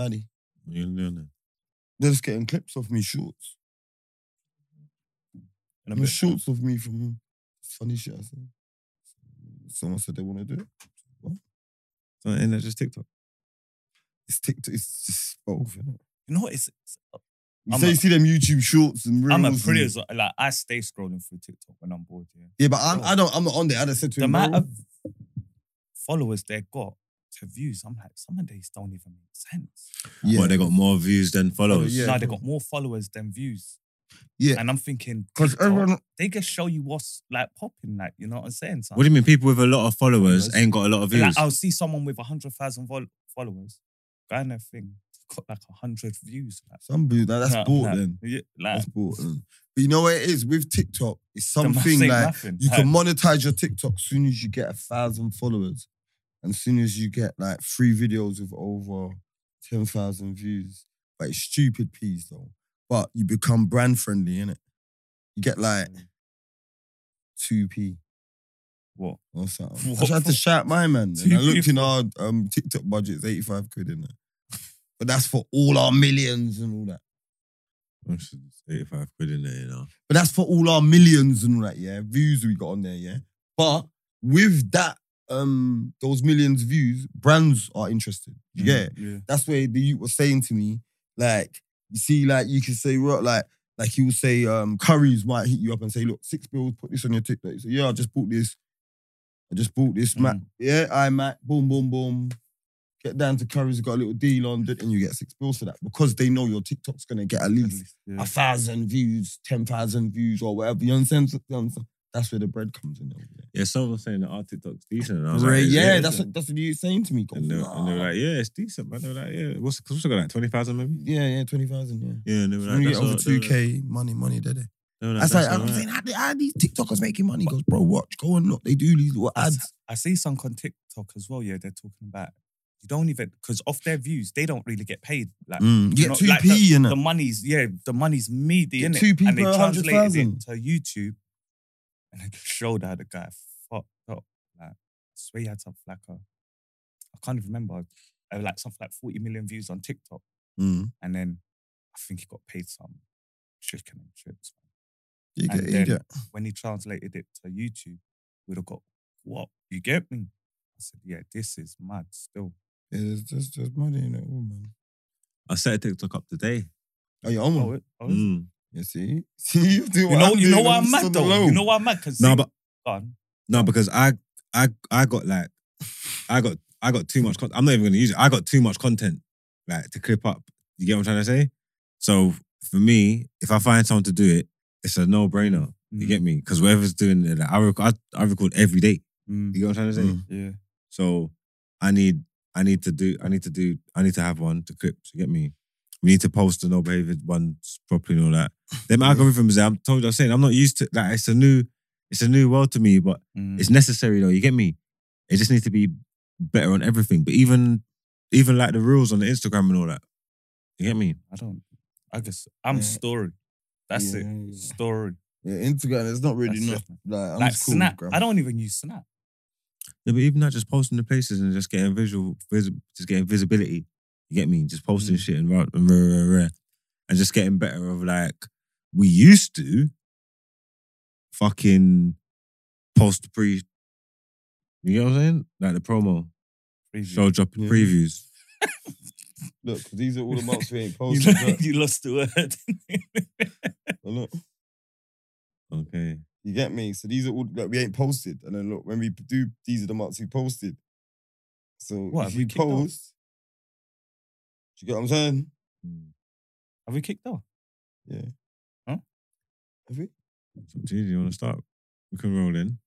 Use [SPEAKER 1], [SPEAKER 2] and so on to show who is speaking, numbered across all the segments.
[SPEAKER 1] Annie.
[SPEAKER 2] What you doing then?
[SPEAKER 1] They're just getting clips of me shorts.
[SPEAKER 3] In a
[SPEAKER 1] No
[SPEAKER 3] bit.
[SPEAKER 1] shorts of me from funny shit I said. Someone said they want to do it.
[SPEAKER 3] So, and it's just TikTok.
[SPEAKER 1] It's TikTok. It's just both, innit?
[SPEAKER 3] You know what? It's, it's
[SPEAKER 1] You
[SPEAKER 3] I'm
[SPEAKER 1] say
[SPEAKER 3] a-
[SPEAKER 1] you see them YouTube shorts and reels.
[SPEAKER 3] I'm a
[SPEAKER 1] and-
[SPEAKER 3] pretty like I stay scrolling through TikTok when I'm bored. Yeah,
[SPEAKER 1] Yeah, but I'm, I don't. I'm not on there. I just said to
[SPEAKER 3] the
[SPEAKER 1] him,
[SPEAKER 3] amount
[SPEAKER 1] bro,
[SPEAKER 3] of followers they got to views, I'm like, some of these don't even make sense.
[SPEAKER 1] yeah,
[SPEAKER 2] What, they got more views than followers?
[SPEAKER 1] Yeah.
[SPEAKER 3] now they got more followers than views.
[SPEAKER 1] Yeah.
[SPEAKER 3] and I'm thinking
[SPEAKER 1] because
[SPEAKER 3] TikTok,
[SPEAKER 1] everyone.
[SPEAKER 3] they just show you what's like popping, like you know what I'm saying. Son?
[SPEAKER 2] What do you mean? People with a lot of followers
[SPEAKER 3] Followers.
[SPEAKER 2] ain't got a lot of
[SPEAKER 3] Like,
[SPEAKER 2] views.
[SPEAKER 3] I'll see someone with hundred thousand vol- followers, guy and their thing got like hundred views. Like,
[SPEAKER 1] Some dude, nah, that's
[SPEAKER 3] like,
[SPEAKER 1] bored
[SPEAKER 3] like,
[SPEAKER 1] then.
[SPEAKER 3] yeah, like
[SPEAKER 1] That's bored. then. But you know what it is with TikTok? It's
[SPEAKER 3] the man
[SPEAKER 1] something
[SPEAKER 3] say
[SPEAKER 1] like
[SPEAKER 3] nothing.
[SPEAKER 1] you
[SPEAKER 3] Like,
[SPEAKER 1] can monetize your TikTok soon as you get a thousand followers, and soon as you get like three videos with over ten thousand views. Like stupid peas though, but you become brand friendly in it. You get like two p
[SPEAKER 3] what?
[SPEAKER 1] or something. I
[SPEAKER 3] What
[SPEAKER 1] tried to
[SPEAKER 3] for-
[SPEAKER 1] shout my man. And I
[SPEAKER 3] 2p
[SPEAKER 1] looked in our um, TikTok budget, it's eighty five quid in it, but that's for all our millions and all that.
[SPEAKER 2] It's 85 quid in there, you know.
[SPEAKER 1] But that's for all our millions and all that, yeah. Views we got on there, yeah. But with that, um, those millions views, brands are interested.
[SPEAKER 3] Mm.
[SPEAKER 1] You get it?
[SPEAKER 3] Yeah.
[SPEAKER 1] That's where the youth was saying to me, like, you see, like you can say, what, like, like he will say, um, Curry's might hit you up and say, look, six bills, put this on your TikTok. You say, yeah, I just bought this. I just bought this, Mac. Yeah, I Mac. Boom, boom, boom. Get down to Curry's, got a little deal on it, and you get six bills for that because they know your TikTok's gonna get at least
[SPEAKER 3] Yeah.
[SPEAKER 1] a thousand views, ten thousand views, or whatever. You understand? You understand? That's where the bread comes in.
[SPEAKER 2] Yeah, someone was saying that our TikTok's decent. And I was
[SPEAKER 1] Right,
[SPEAKER 2] like, is
[SPEAKER 1] yeah,
[SPEAKER 2] it?
[SPEAKER 1] that's what, that's what you were saying to me. God,
[SPEAKER 2] And they, and they were
[SPEAKER 1] nah.
[SPEAKER 2] like, yeah, it's decent, man. They were like, yeah, what's because what's it got like twenty thousand maybe?
[SPEAKER 1] yeah, yeah, twenty thousand, yeah.
[SPEAKER 2] Yeah, and they were
[SPEAKER 1] When
[SPEAKER 2] like,
[SPEAKER 1] you
[SPEAKER 2] that's
[SPEAKER 1] get over
[SPEAKER 2] all- they were
[SPEAKER 1] two
[SPEAKER 2] like-
[SPEAKER 1] k, money, money, did it?
[SPEAKER 2] they were
[SPEAKER 1] That's
[SPEAKER 2] like,
[SPEAKER 1] like
[SPEAKER 2] that's
[SPEAKER 1] I'm
[SPEAKER 2] all
[SPEAKER 1] saying,
[SPEAKER 2] right.
[SPEAKER 1] how, do- how are these TikTokers making money? He goes, bro, watch, go and look. They do these little
[SPEAKER 3] I s-
[SPEAKER 1] ads.
[SPEAKER 3] I see some on TikTok as well. Yeah, they're talking about you don't even because off their views they don't really get paid. Like
[SPEAKER 1] Mm, you
[SPEAKER 3] know,
[SPEAKER 1] get two
[SPEAKER 3] like
[SPEAKER 1] p in
[SPEAKER 3] the
[SPEAKER 1] it.
[SPEAKER 3] money's yeah, the money's meaty
[SPEAKER 1] Get
[SPEAKER 3] innit?
[SPEAKER 1] two
[SPEAKER 3] and they
[SPEAKER 1] people, a hundred
[SPEAKER 3] translated
[SPEAKER 1] thousand.
[SPEAKER 3] it to YouTube, and it showed how the guy fucked up. Like I swear he had something like a, I can't even remember, uh, like something like forty million views on TikTok,
[SPEAKER 1] Mm.
[SPEAKER 3] and then I think he got paid some chicken and chips.
[SPEAKER 1] You
[SPEAKER 3] And
[SPEAKER 1] get, you
[SPEAKER 3] then
[SPEAKER 1] get.
[SPEAKER 3] when he translated it to YouTube, would have got what you get me. I said, yeah, this is mad still.
[SPEAKER 1] Yeah, there's, there's, there's money in it, all, man.
[SPEAKER 2] I set a TikTok up today.
[SPEAKER 1] Oh, you're on one.
[SPEAKER 3] Oh, it- oh, it's-
[SPEAKER 2] Mm.
[SPEAKER 1] You see, see, you do
[SPEAKER 3] You
[SPEAKER 1] what
[SPEAKER 3] know,
[SPEAKER 1] I'm
[SPEAKER 3] you know
[SPEAKER 1] doing,
[SPEAKER 3] why I'm
[SPEAKER 1] just on
[SPEAKER 3] mad
[SPEAKER 1] the
[SPEAKER 3] though.
[SPEAKER 1] low.
[SPEAKER 3] You know why I'm mad because
[SPEAKER 2] No, but
[SPEAKER 3] gone.
[SPEAKER 2] no, because I I I got like I got I got too much content. I'm not even gonna use it. I got too much content like to clip up. You get what I'm trying to say? So for me, if I find someone to do it, it's a no brainer.
[SPEAKER 3] Hmm.
[SPEAKER 2] You get me? Because whoever's doing it, like, I, rec- I I record every day.
[SPEAKER 3] Mm,
[SPEAKER 2] You get what I'm trying to say?
[SPEAKER 1] Mm.
[SPEAKER 3] yeah.
[SPEAKER 2] So I need I need to do I need to do I need to have one to clips. You get me? We need to post the no behavior ones properly and all that. Them algorithms, I'm told you, I'm saying I'm not used to like it's a new it's a new world to me, but
[SPEAKER 3] Mm.
[SPEAKER 2] it's necessary though. You get me? It just needs to be better on everything. But even even like the rules on the Instagram and all that. You get me?
[SPEAKER 3] I don't. I guess I'm
[SPEAKER 1] Yeah.
[SPEAKER 3] story. That's
[SPEAKER 1] Yeah,
[SPEAKER 3] it.
[SPEAKER 1] yeah.
[SPEAKER 3] Story.
[SPEAKER 1] Yeah, Instagram, there's not really
[SPEAKER 3] That's
[SPEAKER 1] enough.
[SPEAKER 3] it.
[SPEAKER 1] Like, I'm
[SPEAKER 3] like
[SPEAKER 1] just cool with
[SPEAKER 3] Snap.
[SPEAKER 1] gram.
[SPEAKER 3] I don't even use Snap.
[SPEAKER 2] Yeah, but even not just posting the places and just getting visual, vis- just getting visibility. You get me? Just posting
[SPEAKER 3] Mm.
[SPEAKER 2] shit and, ra- and, rah, rah, rah. and just getting better of like we used to fucking post pre. You know what I'm saying? Like the promo,
[SPEAKER 3] Preview.
[SPEAKER 2] show dropping
[SPEAKER 1] Yeah.
[SPEAKER 2] previews.
[SPEAKER 1] Look, 'cause these are all the months we ain't
[SPEAKER 3] you,
[SPEAKER 1] posted. look.
[SPEAKER 3] you lost the word.
[SPEAKER 1] look,
[SPEAKER 2] Okay.
[SPEAKER 1] you get me? So these are all that we ain't posted. And then look, when we do, these are the months we posted. So
[SPEAKER 3] What,
[SPEAKER 1] if
[SPEAKER 3] have we
[SPEAKER 1] you
[SPEAKER 3] kicked off?
[SPEAKER 1] post, do you get what I'm saying?
[SPEAKER 3] Have we kicked off?
[SPEAKER 1] Yeah.
[SPEAKER 3] Huh?
[SPEAKER 1] Have we?
[SPEAKER 2] So, G, do you want to start? We can roll in.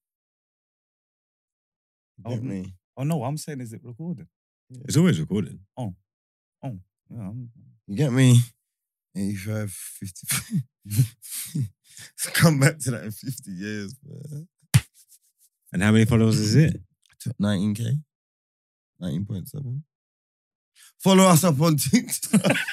[SPEAKER 1] You Get
[SPEAKER 3] Oh,
[SPEAKER 1] me?
[SPEAKER 3] Oh no, I'm saying is it recorded?
[SPEAKER 2] It's always recording.
[SPEAKER 3] Yeah, I'm,
[SPEAKER 1] You get me? 85, 50. so come back to that in 50 years, man.
[SPEAKER 2] And how many followers is it?
[SPEAKER 1] 19K? 19.7? Follow us up on TikTok.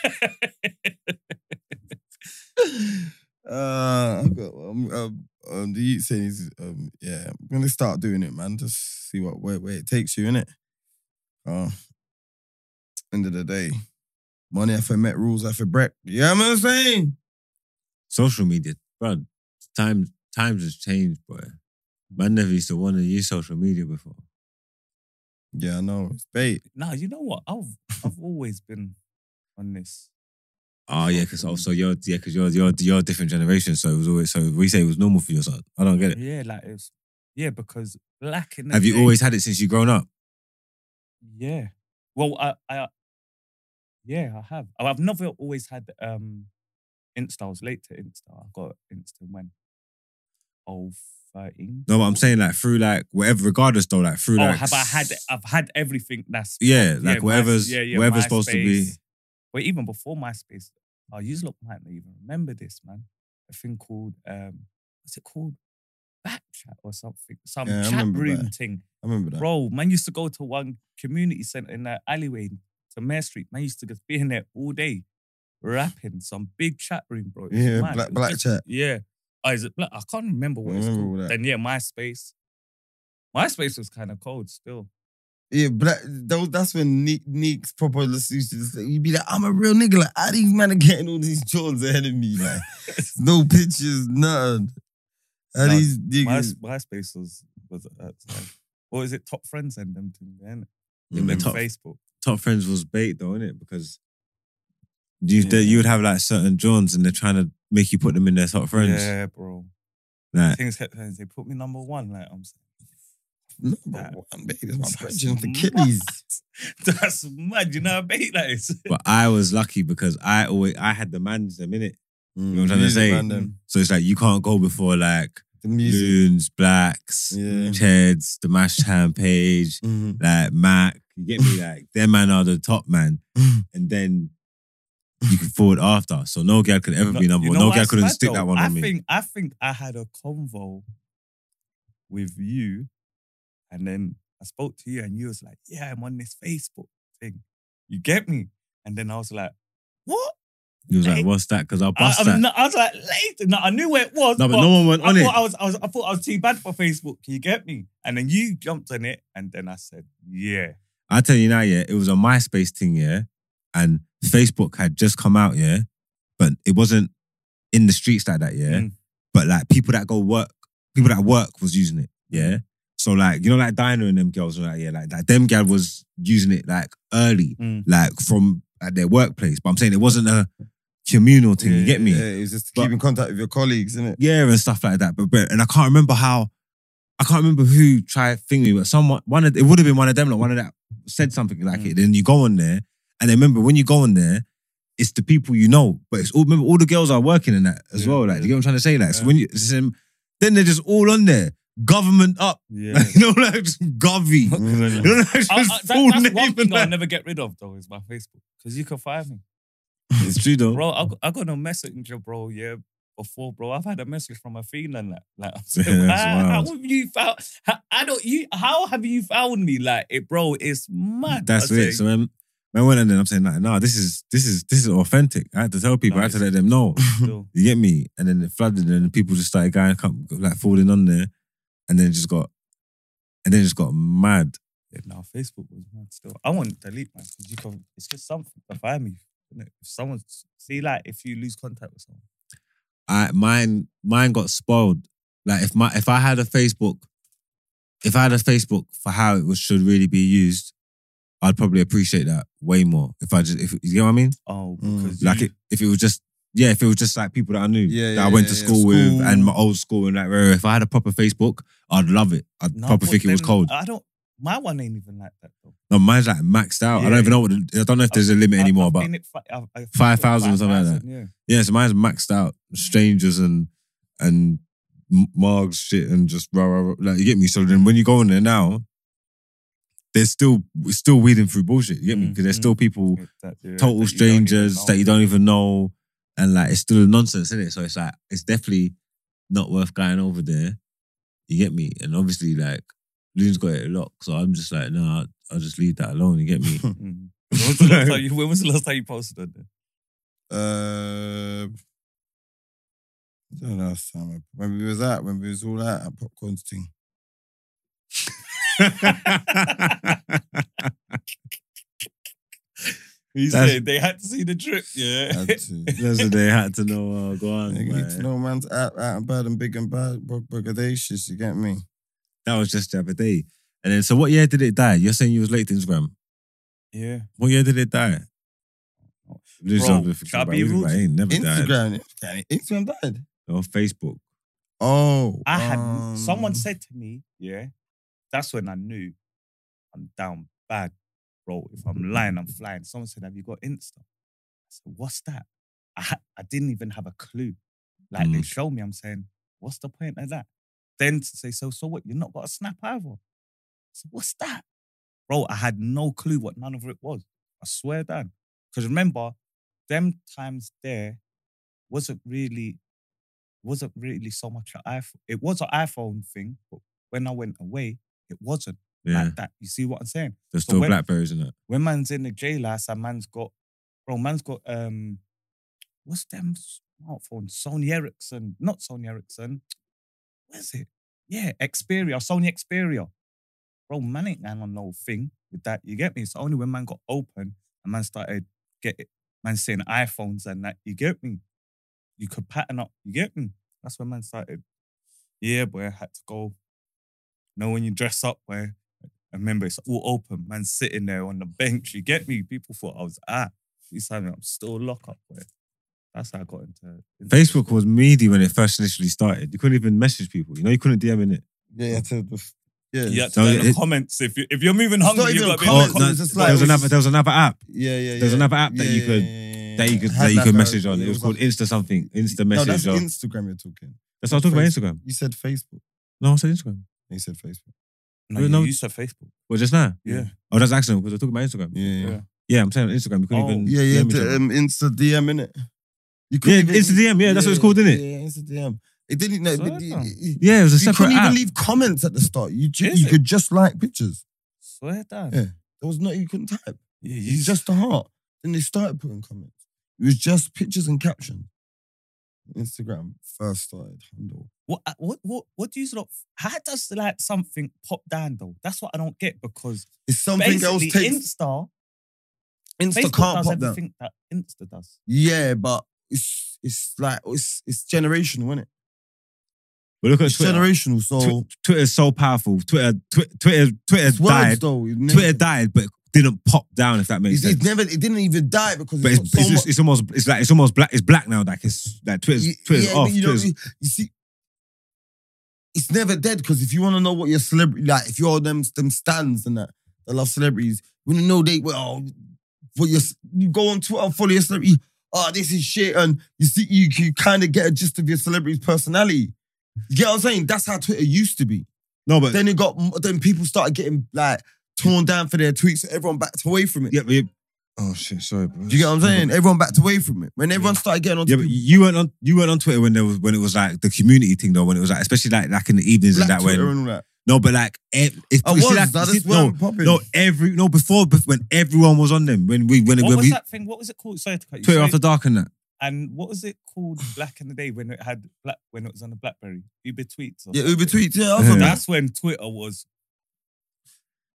[SPEAKER 1] Uh, I've got um, um, um, the youth saying is um, yeah, I'm gonna start doing it, man. Just see what where, where it takes you, innit? Uh, end of the day, Money I for met rules I for break. You know what I'm saying?
[SPEAKER 2] Social media, bro. Times times has changed, boy. Man never used to want to use social media before.
[SPEAKER 1] Yeah, I know. It's bait.
[SPEAKER 3] Now you know what? I've I've always been on this.
[SPEAKER 2] Oh yeah, because also you're yeah, because you're you're you're a different generation, so it was always so we say it was normal for your son. I don't get it.
[SPEAKER 3] Yeah, like it's yeah because black in the
[SPEAKER 2] Eh. Have you
[SPEAKER 3] day-
[SPEAKER 2] always had it since you grown up?
[SPEAKER 3] Yeah. Well, I, I, yeah, I have. Oh, I've never always had um, Insta. I was late to Insta. I got Insta when? Oh, 13.
[SPEAKER 2] No, but I'm saying like through like whatever, regardless though, like through
[SPEAKER 3] Oh,
[SPEAKER 2] like
[SPEAKER 3] have I had? I've had everything that's
[SPEAKER 2] yeah, like
[SPEAKER 3] my-
[SPEAKER 2] whatever's
[SPEAKER 3] yeah, yeah,
[SPEAKER 2] whatever's supposed to be.
[SPEAKER 3] MySpace. But even before MySpace, I oh, use look might not even remember this, man. A thing called um, what's it called? Back chat or something, some
[SPEAKER 1] Yeah, I
[SPEAKER 3] chat
[SPEAKER 1] remember
[SPEAKER 3] room
[SPEAKER 1] Back.
[SPEAKER 3] thing.
[SPEAKER 1] I remember that.
[SPEAKER 3] Bro, man used to go to one community center in the alleyway to Mare Street. Man used to just be in there all day rapping some big chat room, bro. It was
[SPEAKER 1] yeah, black
[SPEAKER 3] mad. It was
[SPEAKER 1] black
[SPEAKER 3] just-
[SPEAKER 1] chat.
[SPEAKER 3] Yeah. Oh, is it black? I can't remember what
[SPEAKER 1] I
[SPEAKER 3] it's
[SPEAKER 1] remember all
[SPEAKER 3] called.
[SPEAKER 1] that.
[SPEAKER 3] Then yeah, MySpace. MySpace was kind of cold still.
[SPEAKER 1] Yeah, black. That was, that's when Nick Nick's proper used to say, "You be like, I'm a real nigga. Like, how these men are getting all these Johns ahead of me? Like, no pictures, nothing. How
[SPEAKER 3] No,
[SPEAKER 1] these
[SPEAKER 3] My,
[SPEAKER 1] niggas?
[SPEAKER 3] MySpace was was uh, at that time. Or is it top friends and them thing then?
[SPEAKER 1] Mm-hmm.
[SPEAKER 2] Yeah, but
[SPEAKER 3] Then
[SPEAKER 2] Mm, top,
[SPEAKER 3] Facebook.
[SPEAKER 2] top friends was bait though, innit? Because you
[SPEAKER 3] Yeah.
[SPEAKER 2] you would have like certain Johns and they're trying to make you put them in their top friends.
[SPEAKER 3] Yeah, bro.
[SPEAKER 2] Like,
[SPEAKER 3] Things kept saying they put me number one. Like I'm saying,
[SPEAKER 2] Uh,
[SPEAKER 1] Number one, baby. That's my question off the
[SPEAKER 3] That's
[SPEAKER 1] kidneys.
[SPEAKER 3] That's mad. You know what I mean? Like it's
[SPEAKER 2] but I was lucky because I always I had the man's them innit.
[SPEAKER 1] You
[SPEAKER 2] know what I'm trying to say?
[SPEAKER 1] Mm-hmm. Random.
[SPEAKER 2] So it's like you can't go before like
[SPEAKER 1] The music.
[SPEAKER 2] loons, blacks,
[SPEAKER 1] Yeah.
[SPEAKER 2] Cheds, the Mash Time page,
[SPEAKER 1] Mhm.
[SPEAKER 2] like Mac. You get me? Like them man are the top man, and then you can forward after. So no girl could ever
[SPEAKER 3] No-
[SPEAKER 2] be number
[SPEAKER 3] you
[SPEAKER 2] one.
[SPEAKER 3] know
[SPEAKER 2] No
[SPEAKER 3] what's
[SPEAKER 2] girl couldn't
[SPEAKER 3] mad
[SPEAKER 2] stick
[SPEAKER 3] though?
[SPEAKER 2] that one
[SPEAKER 3] I
[SPEAKER 2] on me.
[SPEAKER 3] think I think I had a convo with you, and then I spoke to you, and you was like, "Yeah, I'm on this Facebook thing." You get me? And then I was like, "What?"
[SPEAKER 2] He was like, "What's that?" Because I'll
[SPEAKER 3] I,
[SPEAKER 2] bust
[SPEAKER 3] I'm
[SPEAKER 2] that.
[SPEAKER 3] not- I was like, "Later." No, I knew where it was.
[SPEAKER 2] no,
[SPEAKER 3] but
[SPEAKER 2] but no one went on
[SPEAKER 3] I
[SPEAKER 2] it.
[SPEAKER 3] thought I was, I was, I thought I was too bad for Facebook. Can you get me? And then you jumped on it, and then I said, "Yeah."
[SPEAKER 2] I tell you now, yeah, it was a MySpace thing, yeah, and Facebook had just come out, yeah, but it wasn't in the streets like that,
[SPEAKER 1] Hmm.
[SPEAKER 2] yeah.
[SPEAKER 3] Mm.
[SPEAKER 2] But like people that go work, people that work was using it,
[SPEAKER 1] Hmm.
[SPEAKER 2] yeah. So like you know, like Dinah and them girls were like, yeah, like, like them gal was using it like early,
[SPEAKER 1] Hmm.
[SPEAKER 3] Mm.
[SPEAKER 2] like from at their workplace. But I'm saying it wasn't a communal thing. you get me?
[SPEAKER 1] Yeah, it's just to
[SPEAKER 2] But-
[SPEAKER 1] keep in contact with your colleagues, isn't it?
[SPEAKER 2] yeah, and stuff like that. But, but and I can't remember how, I can't remember who tried thingy, but someone one of it would have been one of them, like one of that said something like
[SPEAKER 3] Mm.
[SPEAKER 2] it. Then you go on there, and then remember when you go on there, it's the people you know, but it's all remember all the girls are working in that as
[SPEAKER 3] Yeah,
[SPEAKER 2] well. Like
[SPEAKER 3] yeah.
[SPEAKER 2] you get what I'm trying to say, like
[SPEAKER 3] Yeah.
[SPEAKER 2] so when you it's them- then they're just all on there, government up,
[SPEAKER 3] Yeah.
[SPEAKER 2] you know, like just govy.
[SPEAKER 1] Mm-hmm.
[SPEAKER 2] You know, like, just
[SPEAKER 3] I- I- that-
[SPEAKER 2] full
[SPEAKER 3] that's one
[SPEAKER 2] name
[SPEAKER 3] thing
[SPEAKER 2] and
[SPEAKER 3] I'll
[SPEAKER 2] that.
[SPEAKER 3] never get rid of though is my Facebook because you can find me,
[SPEAKER 2] It's true though.
[SPEAKER 3] bro. I got, I got no messenger, bro. Yeah, before, bro, I've had a message from a female and that. Like, I'm saying,
[SPEAKER 2] Yeah, that's
[SPEAKER 3] how, how
[SPEAKER 2] wild.
[SPEAKER 3] have you found? How, I don't you. How have you found me? Like, it, bro, it's mad.
[SPEAKER 2] That's
[SPEAKER 3] I
[SPEAKER 2] it.
[SPEAKER 3] say,
[SPEAKER 2] So when when I went and then I'm saying like, nah, this is this is this is authentic. I had to tell people, I had to
[SPEAKER 3] Nice.
[SPEAKER 2] let them know.
[SPEAKER 3] still,
[SPEAKER 2] You get me? And then it flooded, and people just started going come- like falling on there, and then it just got, and then it just got mad.
[SPEAKER 3] yeah, no, Facebook was mad. Still, I want to delete man because you can. It's just something to find me. innit? If someone see, like, if you lose contact with someone,
[SPEAKER 2] I mine mine got spoiled. Like if my if I had a Facebook, if I had a Facebook for how it was, should really be used, I'd probably appreciate that way more. If I just if you know what I mean,
[SPEAKER 3] oh,
[SPEAKER 1] Mm.
[SPEAKER 3] because
[SPEAKER 2] like
[SPEAKER 3] you,
[SPEAKER 2] it, if it was just. Yeah, if it was just like people that I knew
[SPEAKER 1] Yeah,
[SPEAKER 2] that
[SPEAKER 1] yeah,
[SPEAKER 2] I went to
[SPEAKER 1] yeah, yeah.
[SPEAKER 2] school, with
[SPEAKER 1] School.
[SPEAKER 2] and my old school and like, if I had a proper Facebook, I'd love it. I'd
[SPEAKER 3] No,
[SPEAKER 2] proper
[SPEAKER 3] but
[SPEAKER 2] think it was
[SPEAKER 3] then
[SPEAKER 2] cold.
[SPEAKER 3] I don't. My one ain't even like that though.
[SPEAKER 2] No, mine's like maxed out. I
[SPEAKER 3] Yeah.
[SPEAKER 2] don't even know what the, I don't know if there's a limit
[SPEAKER 3] I-
[SPEAKER 2] anymore,
[SPEAKER 3] I've
[SPEAKER 2] but
[SPEAKER 3] seen it fi- I've- I've seen it
[SPEAKER 2] 5,000 or something like
[SPEAKER 3] 5,000, Yeah.
[SPEAKER 2] yeah, so mine's maxed out. Strangers and and m- Margs shit and just rah, rah, rah. like you get me. So then when you go on there now, they're still it's still weeding through bullshit. You get me? Because there's
[SPEAKER 3] Mhm.
[SPEAKER 2] still people,
[SPEAKER 3] It's that- yeah, that you
[SPEAKER 2] total
[SPEAKER 3] don't
[SPEAKER 2] strangers
[SPEAKER 3] even know.
[SPEAKER 2] that you don't even know, and like it's still a nonsense, isn't it? So it's like it's definitely not worth going over there. You get me? And obviously, like Loon's got it locked, so I'm just like, nah, I'll, I'll just leave that alone. You get me?
[SPEAKER 3] Mhm. When was the last time you- when was the last time you posted on there?
[SPEAKER 1] Uh, I don't know. last time I- When we was that, when we was all out at popcorn thing.
[SPEAKER 3] He
[SPEAKER 2] That's-
[SPEAKER 3] said they had to see the drip. Yeah.
[SPEAKER 1] Had to.
[SPEAKER 2] That's what they had to know. Uh, go on,
[SPEAKER 1] Nigga, need to
[SPEAKER 2] man.
[SPEAKER 1] know man's out, out and bad and big and bad, bro, brigadacious, you get me?
[SPEAKER 2] That was just the other day. And then, so what year did it die? You're saying you was late to Instagram.
[SPEAKER 3] Yeah.
[SPEAKER 2] What year did it die? This is
[SPEAKER 3] Bro,
[SPEAKER 2] something to think
[SPEAKER 3] shall I
[SPEAKER 2] about.
[SPEAKER 3] be
[SPEAKER 2] Even if
[SPEAKER 3] rude?
[SPEAKER 2] It ain't never died.
[SPEAKER 1] Instagram, Instagram, Instagram died.
[SPEAKER 2] Or Facebook.
[SPEAKER 1] Oh,
[SPEAKER 3] I had
[SPEAKER 1] um,
[SPEAKER 3] someone said to me, yeah, that's when I knew I'm down bad, bro. If I'm lying, I'm flying. Someone said, Have you got Insta? I said, What's that? I ha- I didn't even have a clue. Like they
[SPEAKER 2] Mm.
[SPEAKER 3] show me, I'm saying, What's the point of that? Then to say, So, so what? You're not got a snap either. I said, What's that? Bro, I had no clue what none of it was. I swear down. Because remember, them times there wasn't really wasn't really so much an iPhone. It was an iPhone thing, but when I went away, it wasn't
[SPEAKER 2] Yeah.
[SPEAKER 3] like that. You see what I'm saying?
[SPEAKER 2] There's
[SPEAKER 3] so
[SPEAKER 2] still
[SPEAKER 3] when-
[SPEAKER 2] Blackberries in it.
[SPEAKER 3] When man's in the jail house and man's got, bro, man's got um, what's them smartphone? Sony Ericsson, not Sony Ericsson. Where's it? Yeah, Xperia, Sony Xperia. Bro, man ain't going on no thing with that. You get me? It's only when man got open and man started get it, man seeing iPhones and that. You get me? You could pattern up. You get me? That's when man started. Yeah, boy, I had to go. Know when you dress up, boy. I remember it's all open, man sitting there on the bench. You get me? People thought I was at. He's telling me I'm still lock up, boy. That's how I got into into
[SPEAKER 2] Facebook was meaty when it first initially started. You couldn't even message people. You know, you couldn't DM in it.
[SPEAKER 1] Yeah, you had to, the- yeah,
[SPEAKER 3] You have to
[SPEAKER 2] No,
[SPEAKER 3] go in the
[SPEAKER 2] it-
[SPEAKER 3] comments if you if you're moving
[SPEAKER 1] It's
[SPEAKER 3] hungry.
[SPEAKER 1] not
[SPEAKER 3] You
[SPEAKER 1] even
[SPEAKER 3] got to be
[SPEAKER 1] a
[SPEAKER 3] on the
[SPEAKER 1] comment,
[SPEAKER 3] comments.
[SPEAKER 1] it's just
[SPEAKER 2] Oh, there
[SPEAKER 1] like-
[SPEAKER 2] was another there was another app
[SPEAKER 1] yeah, yeah.
[SPEAKER 2] There's
[SPEAKER 1] yeah.
[SPEAKER 2] another app that you could-
[SPEAKER 1] yeah,
[SPEAKER 2] that you could
[SPEAKER 1] I had
[SPEAKER 2] that you could message
[SPEAKER 1] though.
[SPEAKER 2] on. It was called
[SPEAKER 1] like-
[SPEAKER 2] Insta something, Insta
[SPEAKER 1] No,
[SPEAKER 2] message.
[SPEAKER 1] that's
[SPEAKER 2] or-
[SPEAKER 1] Instagram you're talking.
[SPEAKER 2] that's what I was talking about. Instagram.
[SPEAKER 1] You said Facebook.
[SPEAKER 2] No, I said Instagram.
[SPEAKER 1] You said Facebook.
[SPEAKER 3] No,
[SPEAKER 2] No,
[SPEAKER 3] you
[SPEAKER 2] no.
[SPEAKER 3] used to Facebook.
[SPEAKER 2] Well, just now.
[SPEAKER 3] Yeah.
[SPEAKER 2] Oh, that's accidental because I was talking about Instagram.
[SPEAKER 1] Yeah, yeah.
[SPEAKER 2] Yeah, I'm saying on Instagram. You couldn't
[SPEAKER 3] Oh.
[SPEAKER 2] even.
[SPEAKER 1] Yeah, yeah,
[SPEAKER 2] DM each other.
[SPEAKER 1] the, um, Insta DM, innit? You
[SPEAKER 2] Yeah,
[SPEAKER 1] couldn't
[SPEAKER 2] Insta DM, yeah, that's what it's called, innit?
[SPEAKER 1] Yeah, Insta DM. It didn't, no,
[SPEAKER 3] So
[SPEAKER 1] but
[SPEAKER 3] I
[SPEAKER 1] it-
[SPEAKER 3] don't know.
[SPEAKER 1] it- it-
[SPEAKER 2] yeah, it was a
[SPEAKER 1] you
[SPEAKER 2] separate
[SPEAKER 1] couldn't
[SPEAKER 2] app.
[SPEAKER 1] even leave comments at the start. You, ju-
[SPEAKER 3] Is
[SPEAKER 1] you
[SPEAKER 3] it?
[SPEAKER 1] could just like pictures.
[SPEAKER 3] Swear down.
[SPEAKER 1] Yeah. There was no, you couldn't type.
[SPEAKER 3] Yeah,
[SPEAKER 1] It's
[SPEAKER 3] you
[SPEAKER 1] just a heart. Then they started putting comments. It was just pictures and captions. Instagram first started handle.
[SPEAKER 3] What what what what do you sort of how does like something pop down though? That's what I don't get because
[SPEAKER 1] It's something else
[SPEAKER 3] basically
[SPEAKER 1] takes
[SPEAKER 3] Insta,
[SPEAKER 1] Insta
[SPEAKER 3] Facebook
[SPEAKER 1] can't
[SPEAKER 3] does
[SPEAKER 1] pop down.
[SPEAKER 3] everything that Insta does.
[SPEAKER 1] Yeah, but it's it's like it's it's generational, isn't it?
[SPEAKER 2] But look at
[SPEAKER 1] It's
[SPEAKER 2] Twitter.
[SPEAKER 1] generational. So
[SPEAKER 2] Tw- Twitter's so powerful. Twitter, tw- Twitter, Twitter
[SPEAKER 1] it's words
[SPEAKER 2] died.
[SPEAKER 1] though. It never-
[SPEAKER 2] Twitter died, but didn't pop down. If that makes
[SPEAKER 1] It's,
[SPEAKER 2] sense.
[SPEAKER 1] it's never. It didn't even die because
[SPEAKER 2] but
[SPEAKER 1] it's,
[SPEAKER 2] it's,
[SPEAKER 1] got
[SPEAKER 2] it's,
[SPEAKER 1] so
[SPEAKER 2] just-
[SPEAKER 1] much.
[SPEAKER 2] it's almost it's like it's almost black. It's black now. Like it's like Twitter's
[SPEAKER 1] y-
[SPEAKER 2] Twitter's
[SPEAKER 1] yeah, but
[SPEAKER 2] off.
[SPEAKER 1] You, know,
[SPEAKER 2] Twitter's,
[SPEAKER 1] you, you see, it's never dead because if you want to know what your celebrity like, if you're them them stands and that, I love celebrities. When you know they well, what your you go on Twitter and follow your celebrity. Oh, this is shit, and you see you, you kind of get a gist of your celebrity's personality. You get what I'm saying? That's how Twitter used to be.
[SPEAKER 2] no, but
[SPEAKER 1] then it got then people started getting like torn down for their tweets. So everyone backed away from it.
[SPEAKER 2] yeah, but you, oh shit, sorry, bro.
[SPEAKER 1] Do you get what I'm saying? Everyone backed away from it. When everyone started getting on
[SPEAKER 2] Yeah, but you weren't on you weren't on Twitter when there was when it was like the community thing though. When it was like especially like like in the evenings
[SPEAKER 1] Black
[SPEAKER 2] and that
[SPEAKER 1] Twitter
[SPEAKER 2] when
[SPEAKER 1] and all that.
[SPEAKER 2] no, but like ev- if
[SPEAKER 1] I
[SPEAKER 2] you see,
[SPEAKER 1] was,
[SPEAKER 2] like,
[SPEAKER 1] that
[SPEAKER 2] you
[SPEAKER 1] is
[SPEAKER 2] see-
[SPEAKER 1] where
[SPEAKER 2] no
[SPEAKER 1] I'm popping.
[SPEAKER 2] no every no before bef- when everyone was on them when we when
[SPEAKER 3] What
[SPEAKER 2] when
[SPEAKER 3] was
[SPEAKER 2] we
[SPEAKER 3] that thing? What was it called? Sorry to cut you.
[SPEAKER 2] Twitter
[SPEAKER 3] Sorry.
[SPEAKER 2] after dark and that.
[SPEAKER 3] And what was it called back in the day when it had black when it was on the BlackBerry? Uber tweets. Or
[SPEAKER 1] Yeah,
[SPEAKER 3] something?
[SPEAKER 1] Uber tweets. Yeah, I was on that.
[SPEAKER 3] That's when Twitter was.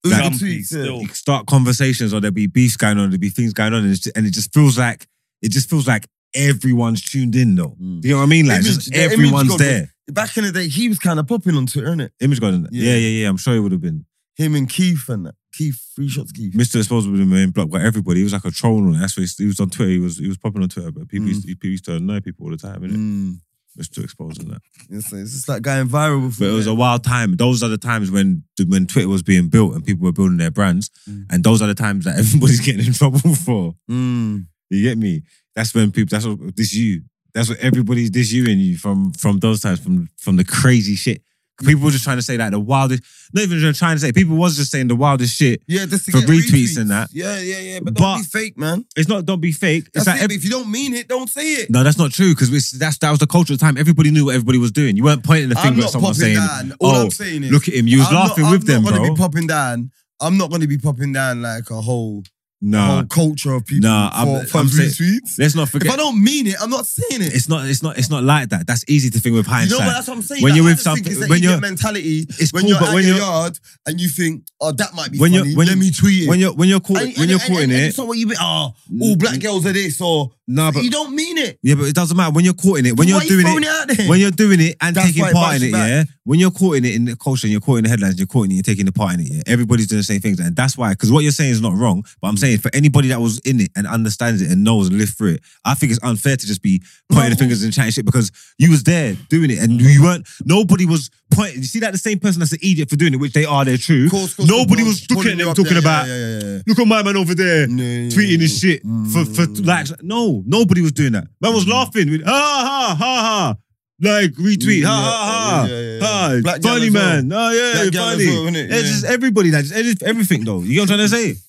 [SPEAKER 1] Uber
[SPEAKER 3] Grumpy
[SPEAKER 1] tweets. Yeah.
[SPEAKER 3] still.
[SPEAKER 2] You start conversations or there'll be beefs going on, there'll be things going on, and, it's just, and it just feels like it just feels like everyone's tuned in though.
[SPEAKER 1] Mm.
[SPEAKER 2] Do you know what I mean? Like
[SPEAKER 1] Image-
[SPEAKER 2] just
[SPEAKER 1] the image
[SPEAKER 2] everyone's
[SPEAKER 1] got-
[SPEAKER 2] there.
[SPEAKER 1] Back in the day, he was kind of popping on Twitter, innit?
[SPEAKER 2] Image got in.
[SPEAKER 1] Yeah.
[SPEAKER 2] Yeah, yeah, yeah. I'm sure it would have been.
[SPEAKER 1] Him and Keith and that. Keith, three shots Keith.
[SPEAKER 2] Mr. Disposable Man block got everybody. He was like a troll and that's why he, he was on Twitter. He was he was popping on Twitter, but people
[SPEAKER 1] Mm.
[SPEAKER 2] used, to, people used to annoy people all the time, innit?
[SPEAKER 1] Mm.
[SPEAKER 2] Mr. Exposed and that.
[SPEAKER 1] It's, it's just like going viral
[SPEAKER 2] But
[SPEAKER 1] before.
[SPEAKER 2] it was
[SPEAKER 1] that.
[SPEAKER 2] a wild time. Those are the times when when Twitter was being built and people were building their brands,
[SPEAKER 3] Mm.
[SPEAKER 2] and those are the times that everybody's getting in trouble for.
[SPEAKER 1] Mm.
[SPEAKER 2] You get me? That's when people. That's what this you. That's what everybody's this you and you from from those times from from the crazy shit. People were just trying to say like the wildest. Not even trying to say. People was just saying the wildest shit.
[SPEAKER 1] Yeah, just to
[SPEAKER 2] For
[SPEAKER 1] get
[SPEAKER 2] retweets and that.
[SPEAKER 1] Yeah, yeah, yeah. But,
[SPEAKER 2] But-
[SPEAKER 1] don't be fake, man.
[SPEAKER 2] It's not. Don't be fake. It's
[SPEAKER 1] That's
[SPEAKER 2] like
[SPEAKER 1] it.
[SPEAKER 2] every-
[SPEAKER 1] if you don't mean it, don't say it.
[SPEAKER 2] no, that's not true because that's that was the culture of the time. Everybody knew what everybody was doing. You weren't pointing the
[SPEAKER 1] I'm
[SPEAKER 2] finger
[SPEAKER 1] not
[SPEAKER 2] at someone
[SPEAKER 1] popping
[SPEAKER 2] saying,
[SPEAKER 1] down. All
[SPEAKER 2] "Oh,
[SPEAKER 1] I'm saying is,
[SPEAKER 2] look at him." You was
[SPEAKER 1] I'm
[SPEAKER 2] laughing
[SPEAKER 1] not,
[SPEAKER 2] with
[SPEAKER 1] I'm
[SPEAKER 2] them,
[SPEAKER 1] not gonna
[SPEAKER 2] bro.
[SPEAKER 1] be popping down. I'm not going to be popping down like a whole the
[SPEAKER 2] Nah,
[SPEAKER 1] whole culture of people
[SPEAKER 2] Nah, I'm-
[SPEAKER 1] for fun
[SPEAKER 2] I'm saying-
[SPEAKER 1] sweets.
[SPEAKER 2] let's
[SPEAKER 1] Oh,
[SPEAKER 2] not
[SPEAKER 1] If I
[SPEAKER 2] forget.
[SPEAKER 1] don't mean it, I'm not saying it.
[SPEAKER 2] It's not. It's not. It's not like that. That's easy to think with
[SPEAKER 1] you know,
[SPEAKER 2] hindsight.
[SPEAKER 1] but that's what I'm saying.
[SPEAKER 2] When
[SPEAKER 1] Like,
[SPEAKER 2] you're
[SPEAKER 1] I
[SPEAKER 2] with
[SPEAKER 1] just think
[SPEAKER 2] something-
[SPEAKER 1] it's that
[SPEAKER 2] when
[SPEAKER 1] idiot
[SPEAKER 2] you're-
[SPEAKER 1] mentality.
[SPEAKER 2] it's
[SPEAKER 1] when
[SPEAKER 2] cool,
[SPEAKER 1] you're
[SPEAKER 2] but
[SPEAKER 1] at
[SPEAKER 2] when
[SPEAKER 1] your
[SPEAKER 2] you're-
[SPEAKER 1] yard and you think, oh, that might be
[SPEAKER 2] When you're-
[SPEAKER 1] funny,
[SPEAKER 2] when
[SPEAKER 1] let
[SPEAKER 2] you-
[SPEAKER 1] me tweet it.
[SPEAKER 2] when you're when you're caught
[SPEAKER 1] And-
[SPEAKER 2] when
[SPEAKER 1] and-
[SPEAKER 2] you're
[SPEAKER 1] and-
[SPEAKER 2] caught in
[SPEAKER 1] and
[SPEAKER 2] it. Mm.
[SPEAKER 1] it's not what you be. Oh, all black girls are this, or
[SPEAKER 2] Nah, but
[SPEAKER 1] you don't mean it.
[SPEAKER 2] yeah, but it doesn't matter when you're caught in it. When
[SPEAKER 1] Why
[SPEAKER 2] you're
[SPEAKER 1] are you
[SPEAKER 2] doing
[SPEAKER 1] throwing
[SPEAKER 2] it.
[SPEAKER 1] it out there?
[SPEAKER 2] When you're doing it and
[SPEAKER 1] That's
[SPEAKER 2] taking
[SPEAKER 1] why it
[SPEAKER 2] part in
[SPEAKER 1] bounces
[SPEAKER 2] it,
[SPEAKER 1] back.
[SPEAKER 2] yeah. When you're caught in it in the culture, and you're caught in the headlines, you're caught in it, you're taking the part in it, yeah. Everybody's doing the same things, and that's why. Because what you're saying is not wrong, but I'm saying for anybody that was in it and understands it and knows and lived through it, I think it's unfair to just be pointing the fingers and chatting shit because you was there doing it and you weren't. Nobody was pointing. You see that the same person that's an idiot for doing it, which they are, they're true. Nobody was looking at them talking about.
[SPEAKER 1] Yeah, yeah, yeah.
[SPEAKER 2] Look at my man over there
[SPEAKER 1] Mm.
[SPEAKER 2] tweeting his shit for, for likes. No, nobody was doing that. Man was laughing with ha ha ha ha. Like retweet,
[SPEAKER 1] Mm,
[SPEAKER 2] ha ha ha. ha.
[SPEAKER 1] Black girl
[SPEAKER 2] funny
[SPEAKER 1] as well.
[SPEAKER 2] man. Oh yeah,
[SPEAKER 1] Black girl as
[SPEAKER 2] funny.
[SPEAKER 1] well, innit?
[SPEAKER 2] It's
[SPEAKER 1] Yeah.
[SPEAKER 2] just everybody that just it's everything though. You know what I'm trying to say?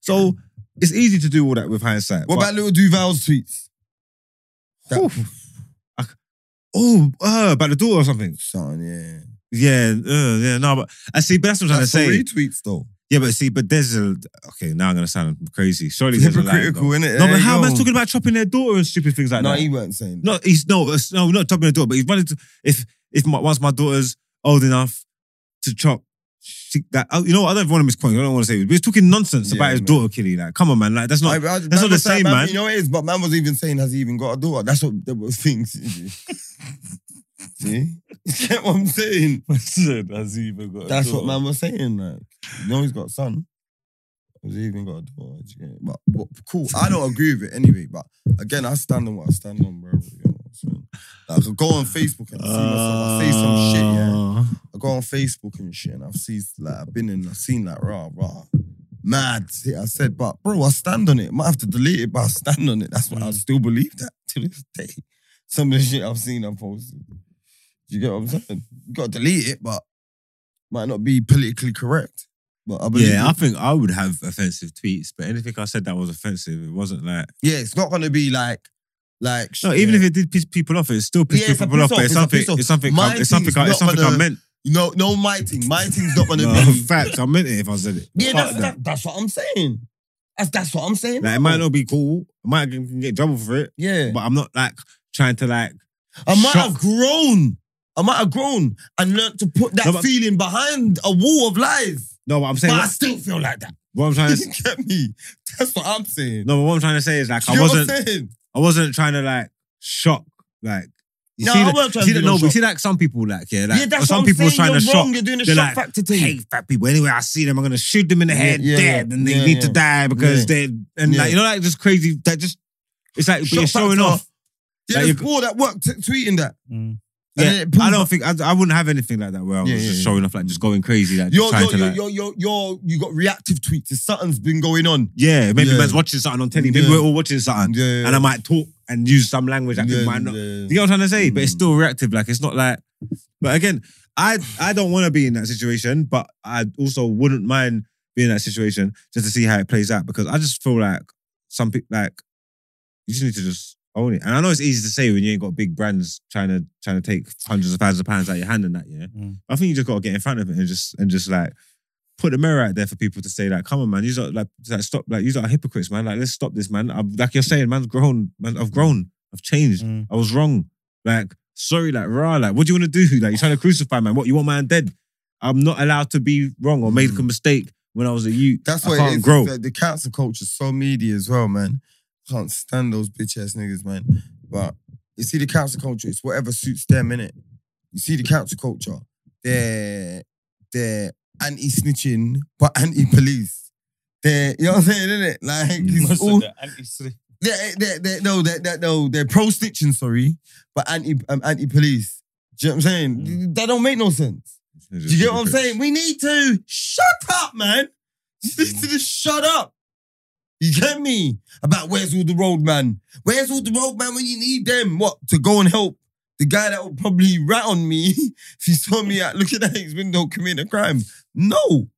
[SPEAKER 2] So it's easy to do all that with hindsight.
[SPEAKER 1] What
[SPEAKER 2] but-
[SPEAKER 1] about little Duval's tweets? That-
[SPEAKER 2] Oof. I c- oh, uh, about the door or something.
[SPEAKER 1] Son, yeah.
[SPEAKER 2] Yeah, uh, yeah, no, but I see, but that's what I'm trying
[SPEAKER 1] That's
[SPEAKER 2] to say.
[SPEAKER 1] for retweets though.
[SPEAKER 2] Yeah, but see, but there's a okay. Now I'm gonna sound crazy. Surely there's a line,
[SPEAKER 1] Hypocritical,
[SPEAKER 2] though.
[SPEAKER 1] innit?
[SPEAKER 2] No,
[SPEAKER 1] There
[SPEAKER 2] but
[SPEAKER 1] you
[SPEAKER 2] how man's
[SPEAKER 1] go.
[SPEAKER 2] talking about chopping their daughter and stupid things like
[SPEAKER 1] No,
[SPEAKER 2] that?
[SPEAKER 1] he weren't saying that.
[SPEAKER 2] no, he's no, it's- no, not chopping their daughter, but he's running to if if my, once my daughter's old enough to chop. She, that, oh, you know what? I don't want to misquote. I don't want to say, it, but he's talking nonsense
[SPEAKER 1] Yeah,
[SPEAKER 2] about his
[SPEAKER 1] man.
[SPEAKER 2] daughter, Killy. Like, come on, man. Like, that's not.
[SPEAKER 1] I- I-
[SPEAKER 2] that's not the
[SPEAKER 1] was saying,
[SPEAKER 2] same, man.
[SPEAKER 1] You know what it is, but man was even saying, has he even got a daughter? That's what there was things. See? You get what I'm saying?
[SPEAKER 3] Has he even got a
[SPEAKER 1] That's
[SPEAKER 3] door?
[SPEAKER 1] what man was saying. Like, you know he's got a son. Has he even got a daughter? Do you get it? But, but cool. I don't agree with it anyway. But again, I stand on what I stand on, bro. You know what I'm saying? Like, I could go on Facebook and I see myself. I say some shit, yeah. I go on Facebook and shit, and I've seen like I've been in, I've seen like rah rah, mad. shit. I said, but bro, I stand on it. Might have to delete it, but I stand on it. That's
[SPEAKER 2] Mm.
[SPEAKER 1] why I still believe that to this day. Some of the shit I've seen, I'm posted. Do you get what I'm saying? You gotta delete it, but might not be politically correct. But I believe,
[SPEAKER 2] Yeah, I
[SPEAKER 1] it.
[SPEAKER 2] think I would have offensive tweets, but anything I said that was offensive, it wasn't like.
[SPEAKER 1] yeah, it's not gonna be like, like
[SPEAKER 2] No,
[SPEAKER 1] shit.
[SPEAKER 2] even if it did piss people off, it still pissed
[SPEAKER 1] Yeah, it's a
[SPEAKER 2] people off.
[SPEAKER 1] piss
[SPEAKER 2] But it's
[SPEAKER 1] off,
[SPEAKER 2] something.
[SPEAKER 1] it's a piss
[SPEAKER 2] It's something.
[SPEAKER 1] off.
[SPEAKER 2] I-
[SPEAKER 1] My
[SPEAKER 2] It's something.
[SPEAKER 1] thing's
[SPEAKER 2] I- It's
[SPEAKER 1] not
[SPEAKER 2] something I
[SPEAKER 1] gonna-
[SPEAKER 2] meant.
[SPEAKER 1] no, no, my thing, my thing's not gonna
[SPEAKER 2] No,
[SPEAKER 1] be.
[SPEAKER 2] facts. I meant it if I said it.
[SPEAKER 1] Yeah,
[SPEAKER 2] Fuck
[SPEAKER 1] that's,
[SPEAKER 2] that.
[SPEAKER 1] that, that's what I'm saying. That's that's what I'm saying.
[SPEAKER 2] Like, it might not be cool. I might get get in trouble for it,
[SPEAKER 1] Yeah.
[SPEAKER 2] but I'm not like trying to like.
[SPEAKER 1] I might have
[SPEAKER 2] Shocked.
[SPEAKER 1] grown. I might have grown and learnt to put that
[SPEAKER 2] No, but-
[SPEAKER 1] feeling behind a wall of lies.
[SPEAKER 2] No, what I'm
[SPEAKER 1] But
[SPEAKER 2] saying.
[SPEAKER 1] I still feel like that.
[SPEAKER 2] What I'm trying
[SPEAKER 1] You
[SPEAKER 2] to.
[SPEAKER 1] get me? That's what I'm saying.
[SPEAKER 2] No, but what I'm trying to say is like
[SPEAKER 1] Do you
[SPEAKER 2] I
[SPEAKER 1] know
[SPEAKER 2] wasn't.
[SPEAKER 1] What I'm saying?
[SPEAKER 2] I wasn't trying to like shock like. You
[SPEAKER 1] No,
[SPEAKER 2] see
[SPEAKER 1] I
[SPEAKER 2] that-
[SPEAKER 1] wasn't trying
[SPEAKER 2] see
[SPEAKER 1] to
[SPEAKER 2] that-
[SPEAKER 1] do no
[SPEAKER 2] No, but you
[SPEAKER 1] shock.
[SPEAKER 2] see like some people like yeah. Like,
[SPEAKER 1] yeah, that's
[SPEAKER 2] some
[SPEAKER 1] what I'm
[SPEAKER 2] people was
[SPEAKER 1] saying.
[SPEAKER 2] trying
[SPEAKER 1] You're
[SPEAKER 2] to
[SPEAKER 1] wrong.
[SPEAKER 2] shock.
[SPEAKER 1] You're doing the
[SPEAKER 2] They're
[SPEAKER 1] shock
[SPEAKER 2] like,
[SPEAKER 1] factor thing.
[SPEAKER 2] Hey, fat people. Anyway, I see them. I'm gonna shoot them in the
[SPEAKER 1] Yeah,
[SPEAKER 2] head
[SPEAKER 1] yeah,
[SPEAKER 2] dead, and they
[SPEAKER 1] yeah,
[SPEAKER 2] need
[SPEAKER 1] yeah.
[SPEAKER 2] to die because
[SPEAKER 1] Yeah.
[SPEAKER 2] they and
[SPEAKER 1] Yeah.
[SPEAKER 2] like you know like just crazy. That just it's like but
[SPEAKER 1] Shock
[SPEAKER 2] you're showing
[SPEAKER 1] factor.
[SPEAKER 2] off.
[SPEAKER 1] Yeah,
[SPEAKER 2] Like,
[SPEAKER 1] there's
[SPEAKER 2] you-
[SPEAKER 1] all that work t- tweeting that.
[SPEAKER 3] Mm.
[SPEAKER 1] And
[SPEAKER 2] Yeah,
[SPEAKER 1] then it pulls
[SPEAKER 2] I don't
[SPEAKER 1] up.
[SPEAKER 2] think I, I wouldn't have anything like that where I was
[SPEAKER 1] Yeah, yeah,
[SPEAKER 2] just
[SPEAKER 1] yeah.
[SPEAKER 2] showing off, like just going crazy, like
[SPEAKER 1] You're,
[SPEAKER 2] just trying
[SPEAKER 1] you're,
[SPEAKER 2] to
[SPEAKER 1] you're,
[SPEAKER 2] like.
[SPEAKER 1] you're, you're, you're, you got reactive tweets. There's Something's been going on.
[SPEAKER 2] yeah, maybe
[SPEAKER 1] Yeah.
[SPEAKER 2] man's watching something on telly. Maybe
[SPEAKER 1] Yeah.
[SPEAKER 2] we're all watching something,
[SPEAKER 1] Yeah, yeah,
[SPEAKER 2] and I might talk and use some language that we might not. You know what I'm trying to say? But it's
[SPEAKER 1] Mm.
[SPEAKER 2] still reactive. Like it's not like. But again, I I don't want to be in that situation, but I also wouldn't mind being in that situation just to see how it plays out because I just feel like some people like you just need to just own it. And I know it's easy to say when you ain't got big brands trying to trying to take hundreds of thousands of pounds out of your hand and that. Yeah,
[SPEAKER 3] Mm.
[SPEAKER 2] I think you just got to get in front of it and just and just like. Put the mirror out there for people to say, like, come on, man, you are like, like, stop, like, you are hypocrites, man. Like, let's stop this, man. I'm, like you're saying, man's grown, man. I've grown, I've changed.
[SPEAKER 3] Mm.
[SPEAKER 2] I was wrong. Like, sorry, like, rah, like, what do you want to do? Like, you're trying to crucify man. What you want man dead? I'm not allowed to be wrong or make a mistake when I was a youth.
[SPEAKER 1] Mm. That's
[SPEAKER 2] I
[SPEAKER 1] what
[SPEAKER 2] can't
[SPEAKER 1] it is.
[SPEAKER 2] grow.
[SPEAKER 1] The, the council culture's so meaty as well, man. Can't stand those bitch ass niggas, man. But you see, the council culture, it's whatever suits them, innit? You see, the council culture, they're they're anti snitching, but anti police. They're you know what I'm saying, innit? Like
[SPEAKER 3] Must have
[SPEAKER 1] it's all,
[SPEAKER 3] the anti-
[SPEAKER 1] they're, they're, they're, no, they're, they're, no, they're pro snitching, sorry, but anti um, anti police. Do you know what I'm saying?
[SPEAKER 2] Mm.
[SPEAKER 1] That don't make no sense. Do you get what I'm saying? We need to shut up, man. You need to just shut up. You get me? About where's all the road man? Where's all the road man when you need them? What? To go and help the guy that would probably rat on me if he saw me out looking at his window committing a crime. No.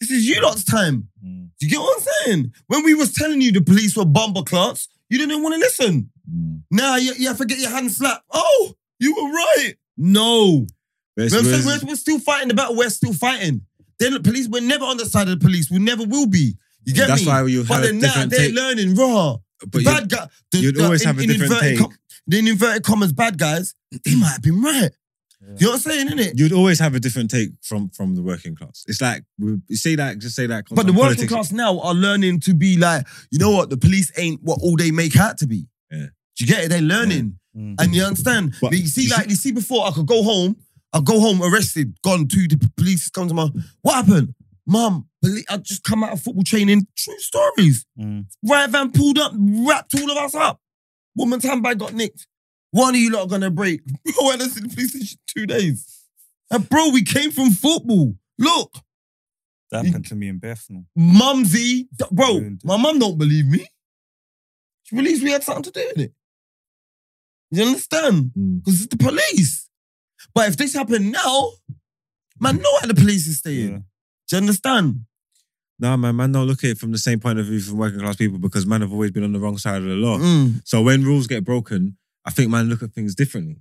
[SPEAKER 1] This is you lot's time.
[SPEAKER 3] Mm.
[SPEAKER 1] Do you get what I'm saying? When we was telling you the police were bomber clots, you didn't want to listen.
[SPEAKER 2] mm.
[SPEAKER 1] Now you, you have to get your hand slapped. Oh, you were right. No.
[SPEAKER 2] But it's-
[SPEAKER 1] You know what I'm
[SPEAKER 2] it's-
[SPEAKER 1] saying? We're, we're still fighting the battle. We're still fighting. Then the police, we're never on the side of the police. We never will be. You get
[SPEAKER 2] That's
[SPEAKER 1] me?
[SPEAKER 2] why you
[SPEAKER 1] but
[SPEAKER 2] have a
[SPEAKER 1] then now
[SPEAKER 2] different
[SPEAKER 1] they're
[SPEAKER 2] take.
[SPEAKER 1] learning raw.
[SPEAKER 2] But
[SPEAKER 1] the
[SPEAKER 2] you-
[SPEAKER 1] bad guy, the,
[SPEAKER 2] you'd
[SPEAKER 1] the-
[SPEAKER 2] always
[SPEAKER 1] in,
[SPEAKER 2] have a
[SPEAKER 1] in
[SPEAKER 2] different
[SPEAKER 1] inverted
[SPEAKER 2] take. Mm.
[SPEAKER 1] com- the in inverted commas bad guys, they might have been right. You
[SPEAKER 3] Yeah.
[SPEAKER 1] know what I'm saying, innit?
[SPEAKER 2] you'd always have a different take from from the working class. It's like we you say that, just say that.
[SPEAKER 1] But the
[SPEAKER 2] on
[SPEAKER 1] working
[SPEAKER 2] politics.
[SPEAKER 1] class now are learning to be like, you know what? The police ain't what all they make out to be.
[SPEAKER 2] Yeah.
[SPEAKER 1] Do you get it? They're learning,
[SPEAKER 3] Mm.
[SPEAKER 1] and you understand.
[SPEAKER 2] But-
[SPEAKER 1] But you see, like you see, before I could go home, I go home arrested, gone to the police. Come to my, what happened, Mum? poli- I just come out of football training. True stories.
[SPEAKER 3] Mm.
[SPEAKER 1] Right van pulled up, wrapped all of us up. Woman's handbag got nicked. One of you lot are gonna break. Bro, I was in the police station two days. And bro, we came from football. Look,
[SPEAKER 3] That happened to me in Bethnal.
[SPEAKER 1] mumsy, d- bro,
[SPEAKER 3] Ruined it.
[SPEAKER 1] my mum don't believe me. She believes we had something to do with it. You understand?
[SPEAKER 2] Mm.
[SPEAKER 1] Because it's the police. But if this happened now, man, know how the police is staying.
[SPEAKER 3] Yeah.
[SPEAKER 1] Do you understand?
[SPEAKER 2] Nah, man, man, don't look at it from the same point of view from working class people because man have always been on the wrong side of the law.
[SPEAKER 1] Mm.
[SPEAKER 2] So when rules get broken, I think man look at things differently.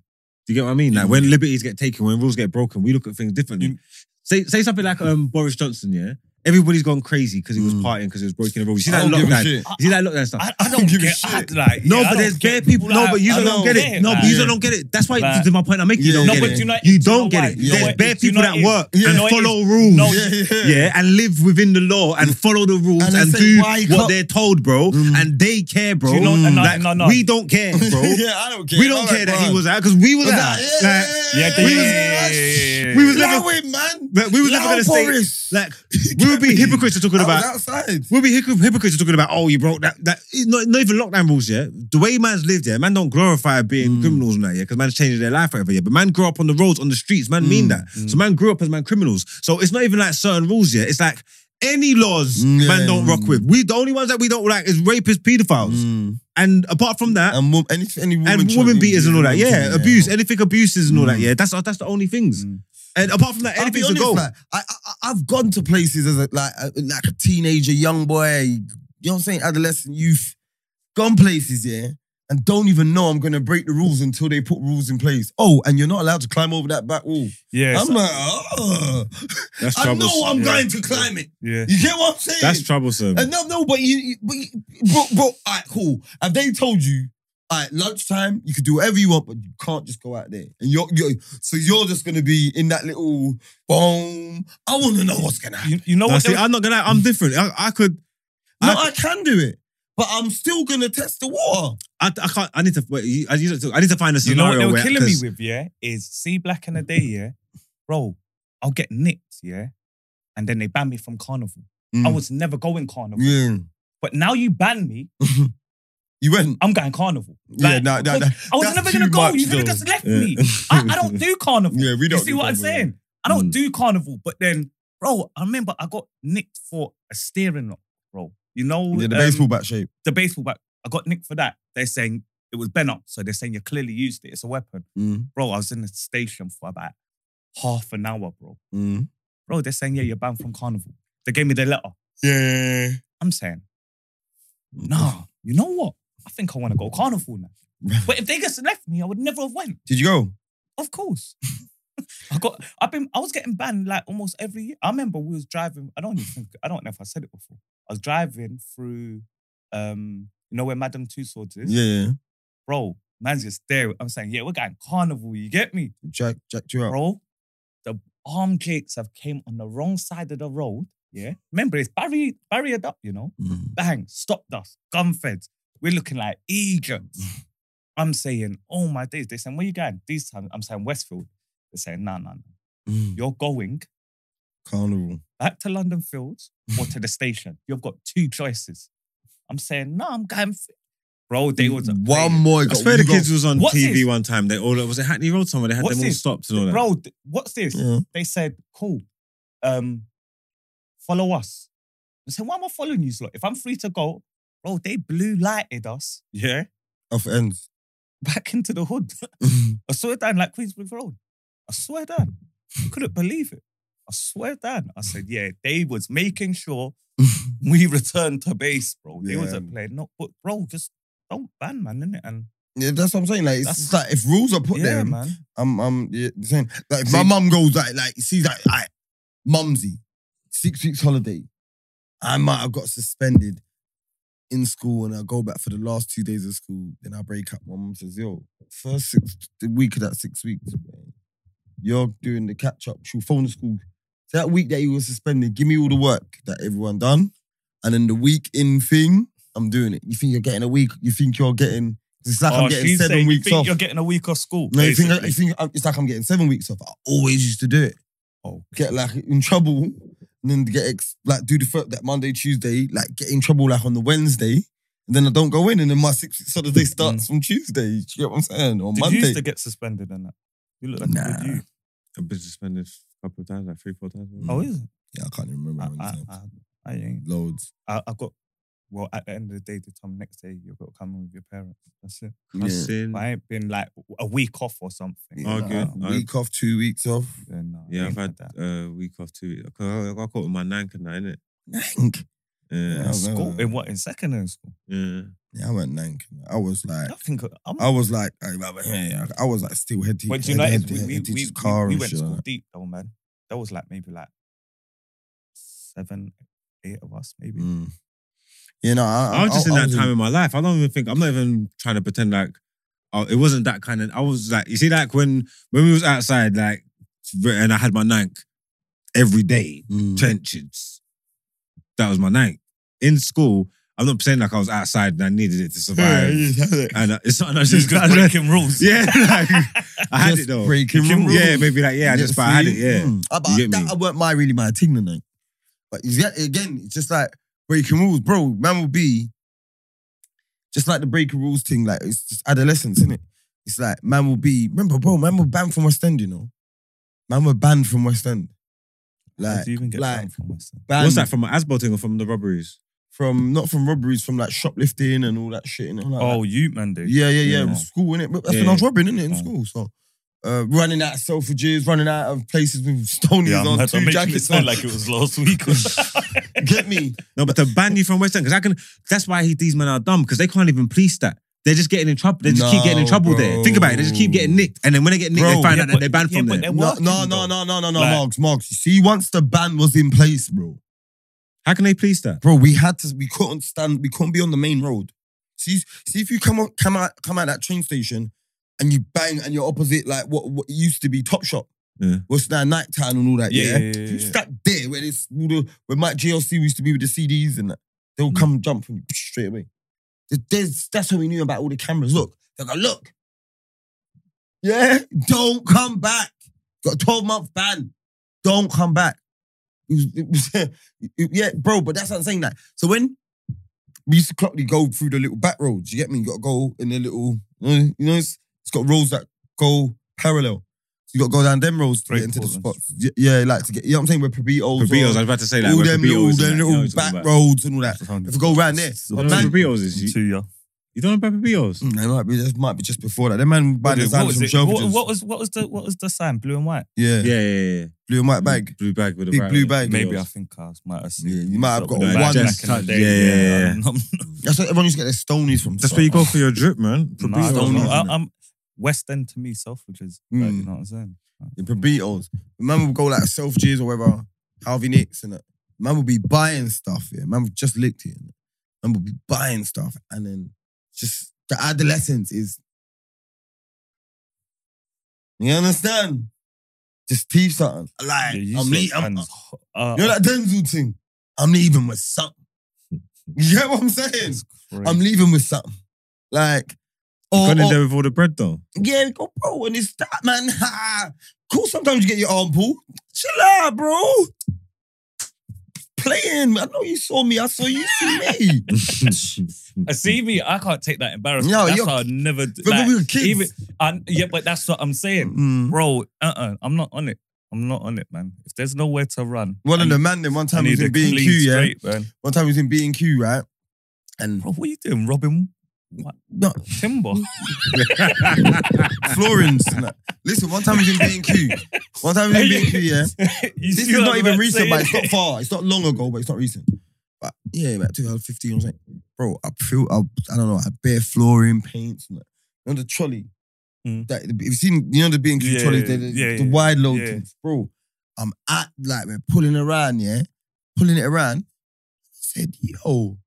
[SPEAKER 2] Do you get what I mean? Like
[SPEAKER 1] Mm.
[SPEAKER 2] when liberties get taken, when rules get broken, we look at things differently.
[SPEAKER 3] You-
[SPEAKER 2] Say say something like um, Boris Johnson, yeah. Everybody's gone crazy because he was
[SPEAKER 1] Mm.
[SPEAKER 2] partying because he was breaking the rules. You see
[SPEAKER 1] I
[SPEAKER 2] that
[SPEAKER 1] don't give a
[SPEAKER 2] lockdown?
[SPEAKER 1] shit.
[SPEAKER 2] You see that lockdown stuff?
[SPEAKER 3] I, I don't
[SPEAKER 1] give a
[SPEAKER 3] get
[SPEAKER 1] shit.
[SPEAKER 3] I, like, yeah,
[SPEAKER 2] no,
[SPEAKER 3] I
[SPEAKER 2] but
[SPEAKER 3] don't
[SPEAKER 2] there's
[SPEAKER 3] get
[SPEAKER 2] bare people. No,
[SPEAKER 3] like,
[SPEAKER 2] but you
[SPEAKER 3] I
[SPEAKER 2] don't, get it. No, but
[SPEAKER 3] like-
[SPEAKER 2] you don't get it. That's why
[SPEAKER 3] Like-
[SPEAKER 2] to my point I'm making. you
[SPEAKER 1] Yeah,
[SPEAKER 2] don't
[SPEAKER 1] yeah.
[SPEAKER 2] get
[SPEAKER 1] No,
[SPEAKER 2] it.
[SPEAKER 1] but
[SPEAKER 3] do you know-
[SPEAKER 2] you
[SPEAKER 3] do you
[SPEAKER 2] don't
[SPEAKER 3] know
[SPEAKER 2] get
[SPEAKER 3] why?
[SPEAKER 2] it.
[SPEAKER 3] Do you know
[SPEAKER 2] There's
[SPEAKER 3] what-
[SPEAKER 2] bare
[SPEAKER 3] do you know
[SPEAKER 2] people that
[SPEAKER 3] what it
[SPEAKER 2] work
[SPEAKER 3] is?
[SPEAKER 2] and
[SPEAKER 3] No, it
[SPEAKER 2] follow
[SPEAKER 3] is.
[SPEAKER 2] rules.
[SPEAKER 3] No, Mm.
[SPEAKER 2] yeah.
[SPEAKER 1] Yeah, yeah.
[SPEAKER 2] and live within the law and follow the rules
[SPEAKER 1] And
[SPEAKER 2] and,
[SPEAKER 1] I say,
[SPEAKER 2] do
[SPEAKER 1] why you
[SPEAKER 2] what
[SPEAKER 1] can't-
[SPEAKER 2] they're told, bro.
[SPEAKER 1] Mm.
[SPEAKER 2] And they care, bro.
[SPEAKER 3] Do you know- no,
[SPEAKER 2] Like,
[SPEAKER 3] no, no.
[SPEAKER 2] We don't care, bro.
[SPEAKER 1] yeah, I don't care.
[SPEAKER 2] We don't
[SPEAKER 1] All
[SPEAKER 2] care
[SPEAKER 1] right,
[SPEAKER 2] that he
[SPEAKER 1] fine.
[SPEAKER 2] was out because we was
[SPEAKER 1] Yeah,
[SPEAKER 2] out.
[SPEAKER 3] Yeah,
[SPEAKER 2] Like, We
[SPEAKER 3] yeah,
[SPEAKER 2] was-
[SPEAKER 3] yeah, yeah, yeah,
[SPEAKER 2] we
[SPEAKER 3] yeah.
[SPEAKER 2] was never,
[SPEAKER 1] Loud, man.
[SPEAKER 2] but we was never
[SPEAKER 1] Loud
[SPEAKER 2] gonna say
[SPEAKER 1] Boris.
[SPEAKER 2] like we would be hypocrites to talking
[SPEAKER 1] I was
[SPEAKER 2] about.
[SPEAKER 1] outside.
[SPEAKER 2] We'll be hypocr- hypocrites talking about, oh, you broke that. that not, not even lockdown rules, yeah? The way man's lived, yeah? Man don't glorify being
[SPEAKER 1] Mm.
[SPEAKER 2] criminals and that, yeah? Because man's changing their life forever, yeah? But man grew up on the roads, on the streets. Man mean
[SPEAKER 1] Mm.
[SPEAKER 2] that. So man grew up as man criminals. So it's not even like certain rules, yeah? It's like any laws
[SPEAKER 1] Mm, yeah.
[SPEAKER 2] man don't rock with. We The only ones that we don't like is rapists, pedophiles. And apart from that,
[SPEAKER 1] Mm. And wom- any, any woman
[SPEAKER 2] and woman
[SPEAKER 1] trafficking,
[SPEAKER 2] beaters and all that, yeah.
[SPEAKER 1] yeah. Mm.
[SPEAKER 2] Abuse, anything abuses and all that, yeah. That's that's the only things.
[SPEAKER 3] Mm.
[SPEAKER 2] And apart from that,
[SPEAKER 1] I'll be
[SPEAKER 2] anything's
[SPEAKER 1] honest,
[SPEAKER 2] a goal.
[SPEAKER 1] like, I, I, I've gone to places as a, like a, like a teenager, young boy. You know what I'm saying? Adolescent youth. Gone places, yeah. And don't even know I'm gonna break the rules until they put rules in place. Oh, and you're not allowed to climb over that back wall.
[SPEAKER 3] Yeah,
[SPEAKER 1] I'm
[SPEAKER 3] so-
[SPEAKER 1] like, oh,
[SPEAKER 2] That's
[SPEAKER 1] I know I'm
[SPEAKER 3] yeah.
[SPEAKER 1] going to climb it.
[SPEAKER 3] yeah.
[SPEAKER 1] You get what I'm saying?
[SPEAKER 2] That's troublesome.
[SPEAKER 1] And Uh, no, no, but you, you- but, you, bro, bro, all right, cool. Have they told you, all right, lunchtime, you can do whatever you want, but you can't just go out there. And you're, you're so you're just gonna be in that little boom. I want to know what's gonna happen.
[SPEAKER 3] You, you know
[SPEAKER 2] Nah,
[SPEAKER 3] what?
[SPEAKER 2] see,
[SPEAKER 3] there was-
[SPEAKER 2] I'm not gonna. I'm different. I, I could.
[SPEAKER 1] No,
[SPEAKER 2] I-
[SPEAKER 1] I can do it, but I'm still gonna test the water.
[SPEAKER 2] I, I can't. I need to. Wait, you- I need to. I need to find a
[SPEAKER 3] you know what
[SPEAKER 2] scenario
[SPEAKER 3] they were
[SPEAKER 2] where.
[SPEAKER 3] killing me
[SPEAKER 2] 'cause-
[SPEAKER 3] with, yeah? Is see black in the day, yeah? Bro, I'll get nicked, yeah? And then they ban me from carnival. I
[SPEAKER 2] Mm.
[SPEAKER 3] was never going carnival.
[SPEAKER 1] Mm. yeah,
[SPEAKER 3] But now you ban me,
[SPEAKER 1] you went.
[SPEAKER 3] I'm going carnival.
[SPEAKER 1] Yeah, nah, nah, nah.
[SPEAKER 3] I was
[SPEAKER 1] That's
[SPEAKER 3] never going to
[SPEAKER 1] too
[SPEAKER 3] go.
[SPEAKER 1] much,
[SPEAKER 3] you could have
[SPEAKER 1] though.
[SPEAKER 3] just left
[SPEAKER 2] Yeah.
[SPEAKER 3] me. I, I don't do carnival.
[SPEAKER 1] Yeah, we don't.
[SPEAKER 3] you
[SPEAKER 1] do
[SPEAKER 3] see
[SPEAKER 1] Hmm.
[SPEAKER 3] what I'm
[SPEAKER 1] carnival.
[SPEAKER 3] saying? I don't
[SPEAKER 2] Mm.
[SPEAKER 3] do carnival, but then, bro, I remember I got nicked for a steering lock, bro. You know,
[SPEAKER 1] Yeah, the
[SPEAKER 3] um,
[SPEAKER 1] baseball bat shape.
[SPEAKER 3] the baseball bat. I got nicked for that. They're saying it was Ben up, so they're saying you clearly used it. It's a weapon,
[SPEAKER 1] Mm,
[SPEAKER 3] bro. I was in the station for about half an hour, bro.
[SPEAKER 1] mm.
[SPEAKER 3] Bro, they're saying yeah, you're banned from carnival. They gave me the letter.
[SPEAKER 1] Yeah.
[SPEAKER 3] I'm saying, nah, you know what? I think I want to go carnival now. but if they just left me, I would never have went.
[SPEAKER 1] Did you go?
[SPEAKER 3] Of course. I got. I've been. I was getting banned like almost every year. I remember we was driving. I don't even think. I don't know if I said it before. I was driving through, um, you know where Madame Tussauds is,
[SPEAKER 1] Yeah, yeah.
[SPEAKER 3] bro. Man's just there. I'm saying, yeah, we're going carnival. You get me,
[SPEAKER 1] Jack, jacked you up.
[SPEAKER 3] bro? The arm gates have came on the wrong side of the road. Yeah, remember it's barrier barriered up. You know,
[SPEAKER 1] Mm.
[SPEAKER 3] bang, stopped us, gun feds. We're looking like Egypt.
[SPEAKER 1] Mm.
[SPEAKER 3] I'm saying, oh my days. They're saying, where you going? These times, I'm saying Westfield. They're saying, no, no, no.
[SPEAKER 1] Mm.
[SPEAKER 3] You're going
[SPEAKER 1] Carnival.
[SPEAKER 3] back to London Fields or to the station. You've got two choices. I'm saying, no, I'm going. f-" Bro, they was a
[SPEAKER 1] one more. you
[SPEAKER 2] I
[SPEAKER 1] got-
[SPEAKER 2] swear the
[SPEAKER 1] you got-
[SPEAKER 2] kids was on
[SPEAKER 3] What's
[SPEAKER 2] TV
[SPEAKER 3] this?
[SPEAKER 2] one time. They all was it Hackney Road somewhere. They had
[SPEAKER 3] What's
[SPEAKER 2] them all
[SPEAKER 3] this?
[SPEAKER 2] stopped and all that.
[SPEAKER 3] Bro, th- what's this?
[SPEAKER 1] Yeah.
[SPEAKER 3] They said, cool. Um, follow us. I said, why am I following you, lot? If I'm free to go, bro, they blue lighted us. Yeah.
[SPEAKER 1] off ends.
[SPEAKER 3] Back into the hood. I swear down like Queensbridge Road. I swear down. I couldn't believe it. I swear down. I said, yeah, they was making sure we returned to base, bro. They was
[SPEAKER 1] Yeah.
[SPEAKER 3] a player. No, but bro, just don't ban man, innit? And
[SPEAKER 1] Yeah, that's what I'm saying. Like, it's
[SPEAKER 3] That's-
[SPEAKER 1] just like if rules are put
[SPEAKER 3] yeah,
[SPEAKER 1] there,
[SPEAKER 3] man.
[SPEAKER 1] I'm, I'm yeah, the same. Like, if my
[SPEAKER 2] See-
[SPEAKER 1] mum goes like, like, see, like, I, mumsy, six weeks holiday. I might have got suspended in school and I go back for the last two days of school. Then I break up. My mum says, yo, first six, the week of that six weeks, man, you're doing the catch up. She'll phone the school. So that week that you were suspended, give me all the work that everyone done. And then the week in thing, I'm doing it. You think you're getting a week? You think you're getting, it's like
[SPEAKER 3] Oh,
[SPEAKER 1] I'm getting
[SPEAKER 3] she's
[SPEAKER 1] seven
[SPEAKER 3] saying
[SPEAKER 1] weeks
[SPEAKER 3] you think
[SPEAKER 1] off.
[SPEAKER 3] You're getting a week off school.
[SPEAKER 1] No, you think,
[SPEAKER 3] basically.
[SPEAKER 1] you think uh, it's like I'm getting seven weeks off. I always used to do it.
[SPEAKER 3] Oh.
[SPEAKER 1] Get like in trouble, and then get ex- like do the fir- that Monday, Tuesday, like get in trouble like on the Wednesday, and then I don't go in, and then my six weeks holiday starts from Tuesday. Do you get what I'm saying? Or
[SPEAKER 3] Mm. Did
[SPEAKER 1] Monday.
[SPEAKER 3] you used to get suspended in that? You look like a
[SPEAKER 1] Nah.
[SPEAKER 3] good you.
[SPEAKER 2] I've been suspended a couple of times, like three, four times.
[SPEAKER 3] Oh,
[SPEAKER 1] mm,
[SPEAKER 3] is it?
[SPEAKER 1] yeah, I can't even remember.
[SPEAKER 3] I,
[SPEAKER 1] how many
[SPEAKER 3] I,
[SPEAKER 1] times.
[SPEAKER 3] I, I ain't.
[SPEAKER 1] Loads.
[SPEAKER 3] I, I got. Well, at the end of the day, they told me next day you've got to come in with your parents. That's it.
[SPEAKER 1] Yeah.
[SPEAKER 2] Cussing.
[SPEAKER 3] But I ain't been like a week off or something.
[SPEAKER 1] Mm. Yeah,
[SPEAKER 2] Oh, good.
[SPEAKER 1] like, Week off, two weeks off.
[SPEAKER 3] Yeah, no,
[SPEAKER 2] Yeah, I've had
[SPEAKER 3] that.
[SPEAKER 2] a week off two weeks. 'Cause I I got caught with my nank and that, innit?
[SPEAKER 1] Nank.
[SPEAKER 2] Yeah.
[SPEAKER 1] Yeah.
[SPEAKER 3] In
[SPEAKER 1] no,
[SPEAKER 3] school,
[SPEAKER 1] no.
[SPEAKER 3] in what in secondary school?
[SPEAKER 2] yeah.
[SPEAKER 1] Yeah, I went nank. I was like,
[SPEAKER 3] I think I'm.
[SPEAKER 1] I was like, I I was like still head to head-
[SPEAKER 3] But
[SPEAKER 1] head
[SPEAKER 3] United,
[SPEAKER 1] to
[SPEAKER 3] we,
[SPEAKER 1] head
[SPEAKER 3] we, we,
[SPEAKER 1] teacher's
[SPEAKER 3] we-
[SPEAKER 1] car
[SPEAKER 3] we
[SPEAKER 1] and
[SPEAKER 3] went
[SPEAKER 1] shit like
[SPEAKER 3] school
[SPEAKER 1] that.
[SPEAKER 3] deep though, man. That was like maybe like seven, eight of us, maybe.
[SPEAKER 1] Mm. You know, I,
[SPEAKER 2] I was just in that time
[SPEAKER 1] in-
[SPEAKER 2] in my life. I don't even think I'm not even trying to pretend like oh, it wasn't that kind of. I was like, you see, like when when we was outside, like and I had my nank every day,
[SPEAKER 1] Mm.
[SPEAKER 2] trenches. That was my nank in school. I'm not saying like I was outside and I needed it to survive. And uh, it's not. I
[SPEAKER 3] Just
[SPEAKER 2] just got
[SPEAKER 3] breaking rules.
[SPEAKER 2] Yeah, like, I had
[SPEAKER 1] Just
[SPEAKER 2] it though.
[SPEAKER 1] breaking
[SPEAKER 2] Yeah,
[SPEAKER 1] rules. Mm.
[SPEAKER 2] maybe like yeah, I just but I had it. Yeah,
[SPEAKER 1] Ah, but
[SPEAKER 2] You get me?
[SPEAKER 1] that weren't my really my thing tonight. But it's yet- again, it's just like breaking rules, bro. Man will be just like the breaking rules thing. Like it's just adolescence, isn't it? It's like man will be. Remember, bro, man were banned from West End. You know, man were banned from West End.
[SPEAKER 3] How
[SPEAKER 1] Like,
[SPEAKER 3] do you even get
[SPEAKER 1] like,
[SPEAKER 3] banned from West End?
[SPEAKER 1] banned
[SPEAKER 2] what's that from? Asbo thing or from the robberies?
[SPEAKER 1] from? Not from robberies, from like shoplifting and all that shit. And all like that.
[SPEAKER 3] Oh, you man, dude.
[SPEAKER 1] Yeah, yeah, yeah. It
[SPEAKER 3] Yeah.
[SPEAKER 1] was school, innit? But that's when
[SPEAKER 2] Yeah.
[SPEAKER 1] I was robbing, innit? In
[SPEAKER 3] Oh.
[SPEAKER 1] school. So uh, running out of Selfridges, running out of places with stonies on,
[SPEAKER 3] I'm- I'm
[SPEAKER 1] two
[SPEAKER 3] making it
[SPEAKER 1] jackets on.
[SPEAKER 3] sound like it was last week.
[SPEAKER 1] Get me?
[SPEAKER 2] No, but to ban you from West End because I can. That's why he, these men are dumb because they can't even police that. They're just getting in trouble. They just keep getting in
[SPEAKER 1] No,
[SPEAKER 2] trouble there. Think about it. They just keep getting nicked, and then when they get nicked,
[SPEAKER 1] Bro,
[SPEAKER 2] they find
[SPEAKER 3] yeah,
[SPEAKER 2] out
[SPEAKER 3] but-
[SPEAKER 2] that they're banned
[SPEAKER 3] yeah,
[SPEAKER 2] from
[SPEAKER 3] but
[SPEAKER 2] there.
[SPEAKER 3] they're-
[SPEAKER 1] No,
[SPEAKER 3] working,
[SPEAKER 1] no, no,
[SPEAKER 3] though.
[SPEAKER 1] no, no, no, no,
[SPEAKER 3] Like-
[SPEAKER 1] Marks, Marks. You see, once the ban was in place, bro,
[SPEAKER 2] How can they police that?
[SPEAKER 1] bro, we had to, we couldn't stand, we couldn't be on the main road. See, see if you come on, come out, come out that train station, and you bang, and you're opposite like what, what used to be Top Shop.
[SPEAKER 2] Yeah.
[SPEAKER 1] What's that Nighttown and all that?
[SPEAKER 3] Yeah,
[SPEAKER 1] Yeah,
[SPEAKER 3] yeah, yeah, yeah,
[SPEAKER 1] you
[SPEAKER 3] yeah.
[SPEAKER 1] sat there where this all the where Mike GLC used to be with the CDs and that. They'll
[SPEAKER 3] Hmm.
[SPEAKER 2] Mm.
[SPEAKER 1] come jump from you straight away. There- There's, that's what we knew about all the cameras. Look, they're like, look, yeah, don't come back. Got a 12 month ban. Don't come back. It was, it was, it- yeah, bro, but that's what I'm saying. Like, so when we used to clockly go through the little back roads, you get me? You got to go in the little, you know, it's, it's got roads that go parallel. So you got to go down them roads to get into the
[SPEAKER 3] Straightforward.
[SPEAKER 1] spots. Y- Yeah, like to get, you know what I'm saying? Where Pabitos,
[SPEAKER 2] Pabitos, I was about to say that.
[SPEAKER 1] all
[SPEAKER 2] where
[SPEAKER 1] them
[SPEAKER 2] Pabitos
[SPEAKER 1] little,
[SPEAKER 2] is
[SPEAKER 1] them
[SPEAKER 2] and that, you know
[SPEAKER 1] little
[SPEAKER 2] what I'm
[SPEAKER 1] back
[SPEAKER 2] talking about.
[SPEAKER 1] roads and all that. If we go round there,
[SPEAKER 3] So
[SPEAKER 2] You
[SPEAKER 1] but
[SPEAKER 2] don't know
[SPEAKER 1] man,
[SPEAKER 2] where Pabitos is? You,
[SPEAKER 3] Two, yeah.
[SPEAKER 2] you don't know about Pabitos?
[SPEAKER 1] Mm, they might be just might be just before that. Them man by the
[SPEAKER 3] What
[SPEAKER 1] sound
[SPEAKER 3] was
[SPEAKER 1] from
[SPEAKER 3] it? What-
[SPEAKER 1] Shelfridges.
[SPEAKER 3] What was what was the what was the sign? Blue and white.
[SPEAKER 1] Yeah,
[SPEAKER 2] Yeah, yeah, yeah.
[SPEAKER 1] blue and white bag.
[SPEAKER 2] Blue bag with a
[SPEAKER 1] Big
[SPEAKER 2] rat
[SPEAKER 1] blue
[SPEAKER 2] on it.
[SPEAKER 1] bag.
[SPEAKER 3] Maybe
[SPEAKER 2] Pabitos.
[SPEAKER 3] I think I might
[SPEAKER 2] Mm.
[SPEAKER 3] have
[SPEAKER 1] Yeah,
[SPEAKER 3] seen.
[SPEAKER 1] you might have got
[SPEAKER 2] No,
[SPEAKER 1] a
[SPEAKER 2] like
[SPEAKER 1] one.
[SPEAKER 2] Jack- yeah, yeah,
[SPEAKER 3] I'm-
[SPEAKER 1] That's what everyone used to get their stonies from.
[SPEAKER 2] That's where you go for your drip, man.
[SPEAKER 3] Nah, I
[SPEAKER 2] Pabitos,
[SPEAKER 3] don't
[SPEAKER 1] Only,
[SPEAKER 3] know.
[SPEAKER 2] man.
[SPEAKER 3] I,
[SPEAKER 1] isn't it?
[SPEAKER 3] I'm West End to me, Selfridges. Like, you
[SPEAKER 1] Mm.
[SPEAKER 3] know what I'm saying?
[SPEAKER 1] The Probeatles. Man would go like self G's or whatever, Harvey Nicks and that. Man would be buying stuff, yeah. Man would just licked it. innit? Man would be buying stuff and then just the adolescence is. You understand? Just teach something. Like,
[SPEAKER 3] Yeah, you
[SPEAKER 1] I'm,
[SPEAKER 3] sort
[SPEAKER 1] lea-
[SPEAKER 3] of
[SPEAKER 1] I'm,
[SPEAKER 3] fans. Uh,
[SPEAKER 1] You know that Denzel thing? I'm leaving with something. You get what I'm saying?
[SPEAKER 3] it's crazy.
[SPEAKER 1] I'm leaving with something. Like, oh,
[SPEAKER 2] You
[SPEAKER 1] or,
[SPEAKER 2] Got in
[SPEAKER 3] Oh,
[SPEAKER 1] or-
[SPEAKER 2] there with all the bread though.
[SPEAKER 1] yeah, go, bro, and it's that, man. Ha. Cool, sometimes you get your arm pulled. Chill out, bro. Playing. I know you saw me. I saw you see me.
[SPEAKER 3] Uh, See me, I can't take that embarrassment.
[SPEAKER 1] No,
[SPEAKER 3] that's
[SPEAKER 1] you're-
[SPEAKER 3] why I never. d-
[SPEAKER 1] But when
[SPEAKER 3] like,
[SPEAKER 1] we were kids.
[SPEAKER 3] Even, I, yeah, but that's what I'm saying,
[SPEAKER 1] Mm.
[SPEAKER 3] bro. Uh, uh-uh, I'm not on it. I'm not on it, man. If there's nowhere to run,
[SPEAKER 1] One
[SPEAKER 3] I
[SPEAKER 1] of
[SPEAKER 3] need-
[SPEAKER 1] the man then one
[SPEAKER 3] I
[SPEAKER 1] time he
[SPEAKER 3] need
[SPEAKER 1] was
[SPEAKER 3] a
[SPEAKER 1] in B and Q,
[SPEAKER 3] clean
[SPEAKER 1] yeah.
[SPEAKER 3] straight, man.
[SPEAKER 1] One time he was in B and Q, right? And
[SPEAKER 3] Bro, what are you doing, Robin?
[SPEAKER 1] no,
[SPEAKER 3] Timber.
[SPEAKER 1] Florence. and that. Listen, one time he was in B and Q. One time he was in B and Q, yeah.
[SPEAKER 3] You
[SPEAKER 1] This
[SPEAKER 3] see
[SPEAKER 1] is
[SPEAKER 3] what
[SPEAKER 1] not
[SPEAKER 3] I'm
[SPEAKER 1] even
[SPEAKER 3] about
[SPEAKER 1] recent,
[SPEAKER 3] saying?
[SPEAKER 1] but it's not far. It's not long ago, but it's not recent. But yeah, about 2015, I was like, bro, I feel, I, I don't know, I bare flooring paints. And that. You know, the trolley.
[SPEAKER 3] Mm.
[SPEAKER 1] That, if you've seen, you know, the B&Q
[SPEAKER 3] Yeah,
[SPEAKER 1] trolleys, the, the,
[SPEAKER 3] yeah,
[SPEAKER 1] the
[SPEAKER 3] yeah,
[SPEAKER 1] wide load
[SPEAKER 3] yeah.
[SPEAKER 1] things. Bro, I'm at, like, we're pulling around, yeah? Pulling it around. said, yo,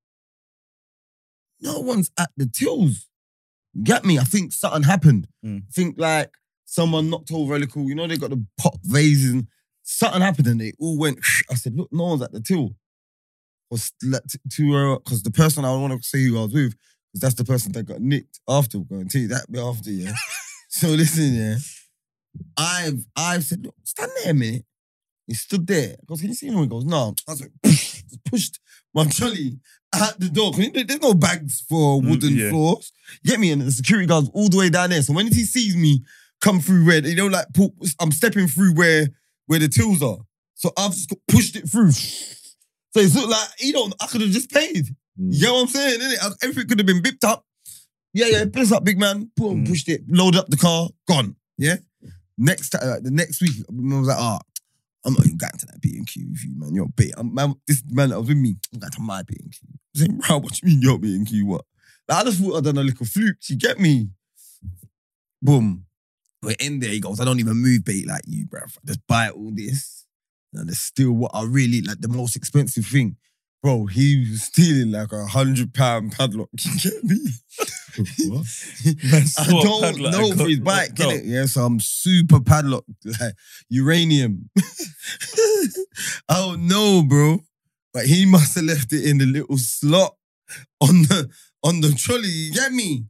[SPEAKER 1] no one's at the tills. You get me? I think something happened.
[SPEAKER 3] Mm.
[SPEAKER 1] I think like someone knocked over a little, you know, they got the pop vases and something happened and they all went, I said, look, no one's at the till. Because uh, the person I want to say who I was with, because that's the person that got nicked after, we're going to tell you that bit after, yeah. so listen, yeah. I've I've said, look, stand there a minute. He stood there. He goes, can you see him? He goes, no. I was like, just pushed my trolley out the door. 'Cause there- There's no bags for
[SPEAKER 3] Mm,
[SPEAKER 1] wooden
[SPEAKER 3] yeah.
[SPEAKER 1] floors. You get me? And the security guard's all the way down there. So when he sees me come through where, you know, like, pull, I'm stepping through where where the tills are. So I've just got- pushed it through. So it's looked like, you know, I could have just paid. You know what I'm saying? Innit? Everything could have been bipped up. Yeah, yeah, piss up, big man. Put on,
[SPEAKER 3] Mm.
[SPEAKER 1] pushed it, loaded up the car, gone. Yeah. Next time, the next week, I was like, ah, I'm not even going to that B and Q with you, man. You're bait. I'm, man, this man that was with me, I'm going to my B and Q. I'm saying, bro, what you mean your B and Q? What? Like, I just thought I'd done a little fluke. You get me? Boom. We're in there. He goes, I don't even move bait like you, bruv. I just buy all this. And it's still what I really like the most expensive thing. Bro, he was stealing like a hundred pound padlock. You get me?
[SPEAKER 2] What?
[SPEAKER 1] I
[SPEAKER 3] Saw a
[SPEAKER 1] don't
[SPEAKER 3] padlock,
[SPEAKER 1] know
[SPEAKER 3] I got
[SPEAKER 1] for his bike,
[SPEAKER 3] knocked
[SPEAKER 1] innit? Yeah, so I'm super padlock, like uranium. I don't know, bro. But he must have left it in the little slot on the on the trolley. You get me?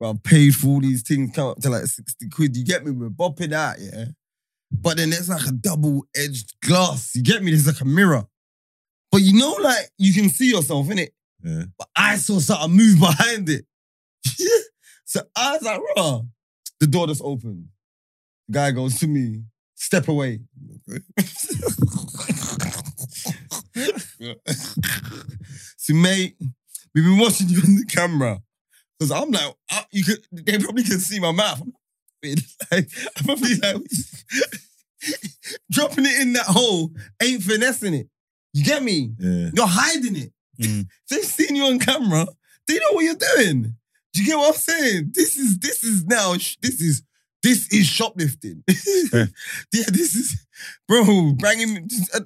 [SPEAKER 1] Bro, I paid for all these things, come up to like 60 quid. You get me? We're bopping out, yeah. But then there's like a double-edged glass. You get me? There's like a mirror. But you know, like you can see yourself in it
[SPEAKER 2] Yeah.
[SPEAKER 1] but I saw something move behind it. so I was like, raw. The door just opened. Guy goes to me, step away. See, mate, we've been watching you on the camera. Because I'm like, I- you could, they probably can see my mouth. Like, I'm probably like, dropping it in that hole ain't finessing it. You get me?
[SPEAKER 2] Yeah.
[SPEAKER 1] You're hiding it.
[SPEAKER 3] Mm.
[SPEAKER 1] They've seen you on camera. They know what you're doing. Do you get what I'm saying? This is this is now sh- this is this is shoplifting. yeah, this is bro. Bring him, just, uh,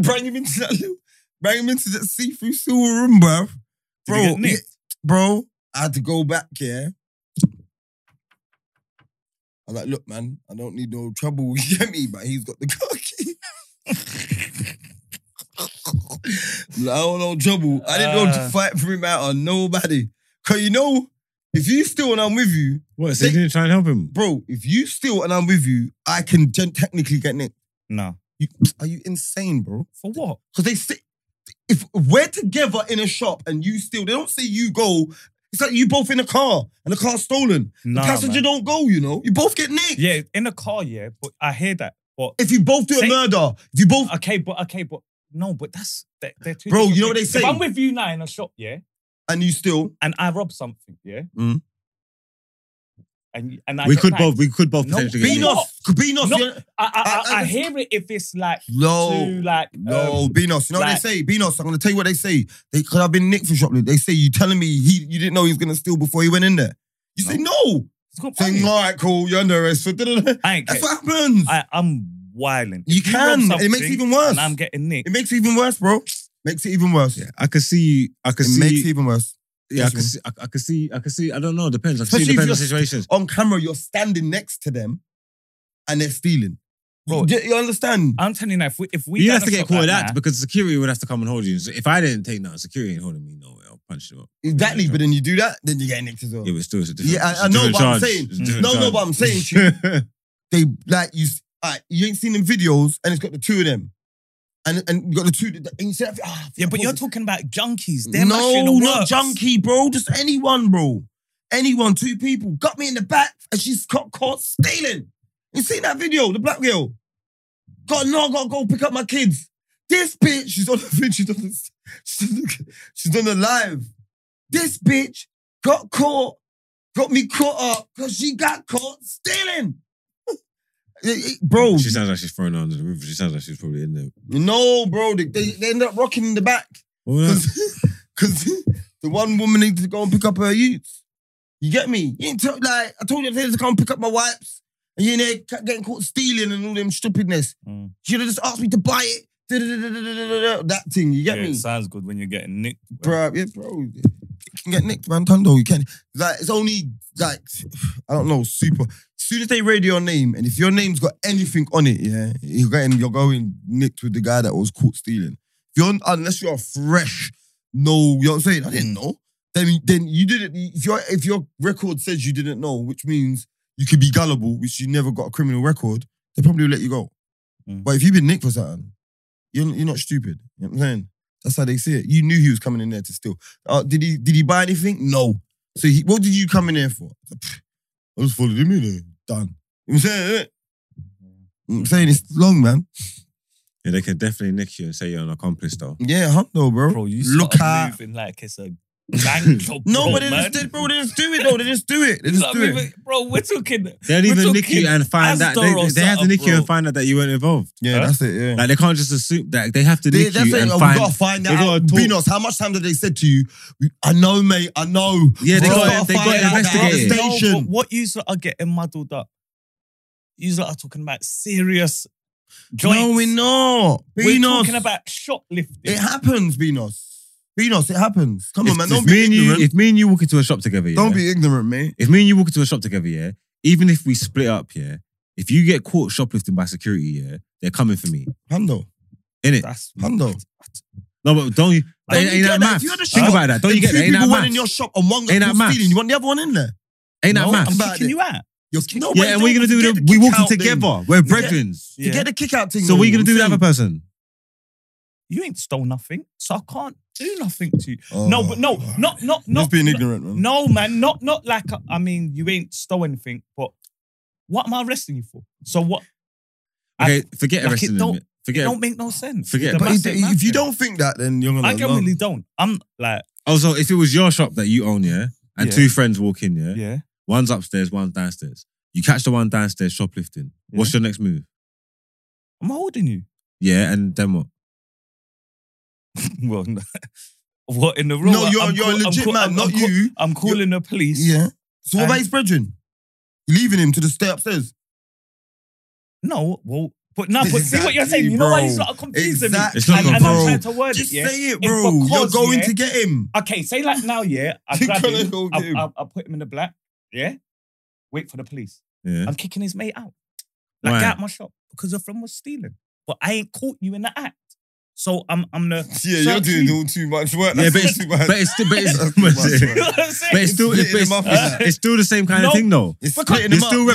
[SPEAKER 1] bring him into that little, bring him into that see-through silver room, bro.
[SPEAKER 3] Did he
[SPEAKER 1] Bro,
[SPEAKER 3] get nicked?
[SPEAKER 1] yeah, bro, I had to go back. Yeah, I was like, look, man, I don't need no trouble. You get me? But he's got the car key. Like, I don't know trouble. I didn't know to
[SPEAKER 3] Ah.
[SPEAKER 1] fight for him out on nobody. Cause you know, if you still and I'm with you,
[SPEAKER 2] What? So you didn't try and help him?
[SPEAKER 1] bro, if you still and I'm with you, I can gen- technically get nicked.
[SPEAKER 3] No.
[SPEAKER 1] You, are you insane, bro?
[SPEAKER 3] For what?
[SPEAKER 1] Because they say if we're together in a shop and you still, they don't say you go. It's like you both in a car and the car's stolen.
[SPEAKER 3] No.
[SPEAKER 1] Passenger don't go, you know. You both get nicked.
[SPEAKER 3] Yeah, in the car, yeah, but I hear that. But
[SPEAKER 1] If you both do a
[SPEAKER 3] Say-
[SPEAKER 1] murder, if you both
[SPEAKER 3] okay, but okay, but no, but that's they're, they're two
[SPEAKER 1] Bro,
[SPEAKER 3] different
[SPEAKER 1] you know what they
[SPEAKER 3] things.
[SPEAKER 1] say?
[SPEAKER 3] If I'm with you now in a shop, yeah,
[SPEAKER 1] and you still,
[SPEAKER 3] and I rob something, yeah,
[SPEAKER 1] Mm.
[SPEAKER 3] and and I
[SPEAKER 2] We
[SPEAKER 3] get
[SPEAKER 2] could
[SPEAKER 3] knife.
[SPEAKER 2] both. We could both
[SPEAKER 3] No,
[SPEAKER 2] potentially.
[SPEAKER 3] be
[SPEAKER 2] get
[SPEAKER 1] Beanos,
[SPEAKER 2] nicked.
[SPEAKER 3] not-
[SPEAKER 1] Beanos,
[SPEAKER 3] Not-
[SPEAKER 1] you're-
[SPEAKER 3] I I,
[SPEAKER 1] I-
[SPEAKER 3] I,
[SPEAKER 1] I
[SPEAKER 3] I
[SPEAKER 1] just-
[SPEAKER 3] hear it if it's like
[SPEAKER 1] no,
[SPEAKER 3] too like
[SPEAKER 1] No,
[SPEAKER 3] um,
[SPEAKER 1] Beanos, you know
[SPEAKER 3] like-
[SPEAKER 1] what they say? Beanos, I'm gonna tell you what they say. They because I've been nicked for shoplifting. They say you telling me he you didn't know he was gonna steal before he went in there. You say no.
[SPEAKER 3] it's got
[SPEAKER 1] Saying,
[SPEAKER 3] money.
[SPEAKER 1] all right, cool, you're under arrest. for da-da-da."
[SPEAKER 3] I ain't
[SPEAKER 1] That's
[SPEAKER 3] care.
[SPEAKER 1] what happens.
[SPEAKER 3] I, I'm wilding.
[SPEAKER 1] you
[SPEAKER 3] If rob
[SPEAKER 1] can. It makes
[SPEAKER 3] something
[SPEAKER 1] it even worse.
[SPEAKER 3] And I'm getting nicked.
[SPEAKER 1] It makes it even worse, bro. Makes it even worse.
[SPEAKER 2] Yeah, I could see you. I could
[SPEAKER 1] It
[SPEAKER 2] see.
[SPEAKER 1] makes it
[SPEAKER 2] you-
[SPEAKER 1] even worse.
[SPEAKER 2] yeah, I could
[SPEAKER 1] Yes,
[SPEAKER 2] see. I, I could see. I could see. I don't know. Depends. I've seen
[SPEAKER 1] Especially if
[SPEAKER 2] depends on
[SPEAKER 1] you're-
[SPEAKER 2] situations.
[SPEAKER 1] On camera, you're standing next to them and they're stealing.
[SPEAKER 3] Bro.
[SPEAKER 1] you, you understand?
[SPEAKER 3] I'm telling you now, if we if we
[SPEAKER 2] You'd
[SPEAKER 3] down
[SPEAKER 2] have
[SPEAKER 3] the
[SPEAKER 2] to get
[SPEAKER 3] shop like
[SPEAKER 2] called out
[SPEAKER 3] that,
[SPEAKER 2] because security would have to come and hold you. So if I didn't take that, security ain't holding me. No way, I'll punch you up.
[SPEAKER 1] exactly, but then you do that, then you get nicked as well.
[SPEAKER 2] Yeah, but still, it's a different.
[SPEAKER 1] Oh. Yeah, I-
[SPEAKER 2] it's
[SPEAKER 1] I
[SPEAKER 2] a
[SPEAKER 1] know,
[SPEAKER 2] different
[SPEAKER 1] but I'm
[SPEAKER 2] charge.
[SPEAKER 1] saying-
[SPEAKER 2] It's a different
[SPEAKER 1] No, no,
[SPEAKER 2] charge.
[SPEAKER 1] but I'm saying to they like you. Alright, you ain't seen them videos, and it's got the two of them, and and you got the two. And you said, ah,
[SPEAKER 3] yeah, but you're talking about junkies. They're
[SPEAKER 1] no,
[SPEAKER 3] mashing the
[SPEAKER 1] not
[SPEAKER 3] works.
[SPEAKER 1] junkie, bro. Just anyone, bro. Anyone, two people got me in the back, and she's got caught stealing. You seen that video? The black girl. Got no, got to go pick up my kids. This bitch, she's on the video. She's on the, she's on the, she's on the live. This bitch got caught, got me caught up because she got caught stealing. bro,
[SPEAKER 2] She sounds like she's thrown under the river. She sounds like she's probably in there.
[SPEAKER 1] no, bro, they, they, they end up rocking in the back
[SPEAKER 2] Well,
[SPEAKER 1] because the one woman needs to go and pick up her youths. You get me? You ain't tell, like I told you today to come pick up my wipes, and you in there ca- getting caught stealing and all them stupidness.
[SPEAKER 3] Mm.
[SPEAKER 1] She'd have just asked me to buy it. that thing. You get
[SPEAKER 3] Yeah,
[SPEAKER 1] me?
[SPEAKER 3] It sounds good when you're getting nicked. Bro.
[SPEAKER 1] Bro, yeah, bro. You can get nicked, man. Tondo, you can. Like, it's only like I don't know, super. Soon as they read your name, and if your name's got anything on it, yeah, you're getting you're going nicked with the guy that was caught stealing. If you're unless you're fresh, no, you know what I'm saying? I didn't know. Then then you didn't if your if your record says you didn't know, which means you could be gullible, which you never got a criminal record, they probably will let you go.
[SPEAKER 3] Mm.
[SPEAKER 1] But if you've been nicked for something, you're, you're not stupid. You know what I'm saying? That's how they see it. You knew he was coming in there to steal. Uh, did he did he buy anything? No. So he, what did you come in there for? Pfft, I just followed him in there. Done. You know what I'm saying? innit? You know
[SPEAKER 2] Mm-hmm.
[SPEAKER 1] what I'm saying it's long, man.
[SPEAKER 2] Yeah, they can definitely nick you and say you're an accomplice though.
[SPEAKER 1] Yeah, hump though, bro.
[SPEAKER 3] Bro, you
[SPEAKER 1] Look
[SPEAKER 3] started
[SPEAKER 1] at-
[SPEAKER 3] moving like it's a bank job.
[SPEAKER 1] no,
[SPEAKER 3] bro,
[SPEAKER 1] but they just,
[SPEAKER 3] man.
[SPEAKER 1] they, bro, they just do it though. They just do it. They
[SPEAKER 3] You
[SPEAKER 1] just
[SPEAKER 3] know
[SPEAKER 1] do
[SPEAKER 3] what I mean?
[SPEAKER 1] it.
[SPEAKER 3] Bro, we're talking.
[SPEAKER 2] They'll
[SPEAKER 3] We're
[SPEAKER 2] even nick
[SPEAKER 3] talking
[SPEAKER 2] you and find out. They,
[SPEAKER 3] Astor or
[SPEAKER 2] they have to
[SPEAKER 3] something,
[SPEAKER 2] nick you
[SPEAKER 3] bro.
[SPEAKER 2] and find out that you weren't involved.
[SPEAKER 1] Yeah,
[SPEAKER 3] Huh?
[SPEAKER 1] that's it. Yeah.
[SPEAKER 2] Like they can't just assume that they have to nick
[SPEAKER 1] that's
[SPEAKER 2] you
[SPEAKER 1] it.
[SPEAKER 2] and
[SPEAKER 1] oh,
[SPEAKER 2] find.
[SPEAKER 1] we gotta find
[SPEAKER 2] they
[SPEAKER 1] that out.
[SPEAKER 2] gotta talk.
[SPEAKER 1] Beanos, how much time did they said to you? "We- I know, mate. I know.
[SPEAKER 2] Yeah, they
[SPEAKER 1] Bro,
[SPEAKER 2] got
[SPEAKER 1] gotta
[SPEAKER 2] they got
[SPEAKER 1] find out that
[SPEAKER 2] investigated.
[SPEAKER 1] Station.
[SPEAKER 3] No, but what you are getting muddled up? You are talking about serious joints.
[SPEAKER 1] No, we're not.
[SPEAKER 3] We're
[SPEAKER 1] Beanos.
[SPEAKER 3] talking about shoplifting.
[SPEAKER 1] It happens, Beanos. Beanos, it happens. Come on, man.
[SPEAKER 2] If-
[SPEAKER 1] Don't
[SPEAKER 2] if
[SPEAKER 1] be
[SPEAKER 2] me and you-
[SPEAKER 1] ignorant.
[SPEAKER 2] If me and you walk into a shop together, yeah,
[SPEAKER 1] Don't be ignorant, mate.
[SPEAKER 2] If me and you walk into a shop together, yeah, even if we split up, yeah, if you get caught shoplifting by security, yeah, they're coming for me.
[SPEAKER 1] Hando.
[SPEAKER 2] In it.
[SPEAKER 3] That's
[SPEAKER 1] Hando.
[SPEAKER 2] No, but don't
[SPEAKER 1] Don't you
[SPEAKER 2] you ain't, ain't
[SPEAKER 1] get
[SPEAKER 2] that
[SPEAKER 1] that?
[SPEAKER 2] math?
[SPEAKER 1] If you had a
[SPEAKER 2] Think
[SPEAKER 1] shop
[SPEAKER 2] about that. Don't you
[SPEAKER 1] And
[SPEAKER 2] get
[SPEAKER 1] two
[SPEAKER 2] that? Ain't
[SPEAKER 1] people
[SPEAKER 2] that
[SPEAKER 1] went in your
[SPEAKER 2] maths?
[SPEAKER 1] shop and one got
[SPEAKER 2] Ain't that
[SPEAKER 1] caught
[SPEAKER 2] maths?
[SPEAKER 1] stealing. You want the other one in there?
[SPEAKER 2] Ain't that
[SPEAKER 1] No,
[SPEAKER 2] maths?
[SPEAKER 1] I'm
[SPEAKER 3] I'm
[SPEAKER 1] about
[SPEAKER 3] kicking
[SPEAKER 1] it.
[SPEAKER 3] you out.
[SPEAKER 1] You're, no, but
[SPEAKER 2] Yeah, and
[SPEAKER 1] don't
[SPEAKER 2] we're gonna do
[SPEAKER 1] forget
[SPEAKER 2] the
[SPEAKER 1] the
[SPEAKER 2] we
[SPEAKER 1] kick
[SPEAKER 2] walking
[SPEAKER 1] out thing.
[SPEAKER 2] together. We're brethren.
[SPEAKER 1] You get the kick out thing.
[SPEAKER 2] So
[SPEAKER 1] though,
[SPEAKER 2] we're gonna do the
[SPEAKER 1] I'm
[SPEAKER 2] other person.
[SPEAKER 3] You ain't stole nothing, so I can't do nothing to you.
[SPEAKER 1] saying.
[SPEAKER 3] no, but no,
[SPEAKER 1] Oh,
[SPEAKER 3] not not
[SPEAKER 1] Just
[SPEAKER 3] not.
[SPEAKER 1] being
[SPEAKER 3] no-
[SPEAKER 1] ignorant, man.
[SPEAKER 3] No, man, not not like I mean, you ain't stole anything, but what am I arresting you for? So what?
[SPEAKER 2] Okay, forget
[SPEAKER 3] like, it
[SPEAKER 2] arresting
[SPEAKER 3] don't-
[SPEAKER 2] them.
[SPEAKER 3] It
[SPEAKER 2] Forget.
[SPEAKER 3] don't make no sense.
[SPEAKER 2] Forget
[SPEAKER 3] The
[SPEAKER 2] it.
[SPEAKER 1] But if,
[SPEAKER 3] maths ain't
[SPEAKER 1] if you
[SPEAKER 3] mathing.
[SPEAKER 1] don't think that, then you're gonna.
[SPEAKER 3] I
[SPEAKER 1] learn.
[SPEAKER 3] genuinely don't. I'm like,
[SPEAKER 2] Also, Oh, if it was your shop that you own, yeah, and
[SPEAKER 3] Yeah.
[SPEAKER 2] two friends walk in, yeah,
[SPEAKER 3] yeah,
[SPEAKER 2] one's upstairs, one's downstairs. You catch the one downstairs shoplifting. What's your next move?
[SPEAKER 3] I'm holding you.
[SPEAKER 2] Yeah, and then what?
[SPEAKER 3] well, no. what in the room?
[SPEAKER 1] No, you're
[SPEAKER 3] I'm
[SPEAKER 1] you're
[SPEAKER 3] call-
[SPEAKER 1] a
[SPEAKER 3] I'm
[SPEAKER 1] legit
[SPEAKER 3] call-
[SPEAKER 1] man,
[SPEAKER 3] I'm-
[SPEAKER 1] not
[SPEAKER 3] I'm call-
[SPEAKER 1] you.
[SPEAKER 3] I'm calling the police.
[SPEAKER 1] Yeah. So what about
[SPEAKER 3] And-
[SPEAKER 1] his brethren? You leaving him to just stay upstairs?
[SPEAKER 3] No, well, but no, but see
[SPEAKER 1] Exactly,
[SPEAKER 3] what you're saying. You know why he's
[SPEAKER 1] bro.
[SPEAKER 3] sort of confusing
[SPEAKER 1] Exactly,
[SPEAKER 3] me.
[SPEAKER 2] It's not
[SPEAKER 3] and, and
[SPEAKER 2] bro.
[SPEAKER 3] I'm trying to word
[SPEAKER 1] Just
[SPEAKER 3] it. Yeah.
[SPEAKER 1] say it,
[SPEAKER 3] It's
[SPEAKER 1] bro. You're
[SPEAKER 3] because,
[SPEAKER 1] going
[SPEAKER 3] yeah,
[SPEAKER 1] to get him.
[SPEAKER 3] Okay, say like now. Yeah, I
[SPEAKER 1] You're
[SPEAKER 3] grab
[SPEAKER 1] gonna
[SPEAKER 3] him.
[SPEAKER 1] go
[SPEAKER 3] I,
[SPEAKER 1] get him.
[SPEAKER 3] I, I put him in the black. Yeah. Wait for the police.
[SPEAKER 2] Yeah.
[SPEAKER 3] I'm kicking his mate out. Like
[SPEAKER 2] Why?
[SPEAKER 3] get out my shop because your friend was stealing, but I ain't caught you in the act. So I'm I'm the
[SPEAKER 1] Yeah,
[SPEAKER 3] search you.
[SPEAKER 1] all too much work.
[SPEAKER 2] Yeah,
[SPEAKER 1] That's
[SPEAKER 2] but it's,
[SPEAKER 1] too much.
[SPEAKER 2] but it's still, but it's,
[SPEAKER 1] That's too much,
[SPEAKER 2] but
[SPEAKER 1] man.
[SPEAKER 3] You know what I'm saying?
[SPEAKER 2] it's still, it's,
[SPEAKER 1] Splitting
[SPEAKER 2] it's,
[SPEAKER 1] them up is
[SPEAKER 2] it's- it's still the same kind
[SPEAKER 3] No.
[SPEAKER 2] of thing, though.
[SPEAKER 1] It's
[SPEAKER 3] Because-
[SPEAKER 1] splitting them
[SPEAKER 2] You're
[SPEAKER 1] up.
[SPEAKER 2] still
[SPEAKER 1] You're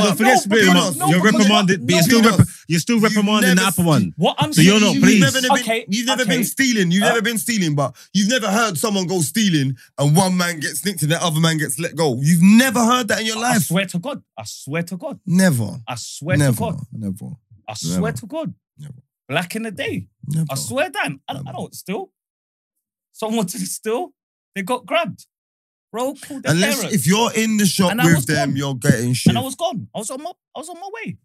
[SPEAKER 1] splitting them
[SPEAKER 2] No, no,
[SPEAKER 3] no,
[SPEAKER 1] up.
[SPEAKER 2] forget
[SPEAKER 3] because
[SPEAKER 2] split
[SPEAKER 3] you're
[SPEAKER 2] him
[SPEAKER 3] not-
[SPEAKER 2] up.
[SPEAKER 3] no, because
[SPEAKER 2] You're
[SPEAKER 3] you're
[SPEAKER 2] reprimanded,
[SPEAKER 3] not-
[SPEAKER 2] but you're
[SPEAKER 3] no,
[SPEAKER 2] still,
[SPEAKER 1] because-
[SPEAKER 2] repri- you're still
[SPEAKER 1] You've
[SPEAKER 2] reprimanding the
[SPEAKER 1] never seen-
[SPEAKER 2] upper one.
[SPEAKER 3] What I'm
[SPEAKER 2] So
[SPEAKER 3] saying,
[SPEAKER 2] you're not
[SPEAKER 3] is-
[SPEAKER 2] pleased.
[SPEAKER 1] You've never, been,
[SPEAKER 3] Okay,
[SPEAKER 1] you've never
[SPEAKER 3] okay.
[SPEAKER 1] been stealing. You've
[SPEAKER 3] Uh,
[SPEAKER 1] never been stealing, but you've never heard someone go stealing and one man gets nicked and the other man gets let go. You've never heard that in your
[SPEAKER 3] I
[SPEAKER 1] life.
[SPEAKER 3] swear to God. I swear to God.
[SPEAKER 1] Never.
[SPEAKER 3] I swear
[SPEAKER 1] never.
[SPEAKER 3] to God.
[SPEAKER 1] Never.
[SPEAKER 3] I swear
[SPEAKER 1] Never.
[SPEAKER 3] to God.
[SPEAKER 1] Never.
[SPEAKER 3] Black in the day.
[SPEAKER 1] Never.
[SPEAKER 3] I
[SPEAKER 2] Oh.
[SPEAKER 3] swear, Dan. I, I
[SPEAKER 1] Never.
[SPEAKER 3] don't steal. Someone wanted to steal. They got grabbed. Bro, called their
[SPEAKER 1] Unless
[SPEAKER 3] parents.
[SPEAKER 1] if you're in the shop
[SPEAKER 3] And I
[SPEAKER 1] with
[SPEAKER 3] was
[SPEAKER 1] them,
[SPEAKER 3] gone.
[SPEAKER 1] you're getting shit.
[SPEAKER 3] and I was gone. I was on my I was on my way.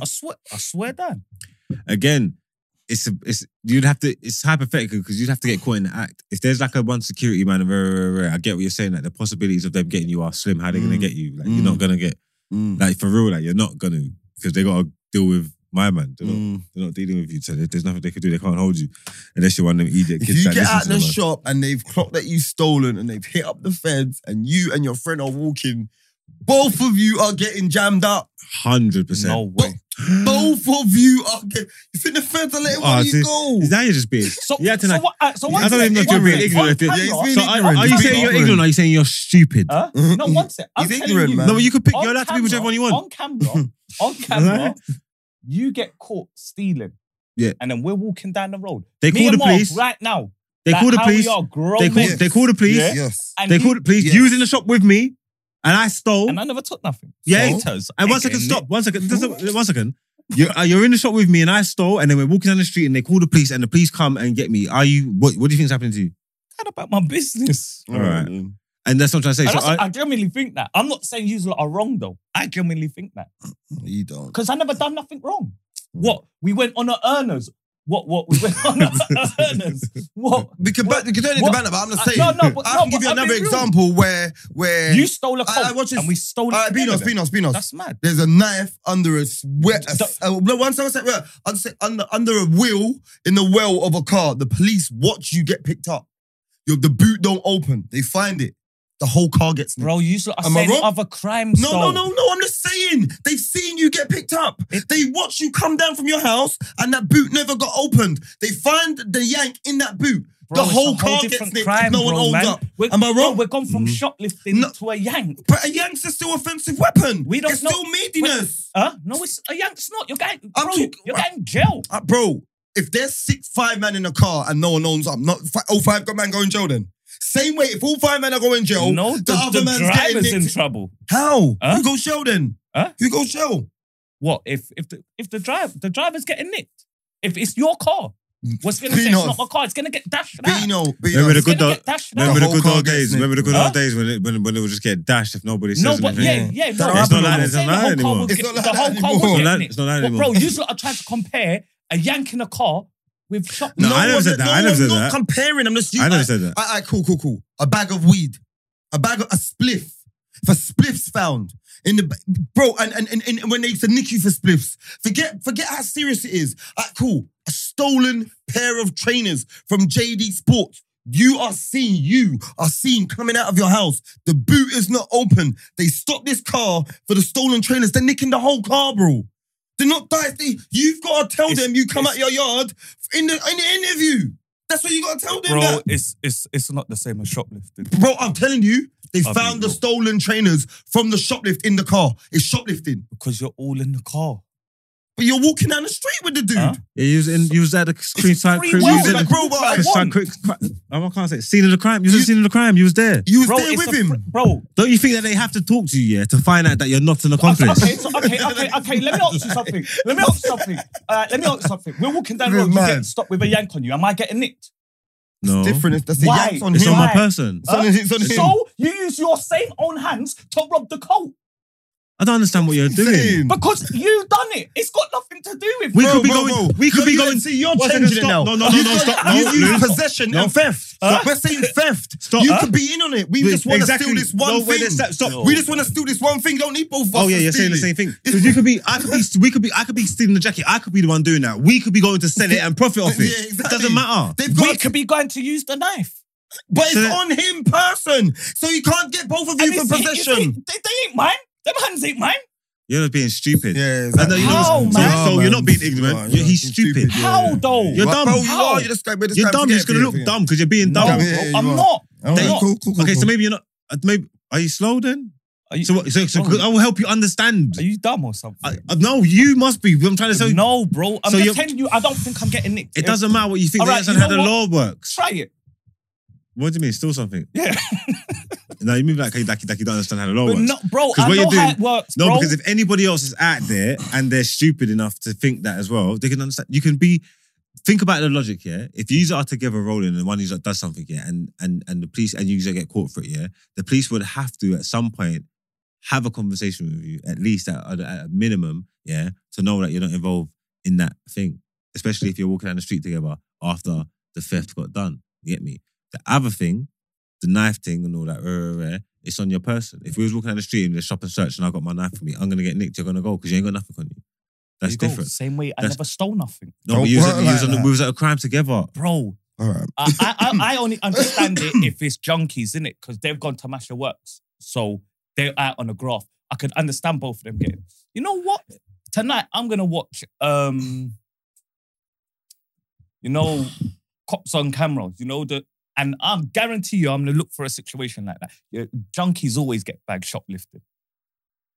[SPEAKER 3] I swear, I swear, Dan.
[SPEAKER 2] Again, it's a, it's you'd have to. It's hypothetical because you'd have to get caught in the act. If there's like a one security man, rah, rah, rah, rah, I get what you're saying. Like the possibilities of them getting you are slim. How they gonna
[SPEAKER 1] Mm.
[SPEAKER 2] get you? Like
[SPEAKER 1] Mm.
[SPEAKER 2] you're not gonna get
[SPEAKER 1] Mm.
[SPEAKER 2] like for real. Like you're not gonna because they gotta deal with my man. They're, not,
[SPEAKER 1] Mm.
[SPEAKER 2] they're not dealing with you. So there- there's nothing they can do. They can't hold you unless you're one of them idiot
[SPEAKER 1] If
[SPEAKER 2] kids.
[SPEAKER 1] you
[SPEAKER 2] that
[SPEAKER 1] get
[SPEAKER 2] listen
[SPEAKER 1] out
[SPEAKER 2] to
[SPEAKER 1] the
[SPEAKER 2] them, man.
[SPEAKER 1] shop and they've clocked that you've stolen and they've hit up the feds and you and your friend are walking, both of you are getting jammed up.
[SPEAKER 2] hundred percent.
[SPEAKER 3] No way.
[SPEAKER 1] Both of you are getting. You think the feds are letting
[SPEAKER 2] Oh,
[SPEAKER 1] one of you
[SPEAKER 2] see,
[SPEAKER 1] go?
[SPEAKER 2] Now you're just being.
[SPEAKER 3] So,
[SPEAKER 2] you acting
[SPEAKER 3] so
[SPEAKER 2] like-
[SPEAKER 3] what? I, so
[SPEAKER 2] I
[SPEAKER 3] one
[SPEAKER 2] don't
[SPEAKER 3] sec,
[SPEAKER 2] even know if
[SPEAKER 3] one
[SPEAKER 2] you're being
[SPEAKER 3] sec,
[SPEAKER 2] ignorant.
[SPEAKER 3] one-
[SPEAKER 2] If
[SPEAKER 1] Yeah,
[SPEAKER 3] I'm
[SPEAKER 1] it's
[SPEAKER 3] not.
[SPEAKER 1] been
[SPEAKER 2] So are,
[SPEAKER 1] ignorant.
[SPEAKER 2] are you
[SPEAKER 1] He's
[SPEAKER 2] saying
[SPEAKER 1] being
[SPEAKER 2] you're
[SPEAKER 1] ignorant.
[SPEAKER 2] ignorant? Or are you saying you're stupid?
[SPEAKER 3] Huh?
[SPEAKER 1] Mm-hmm.
[SPEAKER 3] No, one sec. I'm
[SPEAKER 1] He's
[SPEAKER 3] telling
[SPEAKER 1] ignorant,
[SPEAKER 3] you,
[SPEAKER 1] man.
[SPEAKER 2] No, but you could pick.
[SPEAKER 3] on
[SPEAKER 2] You're allowed to be whichever
[SPEAKER 3] camera-
[SPEAKER 2] one you want.
[SPEAKER 3] On camera, on camera, you get caught stealing.
[SPEAKER 2] Yeah.
[SPEAKER 3] And then we're walking down the road.
[SPEAKER 2] They
[SPEAKER 3] Me
[SPEAKER 2] call
[SPEAKER 3] and
[SPEAKER 2] the
[SPEAKER 3] Marv
[SPEAKER 2] police.
[SPEAKER 3] right now.
[SPEAKER 2] They
[SPEAKER 3] like
[SPEAKER 2] call the
[SPEAKER 3] how
[SPEAKER 2] police.
[SPEAKER 3] We are grown
[SPEAKER 2] They call.
[SPEAKER 3] men,
[SPEAKER 2] They call the police.
[SPEAKER 3] Yeah.
[SPEAKER 1] Yes.
[SPEAKER 3] and
[SPEAKER 2] They
[SPEAKER 3] you-
[SPEAKER 2] call the police.
[SPEAKER 1] Yes.
[SPEAKER 2] You was in the shop with me, and I stole.
[SPEAKER 3] And I never took nothing.
[SPEAKER 2] Yeah.
[SPEAKER 3] Haters,
[SPEAKER 2] And one
[SPEAKER 3] again,
[SPEAKER 2] second, stop. One second. Just a- One second. You're, uh, you're in the shop with me, and I stole. And then we're walking down the street, and they call the police, and the police come and get me. Are you? What? What do you think's happening to you?
[SPEAKER 3] Kind of about my business.
[SPEAKER 1] All
[SPEAKER 2] Alright.
[SPEAKER 1] then.
[SPEAKER 2] And that's what I'm trying to say.
[SPEAKER 3] And
[SPEAKER 2] So
[SPEAKER 3] that's- I,
[SPEAKER 2] I,
[SPEAKER 3] genuinely think that. I'm not saying you lot are wrong though. I genuinely think that
[SPEAKER 1] You don't. Hmm.
[SPEAKER 3] because I never done nothing wrong. What we went on our earners. What what we went on earners? What
[SPEAKER 1] We can,
[SPEAKER 3] What?
[SPEAKER 1] we can turn it
[SPEAKER 3] What?
[SPEAKER 1] into banter, but I'm
[SPEAKER 3] Uh,
[SPEAKER 1] just saying.
[SPEAKER 3] no, no, but-
[SPEAKER 1] I
[SPEAKER 3] no,
[SPEAKER 1] can give
[SPEAKER 3] but
[SPEAKER 1] you
[SPEAKER 3] I'm
[SPEAKER 1] another
[SPEAKER 3] being real.
[SPEAKER 1] example where where uh,
[SPEAKER 3] you stole a coat
[SPEAKER 1] I- I watched this-
[SPEAKER 3] and we stole
[SPEAKER 1] All right,
[SPEAKER 3] it.
[SPEAKER 1] Beanos,
[SPEAKER 3] together then.
[SPEAKER 1] Beanos, Beanos.
[SPEAKER 3] That's mad.
[SPEAKER 1] There's a knife under a s- we- a s- uh, no, one second, one second, I'd say under under a wheel in the well of a car. The police watch you get picked up. Your the boot don't open. They find it. The whole car gets nicked.
[SPEAKER 3] Bro, you lot are
[SPEAKER 1] Am I
[SPEAKER 3] saying
[SPEAKER 1] wrong?
[SPEAKER 3] other crimes.
[SPEAKER 1] No,
[SPEAKER 3] though.
[SPEAKER 1] no, no, no. I'm just saying. They've seen you get picked up. They watch you come down from your house and that boot never got opened. They find the yank in that boot.
[SPEAKER 3] Bro,
[SPEAKER 1] the
[SPEAKER 3] it's
[SPEAKER 1] whole
[SPEAKER 3] a
[SPEAKER 1] car
[SPEAKER 3] different
[SPEAKER 1] gets nicked.
[SPEAKER 3] crime,
[SPEAKER 1] no one
[SPEAKER 3] bro,
[SPEAKER 1] holds
[SPEAKER 3] man.
[SPEAKER 1] up.
[SPEAKER 3] We're,
[SPEAKER 1] Am I
[SPEAKER 3] bro,
[SPEAKER 1] wrong? Mm.
[SPEAKER 3] we're gone from shoplifting
[SPEAKER 1] No.
[SPEAKER 3] to a yank.
[SPEAKER 1] But a yank's a still offensive weapon.
[SPEAKER 3] We don't
[SPEAKER 1] it's
[SPEAKER 3] know-
[SPEAKER 1] still meatiness.
[SPEAKER 3] Huh? No, it's a yank's not. You're going,
[SPEAKER 1] I'm
[SPEAKER 3] bro,
[SPEAKER 1] talking-
[SPEAKER 3] you're going jail.
[SPEAKER 1] Uh, bro, if there's six, five men in a car and no one owns up, not fi- all five got man go in jail then. Same way, if all five men are going jail,
[SPEAKER 3] no, the,
[SPEAKER 1] the other
[SPEAKER 3] the
[SPEAKER 1] man's getting
[SPEAKER 3] driver's in
[SPEAKER 1] nicked.
[SPEAKER 3] trouble.
[SPEAKER 1] how?
[SPEAKER 3] Huh?
[SPEAKER 1] Who goes jail then?
[SPEAKER 3] Huh?
[SPEAKER 1] Who goes jail?
[SPEAKER 3] What if if the if the drive the driver's getting nicked? If it's your car, what's gonna say
[SPEAKER 1] Beanos.
[SPEAKER 3] it's not my car? It's gonna get dashed out.
[SPEAKER 1] Bino,
[SPEAKER 2] Remember the
[SPEAKER 3] It's
[SPEAKER 2] good
[SPEAKER 3] gonna
[SPEAKER 2] old,
[SPEAKER 3] get dashed out.
[SPEAKER 1] The
[SPEAKER 2] remember the
[SPEAKER 1] whole
[SPEAKER 2] good
[SPEAKER 1] car
[SPEAKER 2] old
[SPEAKER 1] gets
[SPEAKER 2] days.
[SPEAKER 1] nicked.
[SPEAKER 2] Remember the good
[SPEAKER 3] Huh?
[SPEAKER 2] old days when it, when, when it would just get dashed if nobody says
[SPEAKER 3] No, but
[SPEAKER 2] anything.
[SPEAKER 3] yeah, yeah, no.
[SPEAKER 1] That don't
[SPEAKER 2] It's
[SPEAKER 1] happen
[SPEAKER 2] not like
[SPEAKER 1] no
[SPEAKER 2] it's
[SPEAKER 3] Saying the whole car
[SPEAKER 2] not anymore.
[SPEAKER 3] would
[SPEAKER 1] It's not
[SPEAKER 3] get- the
[SPEAKER 1] like
[SPEAKER 3] whole
[SPEAKER 1] that
[SPEAKER 3] car
[SPEAKER 1] anymore.
[SPEAKER 3] would get
[SPEAKER 2] It's not-
[SPEAKER 3] nicked.
[SPEAKER 2] it's not that
[SPEAKER 3] But Bro,
[SPEAKER 2] anymore.
[SPEAKER 3] you lot are trying to compare a yank in a car with shoplifting.
[SPEAKER 2] No, I never
[SPEAKER 1] one's-
[SPEAKER 2] said that.
[SPEAKER 1] no
[SPEAKER 2] I never
[SPEAKER 1] one's
[SPEAKER 2] said
[SPEAKER 1] not
[SPEAKER 2] that.
[SPEAKER 1] comparing. I'm just. You,
[SPEAKER 2] I never said that.
[SPEAKER 1] I, I, cool, cool, cool. A bag of weed, a bag of a spliff. If a spliff's found in the ba- bro, and and, and, and when they used to nick you for spliffs, forget forget how serious it is. Ah, cool. A stolen pair of trainers from JD Sports. You are seen. You are seen coming out of your house. The boot is not open. They stop this car for the stolen trainers. They're nicking the whole car, bro. They're not dice. They, you've got to tell
[SPEAKER 3] It's-
[SPEAKER 1] them you come
[SPEAKER 3] it's-
[SPEAKER 1] out your yard in the in the interview. That's what you got to tell them. that.
[SPEAKER 3] it's it's it's not the same as shoplifting.
[SPEAKER 1] Bro, I'm telling you, they
[SPEAKER 3] Unbelievable.
[SPEAKER 1] found the stolen trainers from the shoplift in the car. It's shoplifting.
[SPEAKER 3] Because you're all in the car.
[SPEAKER 1] But you're walking down the street with the dude.
[SPEAKER 3] Huh?
[SPEAKER 2] Yeah, you was in, you was at the screen side.
[SPEAKER 3] free
[SPEAKER 2] You
[SPEAKER 3] will,
[SPEAKER 2] was
[SPEAKER 1] like,
[SPEAKER 2] at
[SPEAKER 1] bro, what I
[SPEAKER 2] the
[SPEAKER 3] want.
[SPEAKER 2] side. quick- quick- Oh, I can't say it. scene of the crime. You was at the scene of the crime. You was there.
[SPEAKER 1] You was
[SPEAKER 3] Bro,
[SPEAKER 1] there
[SPEAKER 3] it's
[SPEAKER 1] with
[SPEAKER 3] a
[SPEAKER 1] him.
[SPEAKER 3] fr- bro.
[SPEAKER 2] Don't you think that they have to talk to you yeah to find out that you're not an accomplice?
[SPEAKER 3] Okay, so, okay, okay, okay. Let me ask you something. Let me ask you something. All right, let me ask you something. We're walking down the
[SPEAKER 1] You're
[SPEAKER 3] road. You
[SPEAKER 1] mad.
[SPEAKER 3] get stopped with a yank on you. Am I getting nicked?
[SPEAKER 2] No,
[SPEAKER 1] Different. That's the
[SPEAKER 3] Why?
[SPEAKER 1] yanks on
[SPEAKER 2] it's
[SPEAKER 1] him.
[SPEAKER 2] on my
[SPEAKER 3] Why?
[SPEAKER 2] person.
[SPEAKER 1] It's on, his- it's on him.
[SPEAKER 3] So you use your same own hands to rob the coat
[SPEAKER 2] I don't understand what you're doing.
[SPEAKER 1] Same.
[SPEAKER 3] because you done it. It's got nothing to do with
[SPEAKER 2] We
[SPEAKER 1] Bro,
[SPEAKER 2] could be
[SPEAKER 1] bro,
[SPEAKER 2] going.
[SPEAKER 1] bro.
[SPEAKER 2] We could be
[SPEAKER 1] you
[SPEAKER 2] going.
[SPEAKER 1] can see you're
[SPEAKER 2] One second,
[SPEAKER 1] changing it now.
[SPEAKER 2] stop. No, no, no, no, stop. No,
[SPEAKER 1] you use
[SPEAKER 2] no.
[SPEAKER 1] possession
[SPEAKER 2] No.
[SPEAKER 1] and theft. We're saying theft.
[SPEAKER 2] Stop.
[SPEAKER 1] You
[SPEAKER 2] Huh?
[SPEAKER 1] could be in on it. We just want to steal this one
[SPEAKER 2] No, wait,
[SPEAKER 1] thing.
[SPEAKER 2] stop, stop.
[SPEAKER 1] We just want to steal this one thing. Don't need both of us.
[SPEAKER 2] Oh yeah,
[SPEAKER 1] to
[SPEAKER 2] you're saying the
[SPEAKER 1] steal
[SPEAKER 2] same
[SPEAKER 1] it.
[SPEAKER 2] thing. Because you could be, I could be, we could be, I could be stealing the jacket. I could be the one doing that. We could be going to sell it and profit off it.
[SPEAKER 1] Yeah, exactly.
[SPEAKER 2] It doesn't matter.
[SPEAKER 1] They've
[SPEAKER 3] We
[SPEAKER 1] got,
[SPEAKER 3] could be going to use the knife.
[SPEAKER 1] but it's
[SPEAKER 2] So that-
[SPEAKER 1] on him person, so you can't get both of you
[SPEAKER 3] And
[SPEAKER 1] for
[SPEAKER 3] it's- it- it's-
[SPEAKER 1] possession.
[SPEAKER 3] They, they ain't mine. Them hands ain't mine.
[SPEAKER 2] You're just being stupid.
[SPEAKER 1] Yeah,
[SPEAKER 2] I know you know-
[SPEAKER 3] How,
[SPEAKER 2] so-
[SPEAKER 3] man?
[SPEAKER 2] So, you're not being ignorant.
[SPEAKER 1] No,
[SPEAKER 2] you're, he's
[SPEAKER 1] you're
[SPEAKER 2] stupid.
[SPEAKER 1] stupid.
[SPEAKER 3] How though?
[SPEAKER 2] You're
[SPEAKER 1] But
[SPEAKER 2] dumb.
[SPEAKER 1] Bro, you
[SPEAKER 3] How?
[SPEAKER 1] are. You're just going.
[SPEAKER 2] You're dumb. You're just gonna look dumb because you're being
[SPEAKER 3] No,
[SPEAKER 2] dumb.
[SPEAKER 1] Yeah, yeah,
[SPEAKER 3] bro,
[SPEAKER 1] you
[SPEAKER 3] I'm
[SPEAKER 1] are.
[SPEAKER 3] not.
[SPEAKER 1] Okay,
[SPEAKER 3] Not-
[SPEAKER 1] cool, cool, cool,
[SPEAKER 2] Okay, so
[SPEAKER 1] cool.
[SPEAKER 2] maybe you're not. uh, Maybe are you slow then?
[SPEAKER 3] Are you,
[SPEAKER 2] So what? So, so
[SPEAKER 3] Bro.
[SPEAKER 2] I will help you understand.
[SPEAKER 3] are you dumb or something?
[SPEAKER 2] I, I- no, you must be. I'm trying to say
[SPEAKER 3] no, bro. I'm
[SPEAKER 2] so
[SPEAKER 3] just
[SPEAKER 2] you're-
[SPEAKER 3] telling you. I don't think I'm getting nicked.
[SPEAKER 2] it doesn't matter what you think.
[SPEAKER 3] All
[SPEAKER 2] They
[SPEAKER 3] right,
[SPEAKER 2] understand
[SPEAKER 3] you
[SPEAKER 2] how
[SPEAKER 3] know
[SPEAKER 2] the law works.
[SPEAKER 3] Try it.
[SPEAKER 2] What do you mean? Still something?
[SPEAKER 3] Yeah.
[SPEAKER 2] no, you mean like hey, like, like you don't understand how the law
[SPEAKER 3] But
[SPEAKER 2] works.
[SPEAKER 3] no, bro,
[SPEAKER 2] 'Cause
[SPEAKER 3] I know
[SPEAKER 2] what you're
[SPEAKER 3] how
[SPEAKER 2] doing-
[SPEAKER 3] it works,
[SPEAKER 2] No,
[SPEAKER 3] bro.
[SPEAKER 2] because if anybody else is out there and they're stupid enough to think that as well, they can understand. You can be think about the logic, yeah. If you are together rolling and one user does something, yeah, and and and the police and you user get caught for it, yeah, the police would have to at some point have a conversation with you, at least at, at a minimum, yeah, to know that you're not involved in that thing. Especially if you're walking down the street together after the theft got done. You get me? The other thing, the knife thing and all that, rah, rah, rah, it's on your person. If we was walking down the street and the shop and search and I got my knife for me, I'm gonna get nicked. You're gonna go because you ain't got nothing on you. That's
[SPEAKER 3] You go,
[SPEAKER 2] different.
[SPEAKER 3] Same way, I
[SPEAKER 2] That's-
[SPEAKER 3] never stole nothing,
[SPEAKER 2] No, but
[SPEAKER 1] Don't
[SPEAKER 2] you was,
[SPEAKER 1] work
[SPEAKER 2] at, you
[SPEAKER 1] like
[SPEAKER 2] was on the-
[SPEAKER 1] that.
[SPEAKER 2] we was at a crime together.
[SPEAKER 3] bro.
[SPEAKER 1] All right.
[SPEAKER 3] I, I, I, I only understand it if it's junkies in it because they've gone to Masha Works, so they're out on a graph. I could understand both of them getting. You know what? Tonight I'm gonna watch. um You know, cops on camera. You know the. And I guarantee you, I'm gonna look for a situation like that. Yeah, junkies always get bag shoplifted,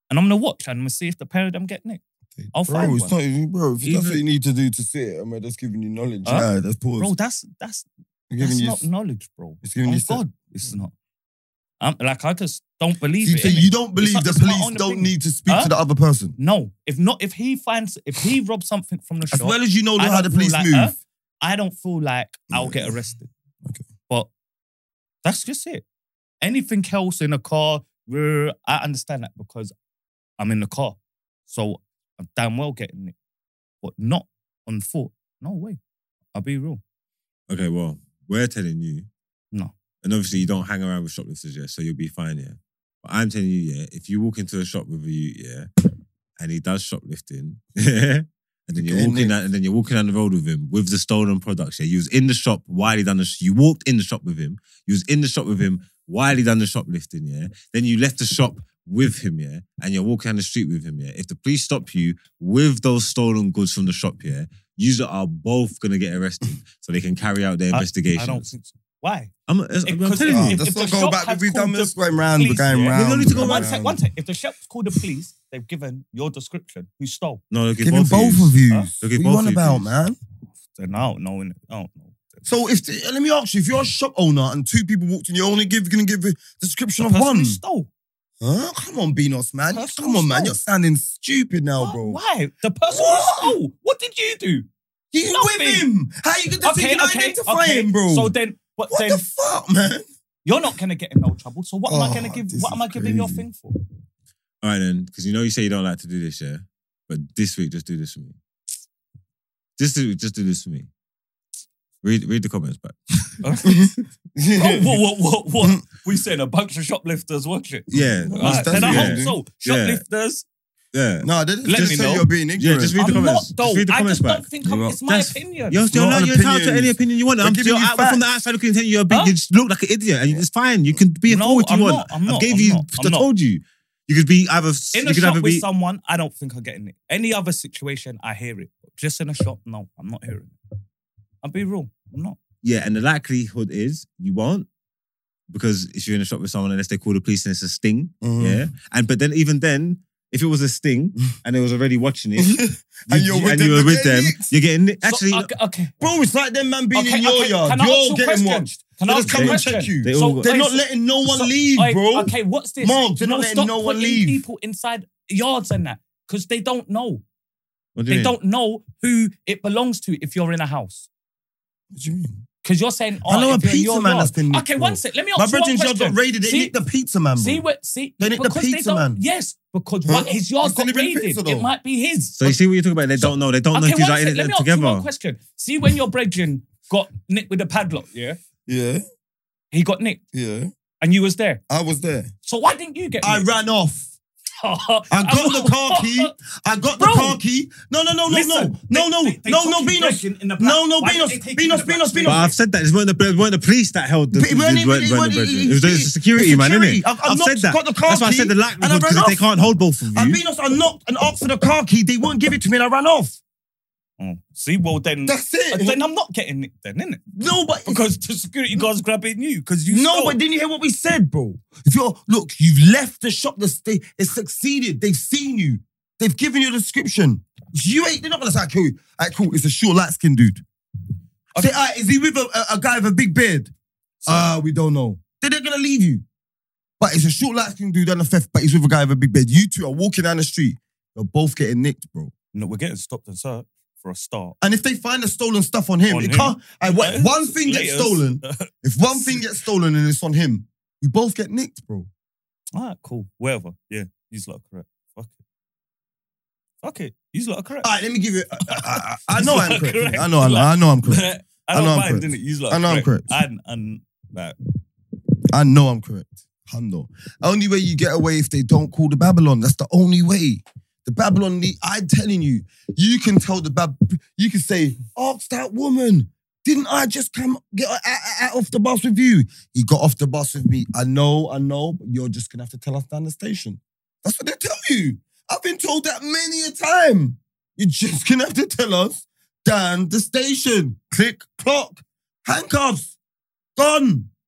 [SPEAKER 3] and I'm gonna watch and I'm gonna see if the pair of them get nicked. I'll
[SPEAKER 4] bro,
[SPEAKER 3] find
[SPEAKER 4] it's
[SPEAKER 3] one.
[SPEAKER 4] not even, bro. If that's
[SPEAKER 2] Even-
[SPEAKER 4] what you need to do to see it, I mean, that's giving you knowledge.
[SPEAKER 3] Huh?
[SPEAKER 4] Yeah, that's pause.
[SPEAKER 3] Bro, that's that's
[SPEAKER 4] I'm giving
[SPEAKER 3] That's
[SPEAKER 4] you,
[SPEAKER 3] not knowledge, bro.
[SPEAKER 4] it's giving
[SPEAKER 3] oh
[SPEAKER 4] you.
[SPEAKER 3] God, it's not. I'm, like I just don't believe
[SPEAKER 1] You,
[SPEAKER 3] it.
[SPEAKER 1] so
[SPEAKER 3] innit?
[SPEAKER 1] you don't believe
[SPEAKER 3] not-
[SPEAKER 1] the
[SPEAKER 3] it's not
[SPEAKER 1] police
[SPEAKER 3] on the
[SPEAKER 1] don't
[SPEAKER 3] thing.
[SPEAKER 1] need to speak
[SPEAKER 3] Huh?
[SPEAKER 1] to the other person,
[SPEAKER 3] no, if not, if he finds, if he robs something from the
[SPEAKER 1] as
[SPEAKER 3] shop,
[SPEAKER 1] well as you know
[SPEAKER 3] I
[SPEAKER 1] how
[SPEAKER 3] don't
[SPEAKER 1] the
[SPEAKER 3] feel
[SPEAKER 1] police
[SPEAKER 3] like
[SPEAKER 1] move.
[SPEAKER 3] her. I don't feel like I'll get arrested.
[SPEAKER 4] Okay.
[SPEAKER 3] but that's just it. Anything else in a car, rrr, I understand that because I'm in the car, so I'm damn well getting it, but not on foot. No way. I'll be real.
[SPEAKER 2] Okay, well, we're telling you.
[SPEAKER 3] No.
[SPEAKER 2] And obviously, you don't hang around with shoplifters, yeah, so you'll be fine, yeah. But I'm telling you, yeah, if you walk into a shop with a you, yeah, and he does shoplifting, yeah, and then you're
[SPEAKER 1] Again,
[SPEAKER 2] walking
[SPEAKER 1] innit?
[SPEAKER 2] down, and then you're walking down the road with him with the stolen products, yeah. You was in the shop while he done the. Sh- you walked in the shop with him. You was in the shop with him while he done the shoplifting, yeah. Then you left the shop with him, yeah, and you're walking down the street with him, yeah. If the police stop you with those stolen goods from the shop, yeah, you are both gonna get arrested, so they can carry out their investigation.
[SPEAKER 3] I don't uh, think so. Why?
[SPEAKER 2] I'm, I'm,
[SPEAKER 3] Because
[SPEAKER 2] telling
[SPEAKER 3] if-
[SPEAKER 2] you.
[SPEAKER 3] if-
[SPEAKER 1] Let's
[SPEAKER 3] the
[SPEAKER 1] not go
[SPEAKER 3] shop
[SPEAKER 1] back.
[SPEAKER 3] had
[SPEAKER 1] We've done
[SPEAKER 3] called
[SPEAKER 1] this
[SPEAKER 3] the
[SPEAKER 1] going round. We're
[SPEAKER 3] police,
[SPEAKER 1] going
[SPEAKER 3] yeah?
[SPEAKER 1] round.
[SPEAKER 2] We don't need to go
[SPEAKER 1] we're
[SPEAKER 2] round.
[SPEAKER 1] going
[SPEAKER 3] One sec, one sec. If the shop's called the police, they've given your description. Who stole?
[SPEAKER 2] No, look,
[SPEAKER 1] Give him both of you.
[SPEAKER 3] Huh?
[SPEAKER 2] Look,
[SPEAKER 1] What
[SPEAKER 2] give
[SPEAKER 1] you
[SPEAKER 2] both
[SPEAKER 1] on
[SPEAKER 2] of you,
[SPEAKER 1] about,
[SPEAKER 2] please.
[SPEAKER 1] man?
[SPEAKER 3] Then I don't know. innit? I don't know.
[SPEAKER 1] So if the, let me ask you, if you're a shop owner and two people walked in, you're only give, gonna give a description
[SPEAKER 3] The
[SPEAKER 1] of
[SPEAKER 3] person
[SPEAKER 1] one.
[SPEAKER 3] who stole.
[SPEAKER 1] Huh? Come on, Beanos, man.
[SPEAKER 3] That's
[SPEAKER 1] Come on, man.
[SPEAKER 3] stole.
[SPEAKER 1] You're sounding stupid now,
[SPEAKER 3] Why-
[SPEAKER 1] bro.
[SPEAKER 3] Why? The person
[SPEAKER 1] What?
[SPEAKER 3] who stole. What did you do?
[SPEAKER 1] You
[SPEAKER 3] Nothing.
[SPEAKER 1] with him? How you gonna
[SPEAKER 3] Okay,
[SPEAKER 1] fucking
[SPEAKER 3] okay,
[SPEAKER 1] identify
[SPEAKER 3] okay.
[SPEAKER 1] him, bro?
[SPEAKER 3] So then, but
[SPEAKER 1] what
[SPEAKER 3] then
[SPEAKER 1] the fuck, man?
[SPEAKER 3] you're not gonna get in no trouble. So what am I
[SPEAKER 1] Oh,
[SPEAKER 3] gonna give?
[SPEAKER 1] this
[SPEAKER 3] What am
[SPEAKER 1] is
[SPEAKER 3] I giving your
[SPEAKER 1] crazy.
[SPEAKER 3] thing for?
[SPEAKER 2] All right, then, because you know you say you don't like to do this, yeah. But this week, just do this for me. Just do, just do this for me. Read, read the comments back.
[SPEAKER 3] oh, what, what, what, what? We saying a bunch of shoplifters watch it.
[SPEAKER 2] Yeah,
[SPEAKER 3] Right,
[SPEAKER 1] that's-
[SPEAKER 3] then I
[SPEAKER 2] yeah,
[SPEAKER 3] hope so.
[SPEAKER 2] yeah.
[SPEAKER 3] Shoplifters.
[SPEAKER 2] yeah.
[SPEAKER 1] no, they didn't
[SPEAKER 3] Let
[SPEAKER 1] just
[SPEAKER 3] me
[SPEAKER 1] say
[SPEAKER 3] know.
[SPEAKER 1] you're being
[SPEAKER 2] Yeah,
[SPEAKER 1] ignorant.
[SPEAKER 2] just read
[SPEAKER 3] I'm
[SPEAKER 2] the comments.
[SPEAKER 3] not though.
[SPEAKER 2] Just read the
[SPEAKER 3] I
[SPEAKER 2] comments
[SPEAKER 3] just
[SPEAKER 2] back.
[SPEAKER 3] don't think I'm,
[SPEAKER 1] You're
[SPEAKER 3] it's my
[SPEAKER 2] That's-
[SPEAKER 3] opinion.
[SPEAKER 2] You're
[SPEAKER 1] not
[SPEAKER 2] still
[SPEAKER 1] an
[SPEAKER 2] not. You're entitled to
[SPEAKER 1] opinion.
[SPEAKER 2] any opinion you want.
[SPEAKER 1] We're
[SPEAKER 2] I'm
[SPEAKER 1] giving
[SPEAKER 2] still
[SPEAKER 1] you
[SPEAKER 2] out from the
[SPEAKER 1] facts.
[SPEAKER 2] outside looking at you. You're a big.
[SPEAKER 3] Huh?
[SPEAKER 2] You just look like an idiot, and it's fine. You can be a
[SPEAKER 3] No,
[SPEAKER 2] fool if you
[SPEAKER 3] I'm
[SPEAKER 2] want.
[SPEAKER 3] not. I'm
[SPEAKER 2] I
[SPEAKER 3] not.
[SPEAKER 2] gave
[SPEAKER 3] I'm
[SPEAKER 2] you.
[SPEAKER 3] not.
[SPEAKER 2] I
[SPEAKER 3] I'm not.
[SPEAKER 2] told you. You could be either.
[SPEAKER 3] In
[SPEAKER 2] you
[SPEAKER 3] a
[SPEAKER 2] could
[SPEAKER 3] shop
[SPEAKER 2] either
[SPEAKER 3] with
[SPEAKER 2] be.
[SPEAKER 3] someone, I don't think I'm getting it. Any other situation, I hear it. Just in a shop, no, I'm not hearing it. I'll be real, I'm not.
[SPEAKER 2] Yeah, and the likelihood is you won't. Because if you're in a shop with someone, unless they call the police and it's a sting,
[SPEAKER 1] Mhm.
[SPEAKER 2] yeah. And but then even then, if it was a sting and they was already watching it, you-
[SPEAKER 1] And you're with
[SPEAKER 2] and
[SPEAKER 1] them,
[SPEAKER 2] you were
[SPEAKER 1] you're
[SPEAKER 2] with
[SPEAKER 1] getting
[SPEAKER 2] them,
[SPEAKER 1] nicked.
[SPEAKER 2] you're getting nicked.
[SPEAKER 3] So,
[SPEAKER 2] actually.
[SPEAKER 3] okay, okay.
[SPEAKER 1] Bro, it's like them man being
[SPEAKER 3] okay,
[SPEAKER 1] in your
[SPEAKER 3] okay,
[SPEAKER 1] yard.
[SPEAKER 3] Can I ask
[SPEAKER 1] You're
[SPEAKER 3] you a
[SPEAKER 1] getting
[SPEAKER 3] question?
[SPEAKER 1] watched.
[SPEAKER 3] Can
[SPEAKER 1] They
[SPEAKER 3] I
[SPEAKER 1] just
[SPEAKER 3] ask you a
[SPEAKER 1] come and
[SPEAKER 3] question?
[SPEAKER 1] check you.
[SPEAKER 2] They
[SPEAKER 1] They
[SPEAKER 2] all got-
[SPEAKER 1] are not letting no one
[SPEAKER 3] So-
[SPEAKER 1] leave,
[SPEAKER 3] Oi,
[SPEAKER 1] bro.
[SPEAKER 3] Okay, what's this?
[SPEAKER 1] Mom, they're not
[SPEAKER 3] No,
[SPEAKER 1] letting
[SPEAKER 3] stop
[SPEAKER 1] no one
[SPEAKER 3] putting
[SPEAKER 1] leave.
[SPEAKER 3] people inside yards and that because they don't know.
[SPEAKER 2] what do
[SPEAKER 3] They
[SPEAKER 2] you mean?
[SPEAKER 3] don't know who it belongs to if you're in a house.
[SPEAKER 1] What do you mean?
[SPEAKER 3] Because you're saying, oh,
[SPEAKER 1] I know
[SPEAKER 3] if
[SPEAKER 1] a
[SPEAKER 3] you're in
[SPEAKER 1] pizza
[SPEAKER 3] your
[SPEAKER 1] man
[SPEAKER 3] yard-
[SPEAKER 1] that's been nicked,
[SPEAKER 3] Okay,
[SPEAKER 1] bro.
[SPEAKER 3] one sec. Let me ask
[SPEAKER 1] My
[SPEAKER 3] you one
[SPEAKER 1] brother's yard got
[SPEAKER 3] question.
[SPEAKER 1] raided. They
[SPEAKER 3] See-
[SPEAKER 1] nicked the pizza man, bro.
[SPEAKER 3] See what? See,
[SPEAKER 1] They nicked the
[SPEAKER 3] because they
[SPEAKER 1] pizza
[SPEAKER 3] don't-
[SPEAKER 1] man.
[SPEAKER 3] Yes, because
[SPEAKER 1] Huh?
[SPEAKER 3] what his yard
[SPEAKER 1] It's
[SPEAKER 3] got
[SPEAKER 1] only been
[SPEAKER 3] raided.
[SPEAKER 1] pizza, though.
[SPEAKER 3] it might be his.
[SPEAKER 2] So you see what you're talking about? They don't know. They don't know if
[SPEAKER 3] okay,
[SPEAKER 2] these
[SPEAKER 3] one
[SPEAKER 2] are in
[SPEAKER 3] sec. Let
[SPEAKER 2] it
[SPEAKER 3] me ask you
[SPEAKER 2] together.
[SPEAKER 3] one question. See when your brethren got nicked with a padlock, yeah,
[SPEAKER 1] Yeah,
[SPEAKER 3] he got nicked,
[SPEAKER 1] yeah.
[SPEAKER 3] and you was there.
[SPEAKER 1] I was there.
[SPEAKER 3] So why didn't you get?
[SPEAKER 1] I
[SPEAKER 3] nicked?
[SPEAKER 1] ran off. I got the car key. I got the
[SPEAKER 3] Bro.
[SPEAKER 1] car key. No, no, no, no,
[SPEAKER 3] Listen,
[SPEAKER 1] no, no, no,
[SPEAKER 3] they- they- they
[SPEAKER 1] no,
[SPEAKER 3] took
[SPEAKER 1] no,
[SPEAKER 3] you
[SPEAKER 1] Beanos.
[SPEAKER 3] breaking in the
[SPEAKER 1] No,
[SPEAKER 3] back.
[SPEAKER 1] no,
[SPEAKER 3] Why did
[SPEAKER 1] Beanos,
[SPEAKER 3] they take you
[SPEAKER 1] Beanos,
[SPEAKER 3] in the
[SPEAKER 1] Beanos,
[SPEAKER 3] back?
[SPEAKER 2] But
[SPEAKER 1] Beanos.
[SPEAKER 2] I've said that. It weren't the, it weren't the police that held the.
[SPEAKER 1] But it weren't
[SPEAKER 2] it
[SPEAKER 1] even-
[SPEAKER 2] weren't-
[SPEAKER 1] it
[SPEAKER 2] weren't
[SPEAKER 1] weren't-
[SPEAKER 2] the brethren.
[SPEAKER 1] it-
[SPEAKER 2] It was the
[SPEAKER 1] it-
[SPEAKER 2] security man,
[SPEAKER 1] security.
[SPEAKER 2] innit?
[SPEAKER 1] I've- I've
[SPEAKER 2] I've said
[SPEAKER 1] knocked-
[SPEAKER 2] that.
[SPEAKER 1] got the car
[SPEAKER 2] That's why I
[SPEAKER 1] key
[SPEAKER 2] said the
[SPEAKER 1] and I
[SPEAKER 2] likelihood because
[SPEAKER 1] ran
[SPEAKER 2] if they
[SPEAKER 1] off.
[SPEAKER 2] can't hold both of you.
[SPEAKER 1] And Beanos, Uh, I knocked and asked for the car key. They won't give it to me and I ran off.
[SPEAKER 3] Oh, see, well then,
[SPEAKER 1] That's
[SPEAKER 3] uh,
[SPEAKER 1] it.
[SPEAKER 3] then I'm not getting nicked then, innit?
[SPEAKER 1] No, but
[SPEAKER 3] Because the security guard's grabbing you because you.
[SPEAKER 1] No,
[SPEAKER 3] stole.
[SPEAKER 1] but didn't you hear what we said, bro? If you're look, you've left the shop. The they it's succeeded. They've seen you. They've given you a description. You ain't. They're not gonna say, "Ah, "Cool, all right, cool." It's a short, light skinned dude. Say, all right, is he with a, a, a guy with a big beard? Uh, we don't know. Then they're gonna leave you. But it's a short, light skinned dude and a theft. But he's with a guy with a big beard. You two are walking down the street. You're both getting nicked, bro.
[SPEAKER 3] no, we're getting stopped and searched for a start.
[SPEAKER 1] And if they find the stolen stuff on him,
[SPEAKER 3] On
[SPEAKER 1] it
[SPEAKER 3] him.
[SPEAKER 1] can't. I, what, one thing gets
[SPEAKER 3] Laters.
[SPEAKER 1] stolen. If one thing gets stolen and it's on him, you both get nicked, bro.
[SPEAKER 3] All right, Ah, cool. Whatever. Yeah, he's lot are correct. Fuck it. Fuck it. He's lot are correct.
[SPEAKER 1] All right, let me give you. I, I, I
[SPEAKER 3] It's
[SPEAKER 1] know
[SPEAKER 3] not
[SPEAKER 1] I'm correct.
[SPEAKER 3] correct.
[SPEAKER 1] I know. I know, I know I'm correct.
[SPEAKER 3] I don't
[SPEAKER 1] know I'm
[SPEAKER 3] mind,
[SPEAKER 1] correct.
[SPEAKER 3] didn't it? He's lot
[SPEAKER 1] I
[SPEAKER 3] are
[SPEAKER 1] know I'm
[SPEAKER 3] correct. And and like,
[SPEAKER 1] I know I'm correct. Hundo. Only way you get away if they don't call the Babylon. That's the only way. The Babylon. need- I'm telling you, you can tell the Bab. You can say, "Ask that woman." Didn't I just come get out, out- out off the bus with you? He got off the bus with me. I know, I know, but you're just gonna have to tell us down the station. That's what they tell you. I've been told that many a time. You're just gonna have to tell us down the station. Click, clock, handcuffs, gone.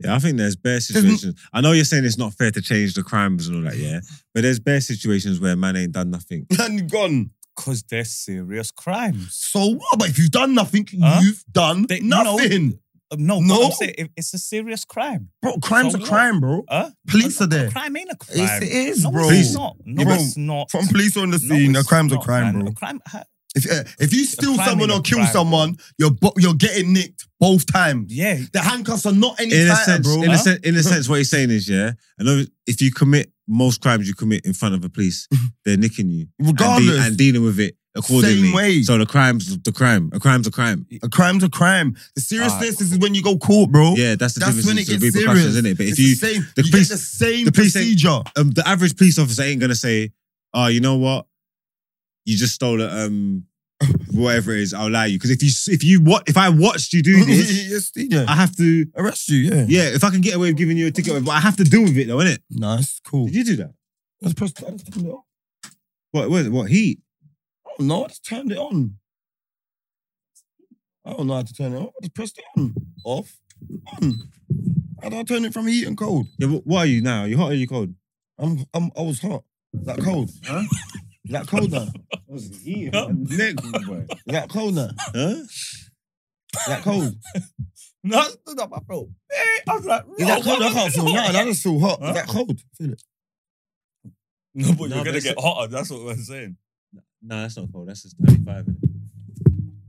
[SPEAKER 2] Yeah, I think there's bare situations. I know you're saying it's not fair to change the crimes and all that, yeah, but there's bare situations where man ain't done nothing.
[SPEAKER 1] and gone.
[SPEAKER 3] cause they're serious crimes.
[SPEAKER 1] So what? But if you've done nothing,
[SPEAKER 3] Huh?
[SPEAKER 1] you've done
[SPEAKER 3] They-
[SPEAKER 1] nothing.
[SPEAKER 3] Uh, No,
[SPEAKER 1] No.
[SPEAKER 3] no. I'm saying it- it's a serious crime.
[SPEAKER 1] Bro, crime's
[SPEAKER 3] So
[SPEAKER 1] a
[SPEAKER 3] what?
[SPEAKER 1] crime, bro.
[SPEAKER 3] Huh?
[SPEAKER 1] Police are there.
[SPEAKER 3] Crime ain't a crime.
[SPEAKER 1] Yes, it is,
[SPEAKER 3] no,
[SPEAKER 1] bro.
[SPEAKER 3] It's not. No,
[SPEAKER 1] Bro,
[SPEAKER 3] it's not.
[SPEAKER 1] From police on the
[SPEAKER 3] No,
[SPEAKER 1] scene, a
[SPEAKER 3] it's
[SPEAKER 1] crime's a
[SPEAKER 3] not,
[SPEAKER 1] crime,
[SPEAKER 3] man.
[SPEAKER 1] bro.
[SPEAKER 3] A crime. ha-
[SPEAKER 1] If, uh, if you steal
[SPEAKER 3] crime
[SPEAKER 1] someone
[SPEAKER 3] ain't
[SPEAKER 1] or
[SPEAKER 3] a
[SPEAKER 1] kill
[SPEAKER 3] crime, bro.
[SPEAKER 1] someone, you're bo- you're getting nicked both times.
[SPEAKER 3] Yeah.
[SPEAKER 1] The handcuffs are not any
[SPEAKER 2] In a
[SPEAKER 1] tighter,
[SPEAKER 2] sense,
[SPEAKER 1] bro.
[SPEAKER 2] in a
[SPEAKER 1] Huh?
[SPEAKER 2] sense, in a sense, what he's saying is, yeah, I know if you commit most crimes you commit in front of the police, they're nicking you and, de-
[SPEAKER 1] Regardless,
[SPEAKER 2] and dealing with it accordingly.
[SPEAKER 1] Same way.
[SPEAKER 2] So the crime's the crime. A crime's a crime.
[SPEAKER 1] A crime's a crime. The seriousness
[SPEAKER 3] Ah.
[SPEAKER 1] is when you go court, bro.
[SPEAKER 2] Yeah, that's the
[SPEAKER 1] Oh, That's
[SPEAKER 2] difference.
[SPEAKER 1] when
[SPEAKER 2] is
[SPEAKER 1] it
[SPEAKER 2] the
[SPEAKER 1] gets
[SPEAKER 2] repercussions,
[SPEAKER 1] serious.
[SPEAKER 2] isn't it? But if
[SPEAKER 1] It's
[SPEAKER 2] you
[SPEAKER 1] the same,
[SPEAKER 2] the
[SPEAKER 1] you
[SPEAKER 2] police-
[SPEAKER 1] get the same
[SPEAKER 2] the police ain't-
[SPEAKER 1] procedure.
[SPEAKER 2] um, the average police officer ain't gonna say, "Oh, you know what? You just stole a um, whatever it is. I'll allow you." Because if you if you what if I watched you do this,
[SPEAKER 1] yes, yeah.
[SPEAKER 3] Ah.
[SPEAKER 2] I have to.
[SPEAKER 1] Arrest you, yeah.
[SPEAKER 2] Yeah, if I can get away with giving you a ticket, but I have to deal with it though, innit?
[SPEAKER 1] Nice, cool.
[SPEAKER 2] Did you do that?
[SPEAKER 1] Let's press, I just turned it on. Oh,
[SPEAKER 2] What? What? What? Heat?
[SPEAKER 1] I don't know, I just turned it on. I don't know how to turn it on. I just pressed it on. Off. On. How do I turn it from heat and cold?
[SPEAKER 2] Yeah, wh- what are you now? Are you hot or are you cold?
[SPEAKER 1] I'm, I'm, I was hot. That cold. Huh? That cold now.
[SPEAKER 2] Nick,
[SPEAKER 1] That cold now.
[SPEAKER 2] huh?
[SPEAKER 1] That cold.
[SPEAKER 3] No, I stood up, I felt. eh, I was like,
[SPEAKER 1] Is that cold? I can't feel nothing. I
[SPEAKER 3] no,
[SPEAKER 1] just feel hot.
[SPEAKER 3] Huh?
[SPEAKER 1] Is that cold? Feel it.
[SPEAKER 3] no, but
[SPEAKER 2] No,
[SPEAKER 3] you're
[SPEAKER 2] but
[SPEAKER 3] gonna
[SPEAKER 2] it's-
[SPEAKER 3] get hotter. That's what we're saying.
[SPEAKER 2] Nah, that's not cold. That's just thirty-five. innit?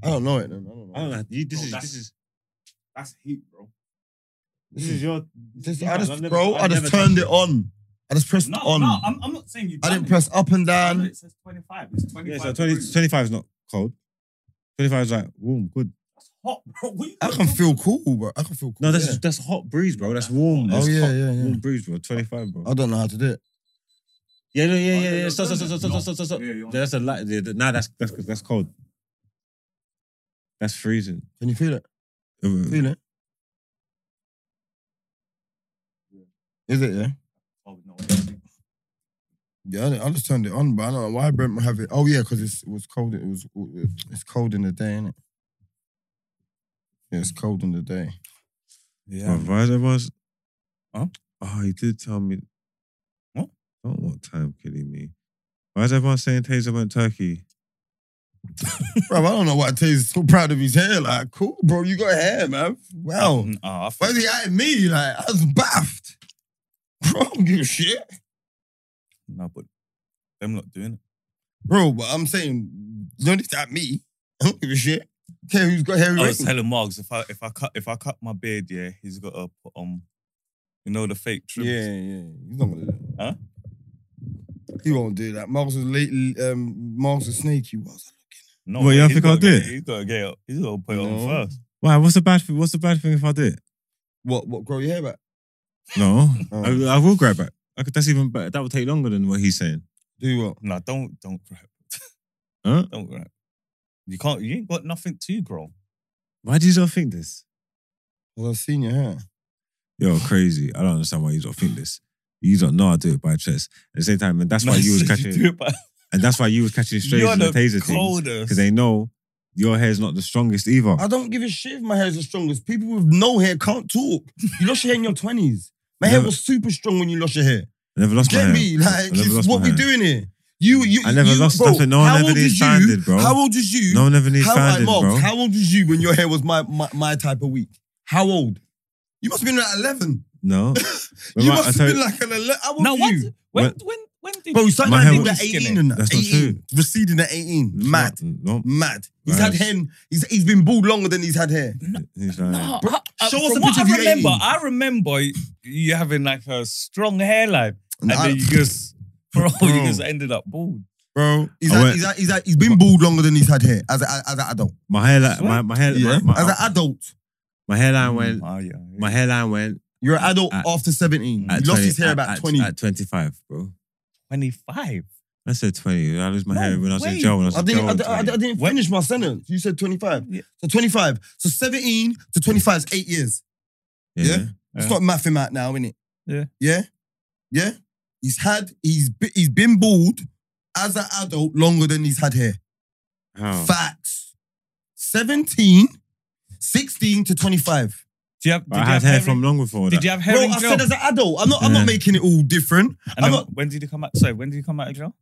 [SPEAKER 1] I don't know it then. I don't know.
[SPEAKER 2] I don't know. You, this
[SPEAKER 3] No,
[SPEAKER 2] is
[SPEAKER 3] that's-
[SPEAKER 2] this is
[SPEAKER 3] That's heat, bro.
[SPEAKER 2] this is your.
[SPEAKER 1] Just-
[SPEAKER 2] Yeah,
[SPEAKER 1] I
[SPEAKER 2] I've
[SPEAKER 1] just,
[SPEAKER 2] never-
[SPEAKER 1] bro,
[SPEAKER 2] I've
[SPEAKER 1] I just
[SPEAKER 2] never
[SPEAKER 1] turned
[SPEAKER 2] touched
[SPEAKER 1] it on. I just pressed
[SPEAKER 3] No,
[SPEAKER 1] on.
[SPEAKER 3] no, I'm, I'm not saying you.
[SPEAKER 1] I
[SPEAKER 3] done
[SPEAKER 1] didn't
[SPEAKER 3] it.
[SPEAKER 1] press up and
[SPEAKER 3] No,
[SPEAKER 1] down.
[SPEAKER 3] It says 25. It's 25.
[SPEAKER 2] Yeah, so 20, 25 is not cold. Twenty-five is like warm, good.
[SPEAKER 3] That's hot, bro. What you
[SPEAKER 1] I can feel cool, bro. I can feel cool.
[SPEAKER 2] No, that's
[SPEAKER 1] yeah.
[SPEAKER 2] that's hot breeze, bro. That's warm.
[SPEAKER 1] Oh
[SPEAKER 2] It's
[SPEAKER 1] yeah,
[SPEAKER 2] hot.
[SPEAKER 1] yeah, Oh, yeah.
[SPEAKER 2] Warm breeze, bro. Twenty-five, bro.
[SPEAKER 1] I don't know how to do it.
[SPEAKER 2] Yeah, no, yeah,
[SPEAKER 3] Oh,
[SPEAKER 2] yeah,
[SPEAKER 3] yeah,
[SPEAKER 2] yeah.
[SPEAKER 3] you're
[SPEAKER 2] Stop, stop,
[SPEAKER 3] done
[SPEAKER 2] stop,
[SPEAKER 3] then.
[SPEAKER 2] stop,
[SPEAKER 3] No.
[SPEAKER 2] stop, stop, stop.
[SPEAKER 3] Yeah, you're-
[SPEAKER 2] That's a light. yeah, that- Nah, that's that's that's cold. That's freezing.
[SPEAKER 1] Can you feel it?
[SPEAKER 2] Uh,
[SPEAKER 1] Feel it? Is it, yeah?
[SPEAKER 3] Oh, no.
[SPEAKER 1] Yeah, I- I just turned it on, but I don't know why Brent would have it. Oh, yeah, because it was cold. It was It's cold in the day, innit? Yeah, it's cold in the day.
[SPEAKER 2] bro,
[SPEAKER 3] Yeah.
[SPEAKER 2] Why is everyone's?
[SPEAKER 3] Huh?
[SPEAKER 2] Oh, you did tell me.
[SPEAKER 3] What?
[SPEAKER 2] Don't want time killing me. Why is everyone saying Taser went Turkey?
[SPEAKER 1] bro, I don't know why Taylor's so proud of his hair. Like, cool, bro, you got hair, man. Wow.
[SPEAKER 3] Mm, ah, I
[SPEAKER 1] Why
[SPEAKER 3] feel-
[SPEAKER 1] is he at me? Like, I was baffed. Bro, I don't give a shit.
[SPEAKER 3] No, but them not doing it.
[SPEAKER 1] Bro, but I'm saying, don't at me. I don't give a shit. Care who's got hair. who
[SPEAKER 3] I was
[SPEAKER 1] ain't.
[SPEAKER 3] telling Margs if I if I cut if I cut my beard, yeah, he's got to put on, you know, the fake trim.
[SPEAKER 1] Yeah, yeah. He's not gonna do that.
[SPEAKER 3] Huh?
[SPEAKER 1] He won't do that. Marks was late. Um, Marks was sneaky. Was
[SPEAKER 3] No,
[SPEAKER 2] What,
[SPEAKER 3] but
[SPEAKER 2] you don't
[SPEAKER 3] he's
[SPEAKER 2] think
[SPEAKER 3] gotta
[SPEAKER 2] I'll do
[SPEAKER 3] get-
[SPEAKER 2] it?
[SPEAKER 3] He's got to get it. He's got to put it on
[SPEAKER 1] No.
[SPEAKER 3] first.
[SPEAKER 2] Why? What's the bad? thi- What's the bad thing if I do it?
[SPEAKER 1] what? What? Grow your hair back?
[SPEAKER 2] No,
[SPEAKER 1] Oh.
[SPEAKER 2] I, I will grab back. I could, that's even better. That would take longer than what he's saying.
[SPEAKER 1] Do what?
[SPEAKER 3] No, don't don't grab.
[SPEAKER 2] Huh?
[SPEAKER 3] Don't grab. You can't. You ain't got nothing to grow.
[SPEAKER 2] Why do you not think this?
[SPEAKER 1] Well, I've seen your hair.
[SPEAKER 2] Yo, crazy. I don't understand why you don't think this. You don't know I do it by chest. At the same time, and that's why you was catching,
[SPEAKER 3] do it by-
[SPEAKER 2] and that's why you was catching strays
[SPEAKER 3] You're
[SPEAKER 2] in the, taser thing
[SPEAKER 3] coldest.
[SPEAKER 2] because they know your hair's not the strongest either.
[SPEAKER 1] I don't give a shit if my hair's the strongest. People with no hair can't talk. You lost your hair in your twenties. My hair
[SPEAKER 2] Never-
[SPEAKER 1] was super strong when you lost your hair.
[SPEAKER 2] I never lost my
[SPEAKER 1] Get
[SPEAKER 2] hair.
[SPEAKER 1] me? Like,
[SPEAKER 2] I never
[SPEAKER 1] it's
[SPEAKER 2] lost
[SPEAKER 1] what
[SPEAKER 2] my
[SPEAKER 1] we
[SPEAKER 2] hair.
[SPEAKER 1] doing here. You, you,
[SPEAKER 2] I never
[SPEAKER 1] you,
[SPEAKER 2] lost
[SPEAKER 1] bro,
[SPEAKER 2] nothing. No one
[SPEAKER 1] how
[SPEAKER 2] ever
[SPEAKER 1] old
[SPEAKER 2] needs
[SPEAKER 1] is you?
[SPEAKER 2] banded, bro.
[SPEAKER 1] How old was you?
[SPEAKER 2] No one ever needs
[SPEAKER 1] how,
[SPEAKER 2] banded,
[SPEAKER 1] Mark,
[SPEAKER 2] bro.
[SPEAKER 1] how old was you when your hair was my, my, my type of week? How old? You must have been like 11.
[SPEAKER 2] No,
[SPEAKER 1] you
[SPEAKER 2] Remember, I
[SPEAKER 1] must
[SPEAKER 2] tell
[SPEAKER 1] have been like an 11. How old
[SPEAKER 3] Now,
[SPEAKER 1] were
[SPEAKER 3] what?
[SPEAKER 1] you?
[SPEAKER 3] When
[SPEAKER 2] When-
[SPEAKER 3] when when did
[SPEAKER 1] Bro, you started
[SPEAKER 2] My
[SPEAKER 1] my
[SPEAKER 2] hair
[SPEAKER 1] big
[SPEAKER 2] was
[SPEAKER 1] at 18
[SPEAKER 3] skinny.
[SPEAKER 1] and that.
[SPEAKER 2] That's not
[SPEAKER 1] 18.
[SPEAKER 2] true.
[SPEAKER 1] Receding at 18.
[SPEAKER 2] It's
[SPEAKER 1] Mad.
[SPEAKER 2] not- No,
[SPEAKER 1] Mad. He's
[SPEAKER 2] Right.
[SPEAKER 1] had hair. He's, he's been bald longer than he's had hair.
[SPEAKER 2] he's like,
[SPEAKER 3] No,
[SPEAKER 1] Bro,
[SPEAKER 3] I- I-
[SPEAKER 1] show us
[SPEAKER 3] from
[SPEAKER 1] a picture
[SPEAKER 3] uh, what
[SPEAKER 1] of
[SPEAKER 3] I
[SPEAKER 1] you
[SPEAKER 3] remember,
[SPEAKER 1] 80.
[SPEAKER 3] I remember you having like a strong hairline, and
[SPEAKER 1] I-
[SPEAKER 3] then you just, bro, you
[SPEAKER 1] Bro.
[SPEAKER 3] just ended up bald.
[SPEAKER 1] Bro, he's,
[SPEAKER 2] I
[SPEAKER 1] had,
[SPEAKER 2] went-
[SPEAKER 1] he's, had, he's, had, he's been bald longer than he's had hair as, a, as an adult.
[SPEAKER 2] my hair, like, my my hair,
[SPEAKER 1] Yeah.
[SPEAKER 2] my,
[SPEAKER 1] as
[SPEAKER 2] my,
[SPEAKER 1] an adult.
[SPEAKER 2] my hairline went,
[SPEAKER 3] Oh, yeah.
[SPEAKER 2] my hairline went.
[SPEAKER 1] You're an adult
[SPEAKER 2] At-
[SPEAKER 1] after 17.
[SPEAKER 2] At
[SPEAKER 1] he lost his
[SPEAKER 2] 20
[SPEAKER 1] hair
[SPEAKER 2] at-
[SPEAKER 1] about
[SPEAKER 2] at,
[SPEAKER 1] 20.
[SPEAKER 2] At twenty five, bro.
[SPEAKER 3] twenty-five.
[SPEAKER 2] I said twenty. I lose my
[SPEAKER 3] No
[SPEAKER 2] hair when I was in
[SPEAKER 3] way.
[SPEAKER 2] jail. When I was
[SPEAKER 1] I
[SPEAKER 2] in jail,
[SPEAKER 1] didn't, I,
[SPEAKER 2] I was
[SPEAKER 1] di- I,
[SPEAKER 2] 20.
[SPEAKER 1] di- I didn't
[SPEAKER 3] When-
[SPEAKER 1] finish my sentence. You said 25.
[SPEAKER 3] Yeah.
[SPEAKER 1] So 25. So 17 to 25 is eight years.
[SPEAKER 2] yeah.
[SPEAKER 1] Yeah. It's
[SPEAKER 3] Yeah.
[SPEAKER 1] not mathing out now, innit?
[SPEAKER 3] Yeah.
[SPEAKER 1] Yeah? Yeah? He's had, he's be- he's been bald as an adult longer than he's had hair.
[SPEAKER 2] How?
[SPEAKER 1] Facts. 17, 16 to 25.
[SPEAKER 3] Do you have? Did
[SPEAKER 2] But I
[SPEAKER 3] you
[SPEAKER 2] had
[SPEAKER 3] have
[SPEAKER 2] hair
[SPEAKER 3] hair
[SPEAKER 2] from
[SPEAKER 3] in-
[SPEAKER 2] long before
[SPEAKER 3] Did
[SPEAKER 2] that.
[SPEAKER 3] you have hair
[SPEAKER 1] Bro,
[SPEAKER 3] in
[SPEAKER 1] I
[SPEAKER 3] jail?
[SPEAKER 1] said as an adult. I'm not, I'm
[SPEAKER 2] Yeah.
[SPEAKER 1] not making it all different.
[SPEAKER 3] and
[SPEAKER 1] I'm
[SPEAKER 3] then,
[SPEAKER 1] not,
[SPEAKER 3] when did you come out? Sorry, when did you come out of jail?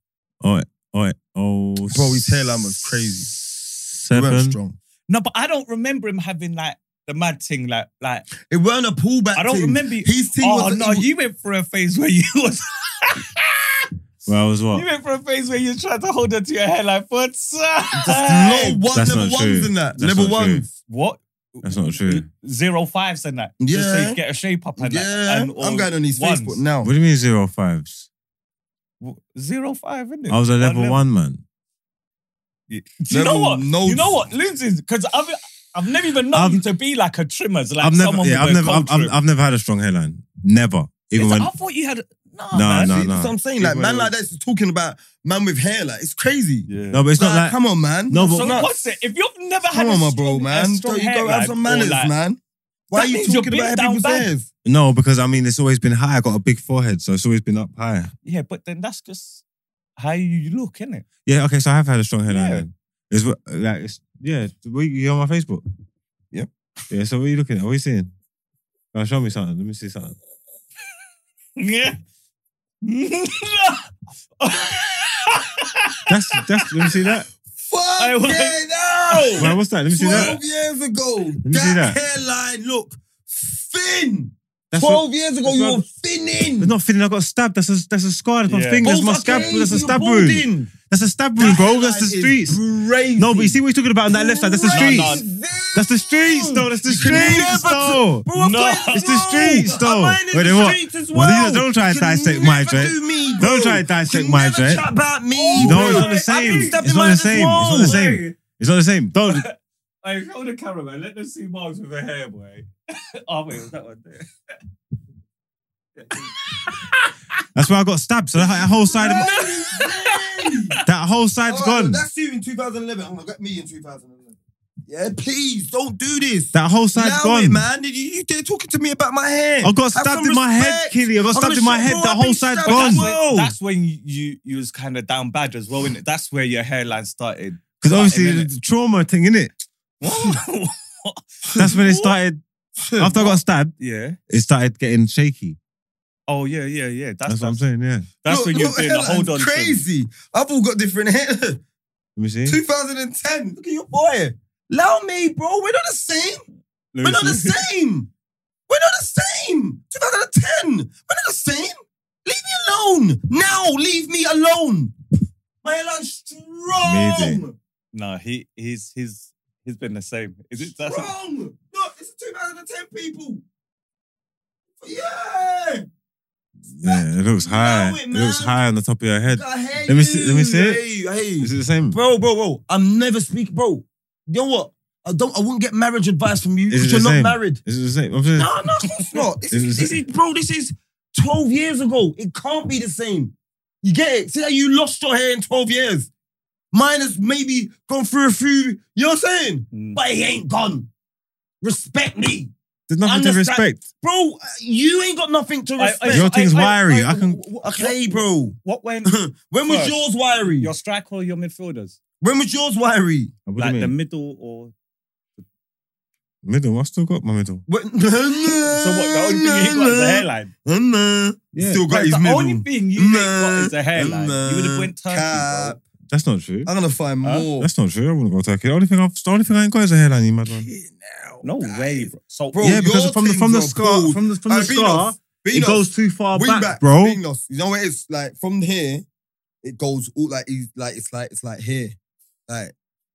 [SPEAKER 2] Oh, oh, oh.
[SPEAKER 1] Bro, his hairline was crazy. it
[SPEAKER 2] Seven.
[SPEAKER 1] weren't strong.
[SPEAKER 3] No, but I don't remember him having like the mad thing, like like
[SPEAKER 1] It weren't a pullback.
[SPEAKER 3] I don't
[SPEAKER 1] thing.
[SPEAKER 3] remember. you-
[SPEAKER 1] His thing
[SPEAKER 3] Oh
[SPEAKER 1] was
[SPEAKER 3] no, you went through a phase where you was
[SPEAKER 2] Well, I was
[SPEAKER 3] you
[SPEAKER 2] what?
[SPEAKER 3] went through a phase where you tried to hold onto your hair like for
[SPEAKER 1] no
[SPEAKER 3] time.
[SPEAKER 1] one,
[SPEAKER 2] That's
[SPEAKER 1] level
[SPEAKER 2] not true.
[SPEAKER 1] ones in that.
[SPEAKER 2] That's
[SPEAKER 1] level
[SPEAKER 2] not true.
[SPEAKER 1] ones.
[SPEAKER 3] What?
[SPEAKER 2] That's not true.
[SPEAKER 3] Zero fives and that. Just
[SPEAKER 1] Yeah.
[SPEAKER 3] so you get a shape up and
[SPEAKER 1] Yeah,
[SPEAKER 3] that. And,
[SPEAKER 1] I'm going on his
[SPEAKER 3] ones.
[SPEAKER 1] Facebook now.
[SPEAKER 2] What do you mean zero fives?
[SPEAKER 3] Zero five, isn't it?
[SPEAKER 2] I was a level one man.
[SPEAKER 3] Do you know
[SPEAKER 5] Neville
[SPEAKER 3] what?
[SPEAKER 5] knows-
[SPEAKER 3] You know what? Lindsay's because I've I've never even known
[SPEAKER 2] I've-
[SPEAKER 3] you to be like a trimmer's like
[SPEAKER 2] I've never,
[SPEAKER 3] someone with
[SPEAKER 2] yeah, I've
[SPEAKER 3] a
[SPEAKER 2] never, I've,
[SPEAKER 3] cold
[SPEAKER 2] I've,
[SPEAKER 3] trim.
[SPEAKER 2] I've never had a strong hairline. Never. Even
[SPEAKER 3] It's like,
[SPEAKER 2] when
[SPEAKER 3] I thought you had no,
[SPEAKER 2] No,
[SPEAKER 3] man.
[SPEAKER 2] no.
[SPEAKER 5] See, that's what I'm saying. Like,
[SPEAKER 2] Even
[SPEAKER 5] man
[SPEAKER 2] when-
[SPEAKER 5] like that's talking about man with hair. Like, it's crazy.
[SPEAKER 3] Yeah.
[SPEAKER 2] no, but it's not
[SPEAKER 5] Like,
[SPEAKER 2] like
[SPEAKER 5] come on, man.
[SPEAKER 2] no, but
[SPEAKER 3] So
[SPEAKER 5] nuts.
[SPEAKER 3] what's it? If you've never had
[SPEAKER 5] Come
[SPEAKER 3] a
[SPEAKER 5] on, my
[SPEAKER 3] strong,
[SPEAKER 5] bro, man.
[SPEAKER 3] a
[SPEAKER 5] Don't
[SPEAKER 3] strong
[SPEAKER 5] you go have
[SPEAKER 3] hairline
[SPEAKER 5] some
[SPEAKER 3] or,
[SPEAKER 5] manners,
[SPEAKER 3] like-
[SPEAKER 5] man. Why
[SPEAKER 3] That
[SPEAKER 5] are you
[SPEAKER 3] means you're
[SPEAKER 5] talking about
[SPEAKER 3] being
[SPEAKER 5] how
[SPEAKER 3] down
[SPEAKER 5] people's
[SPEAKER 3] bad.
[SPEAKER 5] hairs?
[SPEAKER 2] no, because I mean it's always been high. I got a big forehead, so it's always been up high.
[SPEAKER 3] Yeah, but then that's just how you look, innit?
[SPEAKER 2] Yeah, okay, so I have had a strong hairline.
[SPEAKER 3] Yeah.
[SPEAKER 2] then. It's what- like it's yeah. we- You on my Facebook?
[SPEAKER 5] Yep.
[SPEAKER 2] Yeah. So what are you looking at? What are you seeing? Now show me something. Let me see something.
[SPEAKER 3] Yeah.
[SPEAKER 2] That's that's. let me see that.
[SPEAKER 1] Fuck
[SPEAKER 3] I was-
[SPEAKER 1] it, no!
[SPEAKER 2] Man, what's that? Let me see that.
[SPEAKER 1] 12 years ago,
[SPEAKER 2] me see
[SPEAKER 1] that,
[SPEAKER 2] that.
[SPEAKER 1] hairline, look, thin.
[SPEAKER 2] That's what-
[SPEAKER 1] 12 years ago,
[SPEAKER 2] that's
[SPEAKER 1] you
[SPEAKER 2] what-
[SPEAKER 1] were thinning.
[SPEAKER 2] It's not thinning. I got stabbed. That's a that's a scar. That's my
[SPEAKER 3] Yeah.
[SPEAKER 2] finger. That's
[SPEAKER 1] Both
[SPEAKER 2] my
[SPEAKER 1] are
[SPEAKER 2] stab.
[SPEAKER 1] crazy,
[SPEAKER 2] That's a stab
[SPEAKER 1] you're
[SPEAKER 2] wound.
[SPEAKER 1] balding.
[SPEAKER 2] That's a stab wound, bro. That's the
[SPEAKER 1] That is
[SPEAKER 2] streets.
[SPEAKER 1] Crazy.
[SPEAKER 2] No, but you see what he's talking about on that left side. That's the
[SPEAKER 3] No,
[SPEAKER 2] streets.
[SPEAKER 3] no.
[SPEAKER 2] That's the streets, though. That's the streets, though.
[SPEAKER 3] No.
[SPEAKER 2] It's the streets, though. Wait, then what? Well, these- don't try to dissect my joint. Don't try to dissect my joint.
[SPEAKER 1] Chat about me.
[SPEAKER 2] No,
[SPEAKER 1] bro.
[SPEAKER 2] it's not the
[SPEAKER 1] I've
[SPEAKER 2] same.
[SPEAKER 1] been stabbed
[SPEAKER 2] It's
[SPEAKER 1] in
[SPEAKER 2] not
[SPEAKER 1] my
[SPEAKER 2] the
[SPEAKER 1] ass as
[SPEAKER 2] same. It's not the
[SPEAKER 1] well.
[SPEAKER 2] same. It's not the same. Don't.
[SPEAKER 3] Hey, show the camera, man. Let them see Miles with her hair, boy. oh, wait, was that one there?
[SPEAKER 2] That's why I got stabbed. So that, that whole side, of my, that whole side's
[SPEAKER 1] Alright,
[SPEAKER 2] gone.
[SPEAKER 1] That's you in 2011. I'm gonna get Oh me in 2011. Yeah, please don't do this.
[SPEAKER 2] That whole side's
[SPEAKER 1] Allow
[SPEAKER 2] gone.
[SPEAKER 1] it, man. You, you, they're talking to me about my hair.
[SPEAKER 2] I got
[SPEAKER 1] Have
[SPEAKER 2] stabbed
[SPEAKER 1] some
[SPEAKER 2] in my head,
[SPEAKER 1] respect.
[SPEAKER 2] Killy. I got
[SPEAKER 1] I'm
[SPEAKER 2] stabbed
[SPEAKER 1] gonna
[SPEAKER 2] in my
[SPEAKER 1] shout,
[SPEAKER 2] head.
[SPEAKER 1] bro,
[SPEAKER 2] That
[SPEAKER 1] I've
[SPEAKER 2] whole
[SPEAKER 1] been
[SPEAKER 2] side's
[SPEAKER 1] stabbed.
[SPEAKER 2] gone.
[SPEAKER 3] That's
[SPEAKER 1] That's
[SPEAKER 3] when,
[SPEAKER 1] when-
[SPEAKER 3] that's when you you was kind of down bad as well, innit? That's where your hairline started.
[SPEAKER 2] Because obviously
[SPEAKER 3] Innit?
[SPEAKER 2] the trauma thing, innit? That's when it started. After I got stabbed,
[SPEAKER 3] yeah.
[SPEAKER 2] it started getting shaky.
[SPEAKER 3] Oh yeah, yeah, yeah.
[SPEAKER 2] That's,
[SPEAKER 3] That's
[SPEAKER 2] what I'm saying. Yeah. Let
[SPEAKER 3] that's
[SPEAKER 1] Look,
[SPEAKER 3] when you're
[SPEAKER 1] look,
[SPEAKER 3] doing the
[SPEAKER 1] hairline's
[SPEAKER 3] hold on. thing.
[SPEAKER 1] Crazy. I've all got different hair.
[SPEAKER 2] me see.
[SPEAKER 1] 2010. Look at your boy. Allow me, bro. We're not the same. We're
[SPEAKER 3] Let me
[SPEAKER 1] not the
[SPEAKER 3] see.
[SPEAKER 1] same. We're not the same. 2010. We're not the same. Leave me alone. Now leave me alone. My hairline's strong.
[SPEAKER 2] Amazing.
[SPEAKER 3] No, he he's he's he's been the same. Is it that's
[SPEAKER 1] Strong. Look, it's 2010 people. Yeah.
[SPEAKER 2] Yeah, it looks high.
[SPEAKER 1] Blow it,
[SPEAKER 2] It looks
[SPEAKER 1] man.
[SPEAKER 2] high on the top of your head.
[SPEAKER 1] I hear
[SPEAKER 2] Let me see-
[SPEAKER 1] you.
[SPEAKER 2] let me see it.
[SPEAKER 1] Hey, hey.
[SPEAKER 2] Is it the same?
[SPEAKER 1] Bro, bro, bro. I'm never speaking, bro. You know what? I don't. I wouldn't get marriage advice from you
[SPEAKER 2] Is it
[SPEAKER 1] because
[SPEAKER 2] the
[SPEAKER 1] you're not
[SPEAKER 2] same?
[SPEAKER 1] married.
[SPEAKER 2] Is it the same? I'm saying.
[SPEAKER 1] No, no, of course not. This
[SPEAKER 2] Is
[SPEAKER 1] is,
[SPEAKER 2] it-
[SPEAKER 1] this is, bro, this is 12 years ago. It can't be the same. You get it? See how you lost your hair in 12 years. Mine has maybe gone through a few, you know what I'm saying?
[SPEAKER 3] Mm.
[SPEAKER 1] But he ain't gone. Respect me.
[SPEAKER 2] There's nothing to
[SPEAKER 1] Understand-
[SPEAKER 2] respect.
[SPEAKER 1] Bro, uh, you ain't got nothing to
[SPEAKER 3] I- I-
[SPEAKER 1] respect.
[SPEAKER 2] Your thing's
[SPEAKER 3] I- I-
[SPEAKER 2] wiry.
[SPEAKER 3] I-
[SPEAKER 2] I can.
[SPEAKER 1] okay, bro.
[SPEAKER 3] what when
[SPEAKER 1] when was
[SPEAKER 3] First,
[SPEAKER 1] yours wiry?
[SPEAKER 3] your striker or your midfielders?
[SPEAKER 1] When was yours wiry?
[SPEAKER 2] What do
[SPEAKER 3] Like
[SPEAKER 2] you
[SPEAKER 3] the
[SPEAKER 2] mean?
[SPEAKER 3] middle or
[SPEAKER 2] Middle. I still got my middle.
[SPEAKER 1] When-
[SPEAKER 3] so what the only thing you got is a hairline.
[SPEAKER 1] Nah.
[SPEAKER 2] Yeah.
[SPEAKER 1] Still got
[SPEAKER 3] Like,
[SPEAKER 1] his
[SPEAKER 3] the
[SPEAKER 1] middle.
[SPEAKER 3] only thing you ain't got is a hairline. you would have went turkey, bro.
[SPEAKER 5] Cap.
[SPEAKER 2] That's not true.
[SPEAKER 5] I'm gonna find
[SPEAKER 3] Huh?
[SPEAKER 5] more.
[SPEAKER 2] That's not true. I wouldn't go Turkey. The only thing I've, the only thing I ain't got is a hairline, you mad man.
[SPEAKER 3] No way, bro. So
[SPEAKER 1] Bro,
[SPEAKER 2] yeah, because
[SPEAKER 1] your
[SPEAKER 2] from the from the
[SPEAKER 1] things are
[SPEAKER 2] scar,
[SPEAKER 1] pulled.
[SPEAKER 2] from the from the
[SPEAKER 5] Like,
[SPEAKER 2] scar, it
[SPEAKER 5] Venus,
[SPEAKER 2] goes too far
[SPEAKER 5] wing
[SPEAKER 2] back,
[SPEAKER 5] backs,
[SPEAKER 2] bro.
[SPEAKER 5] Venus. You know what it is? Like from here, it goes all like he's like it's like it's like here, like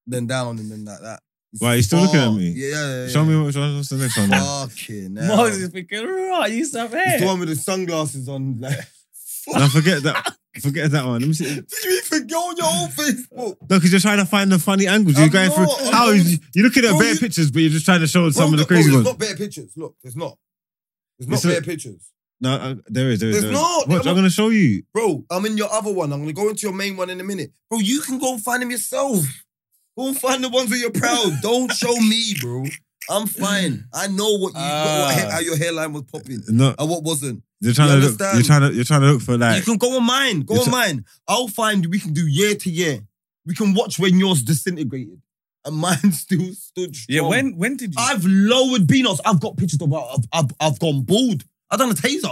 [SPEAKER 5] then down and then like that. It's
[SPEAKER 2] Why, you still looking at
[SPEAKER 5] far.
[SPEAKER 2] me?
[SPEAKER 5] Yeah, yeah, yeah.
[SPEAKER 2] Show me what, what's the next one. then.
[SPEAKER 5] Fucking hell.
[SPEAKER 3] Moses is thinking, right, you used to have
[SPEAKER 5] It's the
[SPEAKER 3] hair.
[SPEAKER 5] one with the sunglasses on. Like,
[SPEAKER 2] No, forget that. Forget that one. Let me see.
[SPEAKER 5] did you even go on your own Facebook?
[SPEAKER 2] No, because you're trying to find the funny angles. You're
[SPEAKER 5] I'm
[SPEAKER 2] going
[SPEAKER 5] not.
[SPEAKER 2] through.
[SPEAKER 5] I'm
[SPEAKER 2] How
[SPEAKER 5] not.
[SPEAKER 2] is you're looking at
[SPEAKER 5] Bro,
[SPEAKER 2] bare
[SPEAKER 5] you-
[SPEAKER 2] pictures, but you're just trying to show
[SPEAKER 5] Bro,
[SPEAKER 2] some of the
[SPEAKER 5] look,
[SPEAKER 2] crazy
[SPEAKER 5] bro,
[SPEAKER 2] ones.
[SPEAKER 5] There's not better pictures. Look, there's not. There's not
[SPEAKER 2] It's
[SPEAKER 5] better
[SPEAKER 2] a-
[SPEAKER 5] pictures.
[SPEAKER 2] No, uh, there is. There
[SPEAKER 5] There's
[SPEAKER 2] is. There is.
[SPEAKER 5] not.
[SPEAKER 2] Watch,
[SPEAKER 5] I'm
[SPEAKER 2] I'm gonna show you.
[SPEAKER 5] Bro, I'm in your other one. I'm gonna go into your main one in a minute.
[SPEAKER 1] Bro, you can go and find them yourself. Go and find the ones that you're proud. Don't show me, bro. I'm fine. I know what you what hair-
[SPEAKER 3] Ah.
[SPEAKER 1] how your hairline was popping
[SPEAKER 2] No,
[SPEAKER 1] and what wasn't.
[SPEAKER 2] you're trying to look.
[SPEAKER 1] understand?
[SPEAKER 2] You're trying to. You're trying to look for
[SPEAKER 1] You
[SPEAKER 2] like.
[SPEAKER 1] can go on mine. Go
[SPEAKER 2] You
[SPEAKER 1] on
[SPEAKER 2] t-
[SPEAKER 1] mine. I'll find you. We can do year to year. We can watch when yours disintegrated and mine still stood strong.
[SPEAKER 3] Yeah, when when did you
[SPEAKER 1] I've lowered Beanos. I've got pictures of I've, I've I've gone bald. I've done a taser.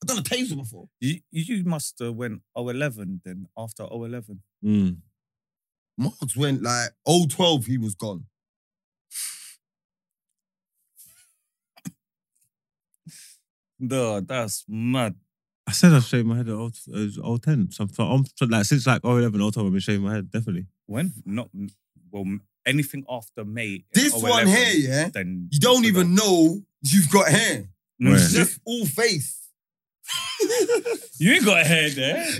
[SPEAKER 1] I've done a taser before.
[SPEAKER 3] you, you must have went 011 then after 011.
[SPEAKER 2] Mm.
[SPEAKER 1] Marks went like 012, he was gone.
[SPEAKER 3] No, that's mad.
[SPEAKER 2] I said I've shaved my head at old, old ten. So I'm, so I'm so like since like 011, old time I've been shaving my head definitely.
[SPEAKER 3] When? Not well m- anything after May.
[SPEAKER 1] This one
[SPEAKER 3] 011,
[SPEAKER 1] here, yeah.
[SPEAKER 3] Then
[SPEAKER 1] You don't
[SPEAKER 3] should
[SPEAKER 1] even know you've got hair.
[SPEAKER 3] have-
[SPEAKER 2] Where?
[SPEAKER 1] It's just all face.
[SPEAKER 3] You ain't got a hair there.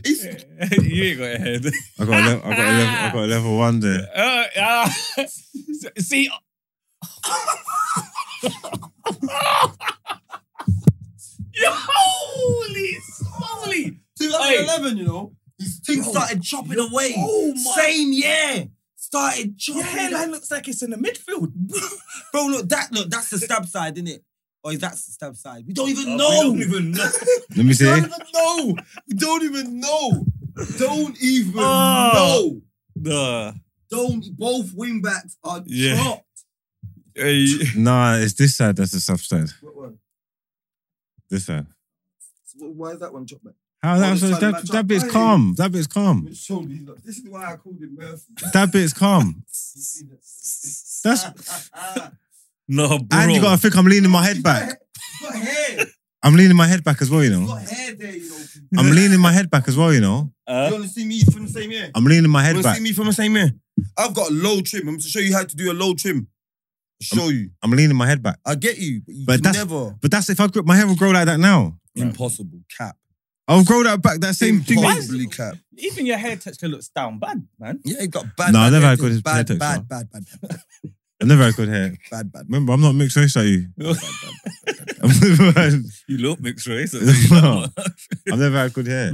[SPEAKER 3] you ain't got a hair there.
[SPEAKER 2] I got a level, I got a level, I got a level one there.
[SPEAKER 3] Uh, uh, see. uh, Yo, holy smoly.
[SPEAKER 6] 2011, you know, his thing started chopping away.
[SPEAKER 3] Oh my-
[SPEAKER 6] Same year, started chopping.
[SPEAKER 3] Your hairline looks like it's in the midfield.
[SPEAKER 6] Bro, look that look that's the stab side, isn't it? Or is that the stab side? We don't even
[SPEAKER 3] Uh, We
[SPEAKER 6] know.
[SPEAKER 3] don't even know.
[SPEAKER 2] Let me see.
[SPEAKER 6] don't even know. We don't even know. Don't even
[SPEAKER 3] Oh. Nah.
[SPEAKER 6] know. Don't. Both wing backs are
[SPEAKER 3] Yeah.
[SPEAKER 6] chopped.
[SPEAKER 3] Hey.
[SPEAKER 2] Nah, it's this side that's the sub side.
[SPEAKER 6] What one?
[SPEAKER 2] This side.
[SPEAKER 6] So why is that one chopped back?
[SPEAKER 2] How
[SPEAKER 6] Oh,
[SPEAKER 2] that,
[SPEAKER 6] it's
[SPEAKER 2] so
[SPEAKER 6] trying to
[SPEAKER 2] that,
[SPEAKER 6] match
[SPEAKER 2] that
[SPEAKER 6] up.
[SPEAKER 2] bit's
[SPEAKER 6] Hey.
[SPEAKER 2] calm. That bit's calm.
[SPEAKER 6] It showed me, look, This is why I called him Murphy.
[SPEAKER 2] That bit's calm.
[SPEAKER 6] You see Ah, this?
[SPEAKER 2] That's
[SPEAKER 3] No, bro.
[SPEAKER 2] and you gotta think I'm leaning my head back.
[SPEAKER 6] He's got hair.
[SPEAKER 2] I'm leaning my head back as well, you
[SPEAKER 6] He's
[SPEAKER 2] know.
[SPEAKER 6] got hair there, you know. You
[SPEAKER 2] I'm leaning my head back as well, you know.
[SPEAKER 3] Uh,
[SPEAKER 6] want to see me from the same year?
[SPEAKER 2] I'm leaning my
[SPEAKER 6] You
[SPEAKER 2] head
[SPEAKER 6] want to
[SPEAKER 2] back.
[SPEAKER 6] see me from the same year? I've got a low trim. I'm to show you how to do a low trim. Show you.
[SPEAKER 2] I'm leaning my head back.
[SPEAKER 6] I get you, but you
[SPEAKER 2] But
[SPEAKER 6] can
[SPEAKER 2] that's-
[SPEAKER 6] never.
[SPEAKER 2] But that's if I grew, my hair will grow like that now.
[SPEAKER 6] Impossible cap.
[SPEAKER 2] I'll grow that back, that same thing.
[SPEAKER 3] Why
[SPEAKER 2] that-
[SPEAKER 3] is-
[SPEAKER 6] Impossibly cap.
[SPEAKER 3] even your hair texture looks down bad, man.
[SPEAKER 6] Yeah, he got bad.
[SPEAKER 2] No,
[SPEAKER 6] bad
[SPEAKER 2] I never had
[SPEAKER 6] hair.
[SPEAKER 2] good
[SPEAKER 6] bad,
[SPEAKER 2] hair texture.
[SPEAKER 6] bad, bad, bad, bad, bad,
[SPEAKER 2] I never had good hair.
[SPEAKER 6] bad, bad,
[SPEAKER 2] Remember, I'm not mixed race like you.
[SPEAKER 6] bad, bad, bad.
[SPEAKER 2] I'm never-
[SPEAKER 3] You look mixed race.
[SPEAKER 2] No. I've never had good hair.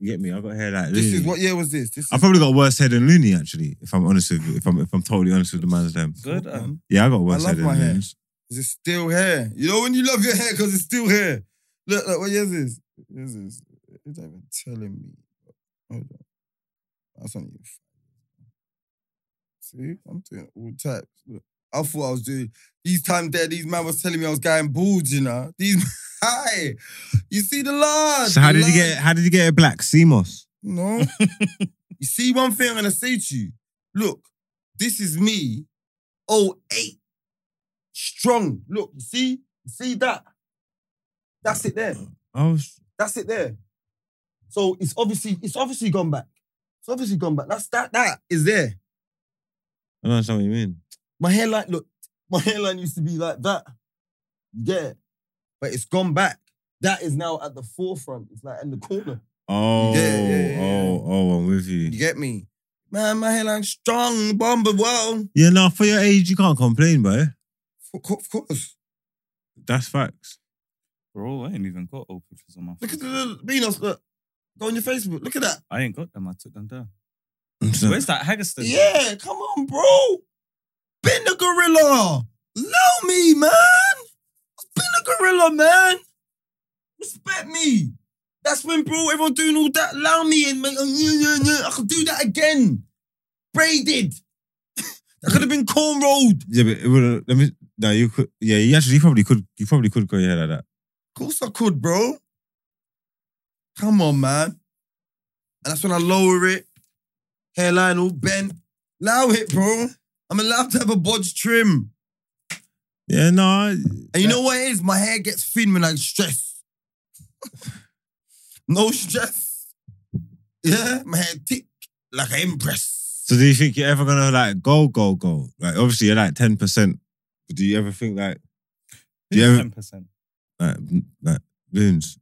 [SPEAKER 2] You get me? I got hair like
[SPEAKER 1] This
[SPEAKER 2] Looney.
[SPEAKER 1] is what year was this? This is
[SPEAKER 2] I probably got worse hair than Looney, actually. If I'm honest with you, if I'm if I'm totally honest with the man's them.
[SPEAKER 3] Good. Um,
[SPEAKER 2] Yeah, I got worse
[SPEAKER 1] love
[SPEAKER 2] hair than
[SPEAKER 1] my hair.
[SPEAKER 2] Looney.
[SPEAKER 1] Is it still hair? You know when you love your hair because it's still hair. Look, look, what year is this? What year is this? It's not even telling me. Hold on. That's only See, I'm doing all types. Look, I thought I was doing these times there, these man was telling me I was going bald, you know. These hi. You see the line.
[SPEAKER 2] So how
[SPEAKER 1] the
[SPEAKER 2] did you
[SPEAKER 1] line.
[SPEAKER 2] get? How did you get it black? CMOS.
[SPEAKER 1] No. you see, one thing I'm gonna say to you. Look, this is me, 08. Strong. Look, you see? You see that? That's it there.
[SPEAKER 2] I was.
[SPEAKER 1] That's it there. So it's obviously, it's obviously gone back. It's obviously gone back. That's that that is there.
[SPEAKER 2] I don't understand what you mean.
[SPEAKER 1] My hairline, look, my hairline used to be like that. You get it? But it's gone back. That is now at the forefront. It's like in the corner.
[SPEAKER 2] Oh,
[SPEAKER 1] Yeah, yeah, yeah,
[SPEAKER 2] oh, oh! I'm with you.
[SPEAKER 1] You get me? Man, my hairline strong, bomber. Well,
[SPEAKER 2] Yeah, no. For your age, you can't complain, bro.
[SPEAKER 1] of co- of course.
[SPEAKER 2] That's facts.
[SPEAKER 3] bro, I ain't even got old pictures on my
[SPEAKER 1] Look at the
[SPEAKER 3] phone.
[SPEAKER 1] little Beanos, look. Go on your Facebook. Look at that.
[SPEAKER 3] I ain't got them. I took them down.
[SPEAKER 2] So-
[SPEAKER 3] Where's that Haggerston?
[SPEAKER 1] Yeah, come on, bro. Been the gorilla. Love me, man. Been the gorilla, man. Respect me. That's when, bro, everyone doing all that. Allow me and make, uh, yeah, yeah, yeah. I could do that again. Braided. that could have been cornrowed.
[SPEAKER 2] Yeah, but it would. Let me. No, you could. Yeah, you actually you probably could. You probably could grow your hair like that.
[SPEAKER 1] Of course I could, bro. Come on, man. And that's when I lower it. Hairline all bent. Allow it, bro. I'm allowed to have a bodge trim.
[SPEAKER 2] Yeah, no.
[SPEAKER 1] And you know what it is? My hair gets thin when I stress. no stress. Yeah, my hair thick like an empress.
[SPEAKER 2] So do you think you're ever gonna like go, go, go? Like obviously you're like ten percent. But do you ever think like Do you ever-
[SPEAKER 3] ten percent.
[SPEAKER 2] like like loons?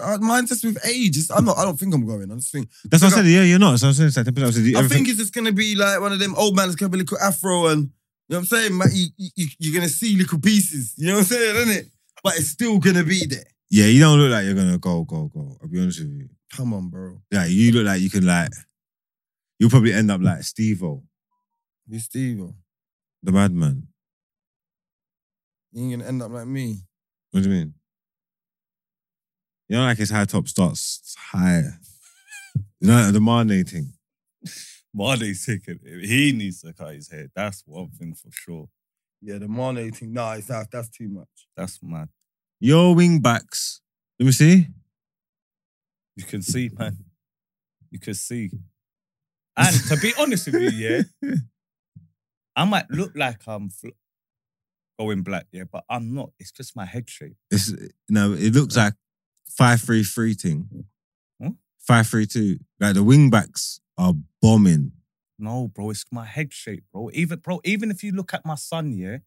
[SPEAKER 1] Uh, Mine just with age. It's- I'm not. I don't think I'm going. I just think.
[SPEAKER 2] That's what I
[SPEAKER 1] Like,
[SPEAKER 2] said. Yeah, you're not. So I'm saying it's like ten percent. So do you
[SPEAKER 1] I
[SPEAKER 2] ever
[SPEAKER 1] think it's just gonna be like one of them old man's gonna be a little afro, and you know what I'm saying. Man, you, you, you're gonna see little pieces. You know what I'm saying, isn't it? But it's still gonna be there.
[SPEAKER 2] yeah, you don't look like you're gonna go, go, go. I'll be honest with you.
[SPEAKER 1] Come on, bro.
[SPEAKER 2] Like you look like you can like. You'll probably end up like Steve-O,
[SPEAKER 1] You Steve, you
[SPEAKER 2] the madman.
[SPEAKER 1] ain't gonna end up like me.
[SPEAKER 2] What do you mean? You know, like his high top starts higher. you know, like the Marne thing.
[SPEAKER 3] Marley's taking it. He needs to cut his hair. That's one thing for sure.
[SPEAKER 1] Yeah, the Mane thing. Nah, it's that, that's too much.
[SPEAKER 3] That's mad.
[SPEAKER 2] Your wing backs. Let me see.
[SPEAKER 3] You can see, man. You can see. And to be honest with you, yeah, I might look like I'm fl- going black, yeah, but I'm not. It's just my head shape.
[SPEAKER 2] It's no, it looks like five three three thing.
[SPEAKER 1] Hmm?
[SPEAKER 3] Huh?
[SPEAKER 2] Five three two. Like the wing backs are bombing.
[SPEAKER 3] No, bro, it's my head shape, bro. Even bro, even if you look at my son, yeah,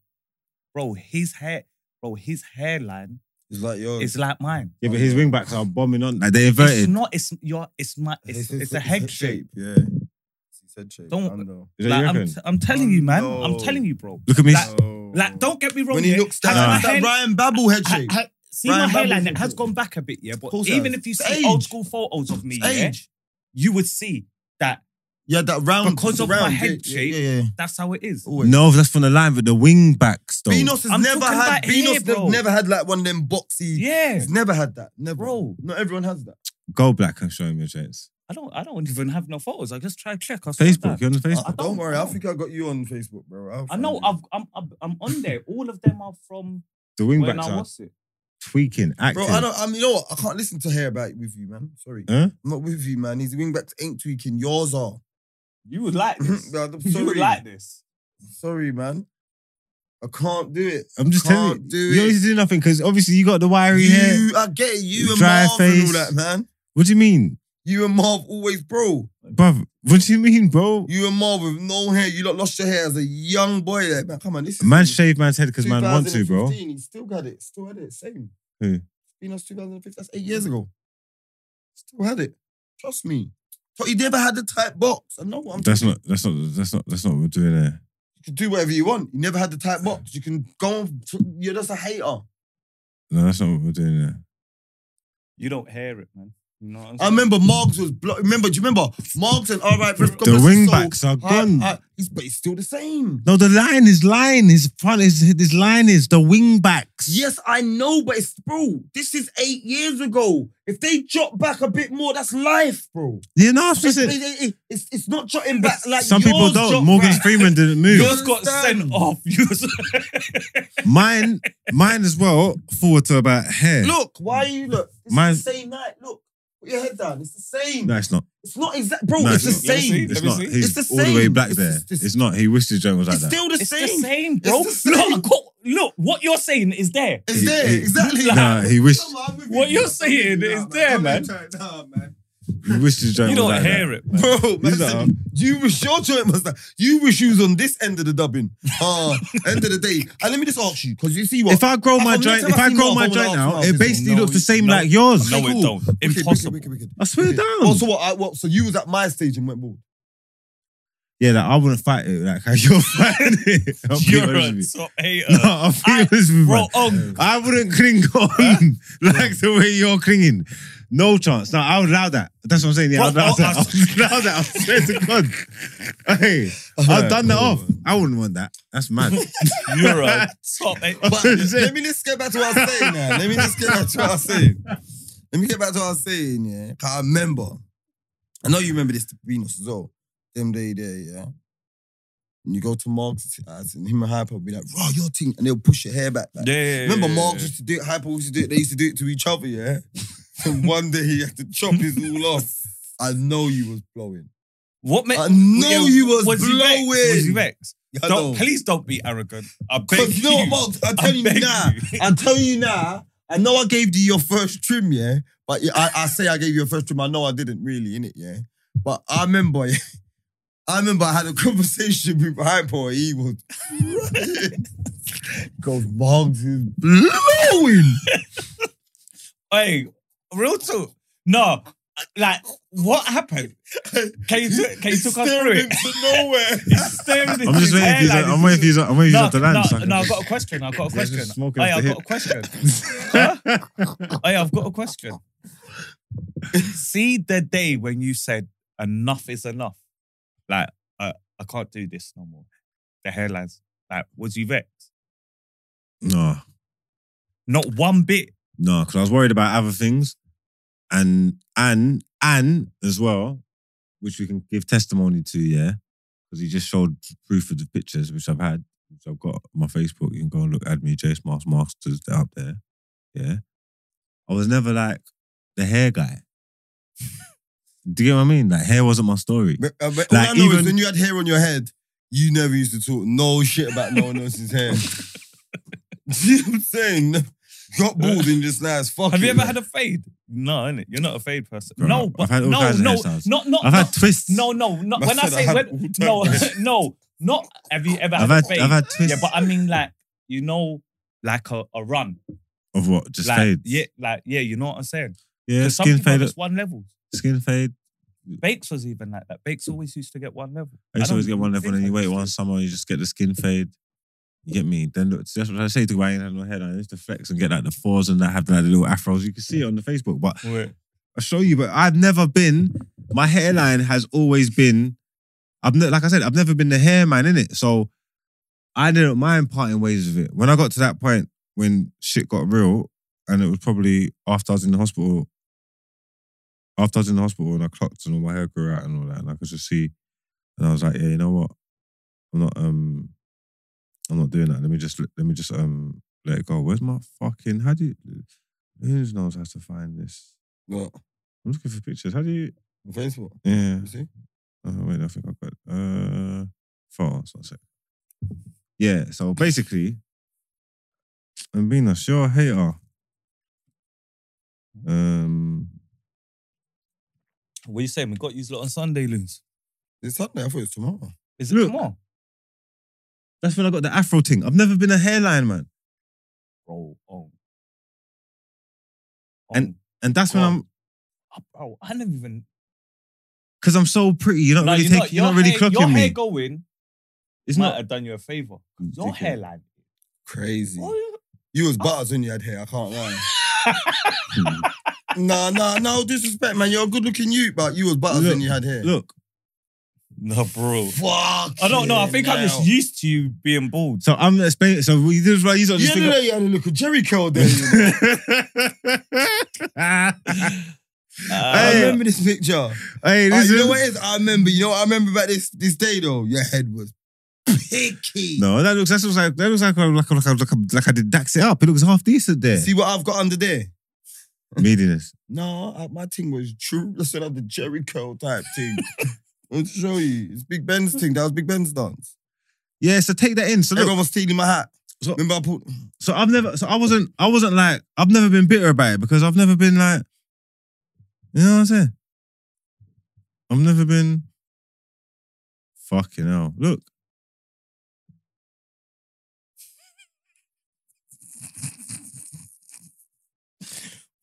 [SPEAKER 3] bro, his hair, bro, his hairline
[SPEAKER 1] It's like yo,
[SPEAKER 3] It's like mine.
[SPEAKER 2] Yeah, but his wing backs are bombing on. Like they
[SPEAKER 3] It's
[SPEAKER 2] inverted.
[SPEAKER 3] not. It's your. It's my. It's, it's a head shape.
[SPEAKER 1] Yeah, it's head shape.
[SPEAKER 3] Don't-
[SPEAKER 1] Under.
[SPEAKER 2] Is that
[SPEAKER 3] Like,
[SPEAKER 2] you
[SPEAKER 3] I'm,
[SPEAKER 2] reckon?
[SPEAKER 3] t- I'm telling you, man.
[SPEAKER 1] No.
[SPEAKER 3] I'm telling you, bro.
[SPEAKER 2] Look at me.
[SPEAKER 3] Like-
[SPEAKER 1] No.
[SPEAKER 3] Like, don't get me wrong.
[SPEAKER 1] when he
[SPEAKER 3] yeah.
[SPEAKER 1] looks
[SPEAKER 3] Has
[SPEAKER 1] down,
[SPEAKER 2] Nah.
[SPEAKER 3] my
[SPEAKER 1] it's that
[SPEAKER 3] head-
[SPEAKER 1] Ryan Babel head
[SPEAKER 3] ha-
[SPEAKER 1] shape.
[SPEAKER 3] ha- see
[SPEAKER 1] Ryan
[SPEAKER 3] my hairline.
[SPEAKER 1] Babel's
[SPEAKER 3] It has
[SPEAKER 1] football.
[SPEAKER 3] gone back a bit, yeah. But
[SPEAKER 1] course it
[SPEAKER 3] even
[SPEAKER 1] has.
[SPEAKER 3] if you
[SPEAKER 1] It's
[SPEAKER 3] see
[SPEAKER 1] age.
[SPEAKER 3] old school photos of me, yeah,
[SPEAKER 1] Age.
[SPEAKER 3] you would see that
[SPEAKER 1] Yeah, that round
[SPEAKER 3] Because of my
[SPEAKER 1] round,
[SPEAKER 3] head
[SPEAKER 1] yeah,
[SPEAKER 3] shape.
[SPEAKER 1] Yeah, yeah. yeah.
[SPEAKER 3] that's how it is.
[SPEAKER 1] Always.
[SPEAKER 2] No, that's from the line, but the wing backs though.
[SPEAKER 1] Benos has
[SPEAKER 3] I'm
[SPEAKER 1] never
[SPEAKER 3] talking
[SPEAKER 1] had.
[SPEAKER 3] about here,
[SPEAKER 1] Benos
[SPEAKER 3] bro.
[SPEAKER 1] never had like one of them boxy.
[SPEAKER 3] Yeah,
[SPEAKER 1] He's never had that. Never.
[SPEAKER 3] bro.
[SPEAKER 1] Not everyone has that.
[SPEAKER 2] Go black and show him your shirts.
[SPEAKER 3] I don't. I don't even have no photos. I just try to check. I swear to
[SPEAKER 2] Facebook,
[SPEAKER 3] God.
[SPEAKER 2] you're on Facebook.
[SPEAKER 3] I
[SPEAKER 1] don't,
[SPEAKER 3] don't
[SPEAKER 1] worry. I
[SPEAKER 3] know.
[SPEAKER 1] think I got you on Facebook, bro. I'll
[SPEAKER 3] I
[SPEAKER 1] find
[SPEAKER 3] know.
[SPEAKER 1] you.
[SPEAKER 3] I've, I'm. I'm. I'm on there. All of them are from
[SPEAKER 2] the wing
[SPEAKER 3] when
[SPEAKER 2] backs
[SPEAKER 3] I
[SPEAKER 2] are
[SPEAKER 3] was it.
[SPEAKER 2] tweaking, acting.
[SPEAKER 1] Bro, I don't. I mean, you know what? I can't listen to hair about it with you, man. Sorry,
[SPEAKER 2] Huh?
[SPEAKER 1] I'm not with you, man. These wingbacks ain't tweaking. Yours are.
[SPEAKER 3] You would like this.
[SPEAKER 1] Nah, I'm
[SPEAKER 3] you would
[SPEAKER 1] sorry.
[SPEAKER 3] like this.
[SPEAKER 1] Sorry, man. I can't do it.
[SPEAKER 2] I'm just telling
[SPEAKER 1] Can't
[SPEAKER 2] you.
[SPEAKER 1] do it.
[SPEAKER 2] You always do nothing because obviously you got the wiry hair.
[SPEAKER 1] You, I get it. You and
[SPEAKER 2] Dry
[SPEAKER 1] Marv and all
[SPEAKER 2] face.
[SPEAKER 1] that, man.
[SPEAKER 2] What do you mean,
[SPEAKER 1] You and Marv always, bro.
[SPEAKER 2] bruv? What do you mean, bro?
[SPEAKER 1] You and Marv with no hair. You lot lost your hair as a young boy. Like, man, come on. This is
[SPEAKER 2] Man shaved man's head because man want to, bro.
[SPEAKER 1] 2015, He still got it. Still had it. Same.
[SPEAKER 2] Who?
[SPEAKER 1] Beano's 2015. That's eight years ago. Still had it. Trust me. But he never had the tight box. I know what I'm
[SPEAKER 2] That's not. That's not. That's not. That's not what we're doing there.
[SPEAKER 1] You can do whatever you want. You never had the tight box. You can go on. to- you're just a hater.
[SPEAKER 2] No, that's not what we're doing there.
[SPEAKER 3] You don't hear it, man. You know what I'm
[SPEAKER 1] I
[SPEAKER 3] saying?
[SPEAKER 1] remember Marks was blo- remember. Do you remember Marks and all right?
[SPEAKER 2] The wing backs are gone.
[SPEAKER 1] he's, but he's still the same.
[SPEAKER 2] No, the line is line. His front is his line is the wing backs.
[SPEAKER 1] Yes, I know, but it's bro. This is eight years ago. If they jot back a bit more, that's life, bro.
[SPEAKER 2] You know, I'm
[SPEAKER 1] It's,
[SPEAKER 2] just saying.
[SPEAKER 1] it- it- it's, it's not jotting back like
[SPEAKER 2] Some people
[SPEAKER 1] yours jot
[SPEAKER 2] don't. Morgan
[SPEAKER 1] back.
[SPEAKER 2] Freeman didn't move.
[SPEAKER 3] Yours got sent off. Yours.
[SPEAKER 2] Mine, mine as well. Forward to about hair.
[SPEAKER 1] Look, why you look? It's
[SPEAKER 2] Mine-
[SPEAKER 1] the same night. Look, put your head down. It's the same.
[SPEAKER 2] no, it's not.
[SPEAKER 1] It's not exact, bro.
[SPEAKER 2] No,
[SPEAKER 1] it's,
[SPEAKER 2] it's
[SPEAKER 1] the
[SPEAKER 3] not. Let me
[SPEAKER 1] same.
[SPEAKER 3] see.
[SPEAKER 2] It's not.
[SPEAKER 3] see.
[SPEAKER 2] He's
[SPEAKER 1] It's the
[SPEAKER 2] all the way
[SPEAKER 1] same.
[SPEAKER 2] back
[SPEAKER 1] It's
[SPEAKER 2] there.
[SPEAKER 1] the- it's-
[SPEAKER 2] It's not. He wished his joint was like
[SPEAKER 1] It's
[SPEAKER 2] that.
[SPEAKER 1] still the
[SPEAKER 3] It's
[SPEAKER 1] same.
[SPEAKER 3] the same, bro.
[SPEAKER 1] It's the same.
[SPEAKER 3] Look, go- look, what you're saying is there.
[SPEAKER 1] It's
[SPEAKER 2] He-
[SPEAKER 1] there,
[SPEAKER 2] he-
[SPEAKER 1] exactly.
[SPEAKER 2] Nah, he wished
[SPEAKER 1] Come on, I'm with
[SPEAKER 3] What
[SPEAKER 1] you.
[SPEAKER 3] you're saying
[SPEAKER 1] I'm with you
[SPEAKER 3] is
[SPEAKER 1] now,
[SPEAKER 3] there,
[SPEAKER 1] Come
[SPEAKER 3] man.
[SPEAKER 1] on, try it. Nah, man.
[SPEAKER 2] he wished his joint
[SPEAKER 3] You
[SPEAKER 2] was
[SPEAKER 3] don't
[SPEAKER 2] like that.
[SPEAKER 3] hear it, man.
[SPEAKER 1] Bro, man
[SPEAKER 2] These are-
[SPEAKER 1] said, you wish your joint was that. You wish you was on this end of the dubbing. Uh, end of the day. And let me just ask you, because you see what?
[SPEAKER 2] If I grow
[SPEAKER 1] I-
[SPEAKER 2] my
[SPEAKER 1] I'm not
[SPEAKER 2] joint,
[SPEAKER 1] telling
[SPEAKER 2] if I
[SPEAKER 1] you
[SPEAKER 2] grow
[SPEAKER 1] no,
[SPEAKER 2] my
[SPEAKER 1] hold on,
[SPEAKER 2] joint
[SPEAKER 1] hold
[SPEAKER 2] now,
[SPEAKER 1] on,
[SPEAKER 2] it
[SPEAKER 1] hold on.
[SPEAKER 2] basically
[SPEAKER 3] No,
[SPEAKER 2] looks the same
[SPEAKER 3] no.
[SPEAKER 2] like yours.
[SPEAKER 3] No, it
[SPEAKER 1] cool.
[SPEAKER 3] don't.
[SPEAKER 1] Wicked,
[SPEAKER 3] Impossible.
[SPEAKER 1] Wicked, wicked, wicked.
[SPEAKER 2] I swear down.
[SPEAKER 1] Also, what? I, what? So you was at my stage and went bald.
[SPEAKER 2] yeah, like, I wouldn't fight it like how you're fighting it. I'll be
[SPEAKER 3] You're a
[SPEAKER 2] honest with you.
[SPEAKER 3] top hater.
[SPEAKER 2] No, I'll be
[SPEAKER 3] I-
[SPEAKER 2] honest with you.
[SPEAKER 3] Bro,
[SPEAKER 2] man.
[SPEAKER 3] um,
[SPEAKER 2] I wouldn't cling on like the way you're clinging. No chance. No, I would allow that. That's what I'm saying. Yeah,
[SPEAKER 3] Bro,
[SPEAKER 2] I'd allow
[SPEAKER 3] I'll-
[SPEAKER 2] that. I would allow that. I swear to God. Hey, I've done that off. I wouldn't want that. That's mad.
[SPEAKER 3] you're a top hater.
[SPEAKER 1] But let me just get back to what I was saying now. Let me just get back to what I was saying. Let me get back to what I was saying, yeah. 'Cause I remember. I know you remember this to Venus as well. Them day there, yeah. And you go to Mark's house and him and Hyper will be like, raw your thing. And they'll push your hair back. like,
[SPEAKER 3] Yeah.
[SPEAKER 1] Remember, Mark used to do it, Hyper used to do it, they used to do it to each other, yeah? and one day he had to chop his all off. I know you was blowing.
[SPEAKER 3] What made?
[SPEAKER 1] I know
[SPEAKER 3] Yeah,
[SPEAKER 1] you was,
[SPEAKER 3] he vexed?
[SPEAKER 1] blowing.
[SPEAKER 3] Was he vexed?
[SPEAKER 1] I
[SPEAKER 3] Don't,
[SPEAKER 1] know.
[SPEAKER 3] please don't be arrogant. I beg
[SPEAKER 1] Because
[SPEAKER 3] you.
[SPEAKER 1] you know what, Mark? I'm
[SPEAKER 3] I
[SPEAKER 1] telling you
[SPEAKER 3] beg
[SPEAKER 1] now.
[SPEAKER 3] you.
[SPEAKER 1] I'm telling you now. I know I gave you your first trim, yeah. But yeah, I, I say I gave you your first trim. I know I didn't really, in it, yeah. But I remember, yeah, I remember I had a conversation with Hyper. He was goes, Marks is blowing.
[SPEAKER 3] Hey, real talk. No, like what happened? Can you t- can you talk us through
[SPEAKER 1] Staring
[SPEAKER 3] it?
[SPEAKER 1] into nowhere.
[SPEAKER 3] He's staring at
[SPEAKER 2] I'm
[SPEAKER 3] his
[SPEAKER 2] just waiting for you.
[SPEAKER 3] hairline.
[SPEAKER 2] I'm waiting for you. I'm waiting for
[SPEAKER 3] No,
[SPEAKER 2] you to land.
[SPEAKER 3] no,
[SPEAKER 2] so I can
[SPEAKER 3] no, I've
[SPEAKER 2] just-
[SPEAKER 3] got a question. I've got a
[SPEAKER 2] There's just
[SPEAKER 3] question.
[SPEAKER 2] smoke
[SPEAKER 3] Hey,
[SPEAKER 2] off
[SPEAKER 3] I've
[SPEAKER 2] the
[SPEAKER 3] got a question. Huh? hey, I've got a question. See the day when you said enough is enough. Like uh, I can't do this no more. The hairlines. Like was you vexed?
[SPEAKER 2] No,
[SPEAKER 3] Not one bit.
[SPEAKER 2] no, because I was worried about other things, and and and as well, which we can give testimony to. Yeah, because he just showed proof of the pictures which I've had, which I've got on my Facebook. You can go and look at me, Jace Mars Masters. They're up there. Yeah, I was never like the hair guy. Do you get what I mean? Like hair wasn't my story.
[SPEAKER 1] But, uh, but
[SPEAKER 2] Like,
[SPEAKER 1] all I know
[SPEAKER 2] even-
[SPEAKER 1] is when you had hair on your head, you never used to talk no shit about no one else's hair. Do you know what I'm saying? Got bald and just now it's fucking.
[SPEAKER 3] Have you ever had a fade? No, innit? You're not a fade person.
[SPEAKER 2] Bro,
[SPEAKER 3] no,
[SPEAKER 2] I've
[SPEAKER 3] but
[SPEAKER 2] had all
[SPEAKER 3] no,
[SPEAKER 2] kinds of
[SPEAKER 3] no,
[SPEAKER 2] hairstyles.
[SPEAKER 3] not not
[SPEAKER 2] I've
[SPEAKER 3] no,
[SPEAKER 2] had twists.
[SPEAKER 3] no, no, no.
[SPEAKER 1] Man
[SPEAKER 3] When
[SPEAKER 1] said
[SPEAKER 3] I
[SPEAKER 1] I
[SPEAKER 3] say
[SPEAKER 1] had
[SPEAKER 3] when, no,
[SPEAKER 1] all types.
[SPEAKER 3] no, not have you ever
[SPEAKER 2] I've
[SPEAKER 3] had
[SPEAKER 2] had
[SPEAKER 3] a fade?
[SPEAKER 2] I've had twists.
[SPEAKER 3] yeah, but I mean like you know, like a, a run.
[SPEAKER 2] Of what? Just
[SPEAKER 3] like,
[SPEAKER 2] fade.
[SPEAKER 3] Yeah, like yeah, you know what I'm saying?
[SPEAKER 2] Yeah,
[SPEAKER 3] 'Cause some
[SPEAKER 2] skin
[SPEAKER 3] people are
[SPEAKER 2] fade.
[SPEAKER 3] just one level.
[SPEAKER 2] Skin fade.
[SPEAKER 3] Bakes was even like that. Bakes always used to get one level.
[SPEAKER 2] I used to
[SPEAKER 3] don't
[SPEAKER 2] always get one level,
[SPEAKER 3] think
[SPEAKER 2] and
[SPEAKER 3] I
[SPEAKER 2] you wait
[SPEAKER 3] used to.
[SPEAKER 2] one summer, you just get the skin fade. You get me? Then look, that's what I say to my my head. I used to flex and get like the fours and that have like the little afros. You can see it on the Facebook, but I show you. But I've never been. My hairline has always been. I've ne- like I said, I've never been the hair man in it, so I didn't mind parting ways with it. When I got to that point, when shit got real, and it was probably after I was in the hospital. After I was in the hospital and I clocked and all my hair grew out and all that, and I could just see, and I was like, yeah, you know what, I'm not um, I'm not doing that. Let me just let me just um let it go. Where's my fucking? How do you? Who knows how to find this?
[SPEAKER 1] What?
[SPEAKER 2] I'm looking for pictures. How do you?
[SPEAKER 1] On Facebook.
[SPEAKER 2] Yeah.
[SPEAKER 3] Mm.
[SPEAKER 1] You see?
[SPEAKER 2] Uh, wait, I think I've got uh photos. One sec. Yeah. So basically, I'm being a sure hater. Um.
[SPEAKER 3] What are you saying? We got you lot on Sunday, Loons.
[SPEAKER 1] It's Sunday. I thought it was tomorrow.
[SPEAKER 3] Is it
[SPEAKER 2] Look.
[SPEAKER 3] tomorrow?
[SPEAKER 2] That's when I got the afro thing. I've never been a hairline man,
[SPEAKER 3] Bro, oh. on.
[SPEAKER 2] And- and that's when
[SPEAKER 3] Wow.
[SPEAKER 2] I'm
[SPEAKER 3] On. Oh, bro, I never even.
[SPEAKER 2] because I'm so pretty. You're not
[SPEAKER 3] No,
[SPEAKER 2] really
[SPEAKER 3] you know
[SPEAKER 2] taking.
[SPEAKER 3] what?
[SPEAKER 2] you're not
[SPEAKER 3] Your
[SPEAKER 2] really
[SPEAKER 3] hair- Your
[SPEAKER 2] clocking
[SPEAKER 3] hair
[SPEAKER 2] me.
[SPEAKER 3] going
[SPEAKER 2] It's
[SPEAKER 3] might
[SPEAKER 2] not.
[SPEAKER 3] have done you a favor. Your
[SPEAKER 2] Ridiculous.
[SPEAKER 3] hairline.
[SPEAKER 1] Crazy.
[SPEAKER 3] Oh, yeah.
[SPEAKER 1] You was butters when you had hair. I can't lie.
[SPEAKER 2] Mm,
[SPEAKER 1] Nah, nah, no disrespect, man. You're a good looking youth, but you was butters
[SPEAKER 2] Look,
[SPEAKER 1] when you had hair.
[SPEAKER 2] Look.
[SPEAKER 3] No, bro.
[SPEAKER 1] Fuck.
[SPEAKER 3] I don't know. I think I'm just used to you being bald.
[SPEAKER 2] So I'm explaining. So we did right. You just
[SPEAKER 1] Yeah,
[SPEAKER 2] think
[SPEAKER 1] no, you had a look at Jerry curl there. you know. I
[SPEAKER 3] Uh,
[SPEAKER 1] remember this picture.
[SPEAKER 2] hey,
[SPEAKER 1] Ah,
[SPEAKER 2] listen.
[SPEAKER 1] you know what it is? I remember. You know what I remember about this this day though? Your head was picky.
[SPEAKER 2] No, that looks that looks like that looks like like like like, like I did dax it up. It looks half decent there.
[SPEAKER 1] See what I've got under there?
[SPEAKER 2] Meatiness.
[SPEAKER 1] No, I- my thing was true. That's another Jerry curl type thing. I'll show you. It's Big Ben's thing. That was Big Ben's dance.
[SPEAKER 2] Yeah, so take that in. So look,
[SPEAKER 1] Everyone was stealing my hat.
[SPEAKER 2] So-
[SPEAKER 1] remember I put
[SPEAKER 2] so I've never so I wasn't I wasn't like I've never been bitter about it because I've never been like you know what I'm saying? I've never been fucking hell. Look.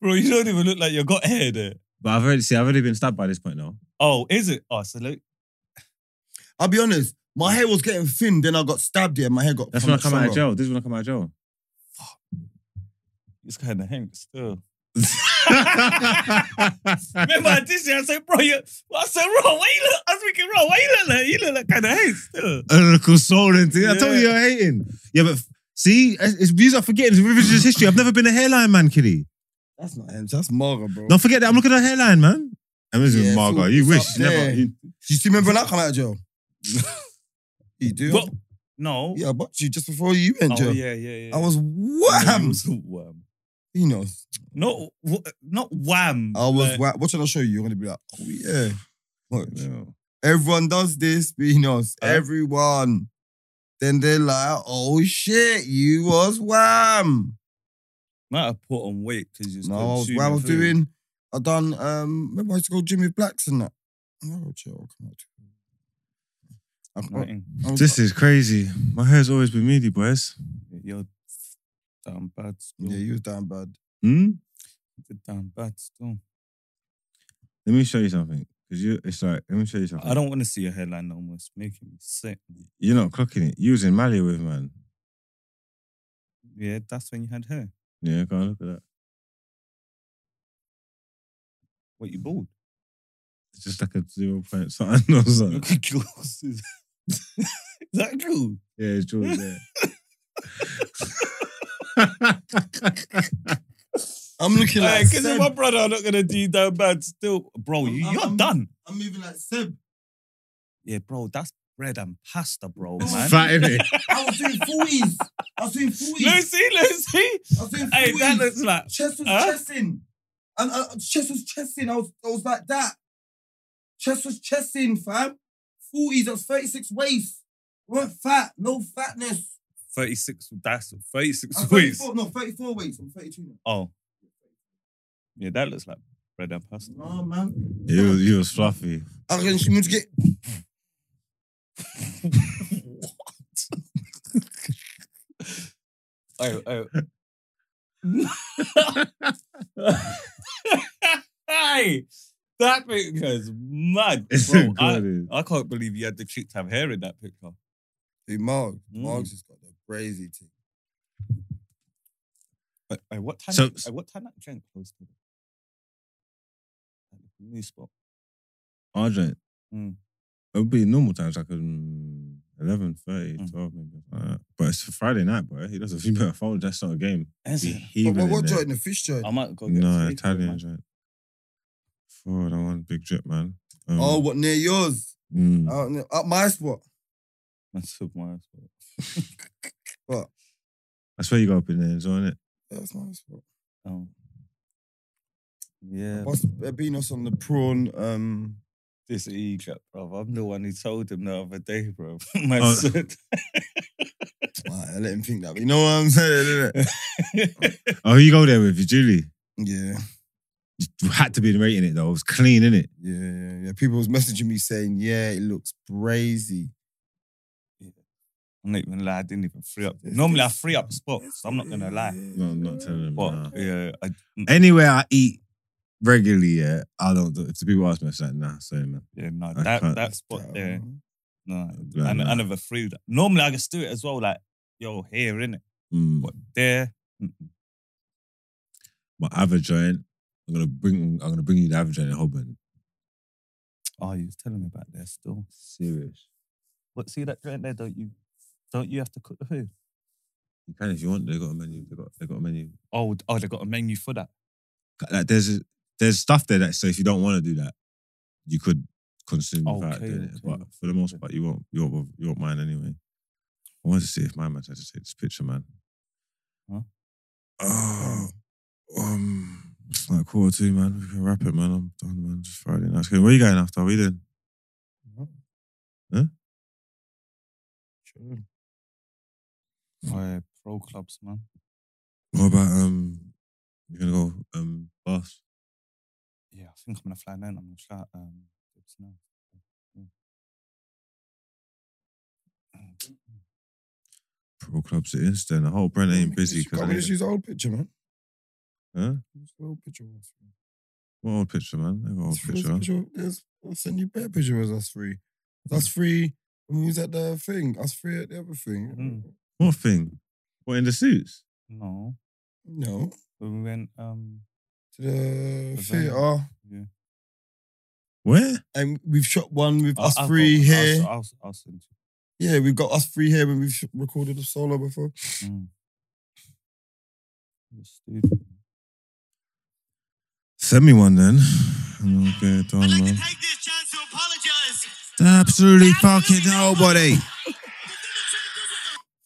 [SPEAKER 3] bro, you don't even look like you got hair there.
[SPEAKER 2] But I've already see I've already been stabbed by this point now.
[SPEAKER 3] Oh, is it? Oh, so look.
[SPEAKER 1] I'll be honest. My hair was getting thin, then I got stabbed here. My hair got.
[SPEAKER 2] That's when I
[SPEAKER 1] much
[SPEAKER 2] come out of
[SPEAKER 1] stronger.
[SPEAKER 2] jail. This is when I come out of jail.
[SPEAKER 3] It's kind of Hank still. Remember this year I said, bro, you, I said, wrong. Why you look? I was thinking, wrong. Why you look like you look like kind of Hank still?
[SPEAKER 2] a consoling thing. I told
[SPEAKER 3] Yeah.
[SPEAKER 2] you you're hating. Yeah, but f- see, it's, it's these are forgetting it's revisionist history. I've never been a hairline man, kiddie.
[SPEAKER 1] That's not him. That's Mara, bro.
[SPEAKER 2] Don't forget that. I'm looking at her hairline, man. I'm listening
[SPEAKER 1] Yeah,
[SPEAKER 2] to
[SPEAKER 1] it's
[SPEAKER 2] Margot.
[SPEAKER 1] all-
[SPEAKER 2] You
[SPEAKER 1] it's
[SPEAKER 2] wish
[SPEAKER 1] up
[SPEAKER 2] you never.
[SPEAKER 1] there.
[SPEAKER 2] You,
[SPEAKER 1] You see, remember when I come out of jail? you do.
[SPEAKER 3] But no.
[SPEAKER 1] yeah, I bought you just before you went
[SPEAKER 3] oh
[SPEAKER 1] jail.
[SPEAKER 3] yeah, yeah, yeah.
[SPEAKER 1] I was
[SPEAKER 3] Yeah, you
[SPEAKER 1] wham.
[SPEAKER 2] Mm.
[SPEAKER 3] was a worm.
[SPEAKER 1] You know,
[SPEAKER 3] Not wh- not wham.
[SPEAKER 1] I was
[SPEAKER 3] like,
[SPEAKER 1] wham. What should I show you? You're gonna be like, oh yeah. Look,
[SPEAKER 2] know.
[SPEAKER 1] Everyone does this, Beanos.
[SPEAKER 3] Huh?
[SPEAKER 1] Everyone. Then they're like, oh shit, you was wham.
[SPEAKER 3] might have put on weight because you.
[SPEAKER 1] No, I was, what I was doing, I done, um, remember I used to go Jimmy Blacks and that. Oh, chill, come out. I can't-
[SPEAKER 3] Nothing.
[SPEAKER 1] I was
[SPEAKER 2] This is crazy. My hair's always been meaty, boys.
[SPEAKER 3] You're damn bad. Still.
[SPEAKER 1] Yeah, you was damn bad.
[SPEAKER 2] Hmm?
[SPEAKER 3] You're damn bad still.
[SPEAKER 2] Let me show you something. Cause you, it's like, let me show you something.
[SPEAKER 3] I don't want to see your headline no more. It's making me sick.
[SPEAKER 2] You're not clocking it. You was in Mali with man.
[SPEAKER 3] Yeah, that's when you had hair.
[SPEAKER 2] Yeah, go on, look at that.
[SPEAKER 3] What you bald?
[SPEAKER 2] It's just like a zero point something or something.
[SPEAKER 3] Look at yours. Is that cool?
[SPEAKER 2] Yeah, it's George. Yeah.
[SPEAKER 1] I'm looking like
[SPEAKER 3] Because
[SPEAKER 1] Seb.
[SPEAKER 3] my brother, I'm not gonna do you that bad. Still, bro, you,
[SPEAKER 1] I'm-
[SPEAKER 3] you're
[SPEAKER 1] I'm-
[SPEAKER 3] done.
[SPEAKER 1] I'm moving like Seb.
[SPEAKER 3] Yeah, bro, that's bread and pasta, bro,
[SPEAKER 1] It's
[SPEAKER 3] man.
[SPEAKER 2] Fat in it.
[SPEAKER 1] I was doing 40s. I was doing 40s.
[SPEAKER 3] Lucy, Lucy.
[SPEAKER 1] I was doing 40s.
[SPEAKER 3] Hey, that looks like.
[SPEAKER 1] Chest was
[SPEAKER 3] Huh?
[SPEAKER 1] chesting. And uh, chest was chesting. I was, I was like that. Chest was chesting, fam. 40s, I was 36 waist. I weren't fat, no fatness.
[SPEAKER 3] 36, that's
[SPEAKER 1] I'm
[SPEAKER 3] 36 weeks.
[SPEAKER 1] 34, no, 34 waist. I'm 32 now.
[SPEAKER 3] Oh. Yeah, that looks like bread and pasta.
[SPEAKER 1] No, man.
[SPEAKER 2] You was, you was fluffy.
[SPEAKER 1] I reckon she moved to get.
[SPEAKER 3] Oh, oh. hey, that picture is mad,
[SPEAKER 2] It's
[SPEAKER 3] bro. I,
[SPEAKER 2] good.
[SPEAKER 3] I can't believe you had the cheek to have hair in that picture.
[SPEAKER 1] Dude, Mark,
[SPEAKER 3] Mm.
[SPEAKER 1] Mark's just got the crazy thing.
[SPEAKER 3] But hey, what time?
[SPEAKER 2] So-
[SPEAKER 3] hey, what time that drink closed? today? Like, the New spot.
[SPEAKER 2] Our joint.
[SPEAKER 3] Mm.
[SPEAKER 2] It would be normal times, like um, 11, 30,
[SPEAKER 3] Mm.
[SPEAKER 2] 12 maybe. something like that. But it's a Friday night, bro. He doesn't even put a phone. That's not a game.
[SPEAKER 3] Is
[SPEAKER 2] Be
[SPEAKER 3] it?
[SPEAKER 2] heaving
[SPEAKER 1] But what,
[SPEAKER 2] in
[SPEAKER 1] what
[SPEAKER 2] there.
[SPEAKER 1] joint? The fish joint?
[SPEAKER 3] I might go get
[SPEAKER 2] No,
[SPEAKER 3] some takeaway,
[SPEAKER 2] Italian
[SPEAKER 3] man.
[SPEAKER 2] joint. For the one big drip, man. Um,
[SPEAKER 1] oh, what near yours?
[SPEAKER 3] uh,
[SPEAKER 2] mm.
[SPEAKER 1] Out near, up my spot.
[SPEAKER 3] That's so my spot.
[SPEAKER 2] That's where you go up in there, enjoying it.
[SPEAKER 1] That's my spot.
[SPEAKER 3] Oh. Yeah,
[SPEAKER 1] Must have been us on the prawn. Um,
[SPEAKER 3] this Egypt, bro. I'm the one who told him the other day, bro. My
[SPEAKER 2] Oh.
[SPEAKER 3] son.
[SPEAKER 1] I let him think that. You know what I'm saying? innit?
[SPEAKER 2] Oh, you go there with you, Julie.
[SPEAKER 1] yeah,
[SPEAKER 2] You had to be rating it though. It was clean, innit?
[SPEAKER 1] yeah, yeah, yeah. People was messaging me saying, "Yeah, it looks crazy."
[SPEAKER 3] I'm not even lie. I didn't even free up. Normally, I free up spots. I'm not gonna lie.
[SPEAKER 2] No, I'm not telling them. nah.
[SPEAKER 3] But yeah, I,
[SPEAKER 2] Anywhere I eat regularly, yeah, I don't. do- If the people ask me, it's like, nah, sorry, man.
[SPEAKER 3] yeah, no,
[SPEAKER 2] I
[SPEAKER 3] that
[SPEAKER 2] can't-
[SPEAKER 3] that spot there, no,
[SPEAKER 2] Nah,
[SPEAKER 3] I,
[SPEAKER 2] nah.
[SPEAKER 3] I never free that. Normally, I just do it as well, like yo here innit?
[SPEAKER 2] Mm.
[SPEAKER 3] but there, mm-mm.
[SPEAKER 2] my other joint. I'm gonna bring. I'm gonna bring you the other joint in Hobart.
[SPEAKER 3] oh, you was telling me about there still.
[SPEAKER 2] Serious.
[SPEAKER 3] But see that joint there, don't you? Don't you have to cook the food?
[SPEAKER 2] You can if you want. They got a menu. They got. They got a menu.
[SPEAKER 3] Oh, d- oh, they got a menu for that.
[SPEAKER 2] Like there's a, there's stuff there that so if you don't want to do that, you could consume without
[SPEAKER 3] Okay,
[SPEAKER 2] doing
[SPEAKER 3] okay,
[SPEAKER 2] it. But for the most part, you won't. You won't. You won't mind anyway. I wanted to see if my man tried to take this picture, man.
[SPEAKER 3] Huh?
[SPEAKER 2] Oh, um, it's like quarter two, man. We can wrap it, man. I'm done, man. It's Friday night. Where you going after? What are you doing?
[SPEAKER 1] Sure.
[SPEAKER 3] Oh, yeah, pro clubs, man.
[SPEAKER 2] What about um? You're gonna go um bus.
[SPEAKER 3] Yeah, I think I'm gonna fly down. I'm gonna fly. Um, it's now.
[SPEAKER 2] Pro clubs at Insta and the whole brand ain't busy because
[SPEAKER 1] Can't we just use the old picture, man?
[SPEAKER 2] huh?
[SPEAKER 1] Use the old picture. of us.
[SPEAKER 2] What old picture, man? They got
[SPEAKER 3] Oh,
[SPEAKER 2] old
[SPEAKER 1] Let's- let's
[SPEAKER 2] picture.
[SPEAKER 1] picture- let's- I'll send you better picture of us three. Us three when we was at the thing. Us three at the other thing.
[SPEAKER 3] Mm.
[SPEAKER 2] What thing? What in the suits?
[SPEAKER 3] No,
[SPEAKER 1] No,
[SPEAKER 3] when we went. Um,
[SPEAKER 1] to the,
[SPEAKER 3] The
[SPEAKER 1] theater.
[SPEAKER 3] yeah.
[SPEAKER 2] Where?
[SPEAKER 1] And we've shot one with
[SPEAKER 3] I-
[SPEAKER 1] us
[SPEAKER 3] Oh, I've got
[SPEAKER 1] three
[SPEAKER 3] one. I'll s-
[SPEAKER 1] here.
[SPEAKER 3] I'll, s- I'll send you.
[SPEAKER 1] Yeah, we've got us three here when we've sh- recorded a solo before.
[SPEAKER 3] Mm. You're stupid.
[SPEAKER 2] Send me one then. And I'll get it done, man. Absolutely fucking nobody.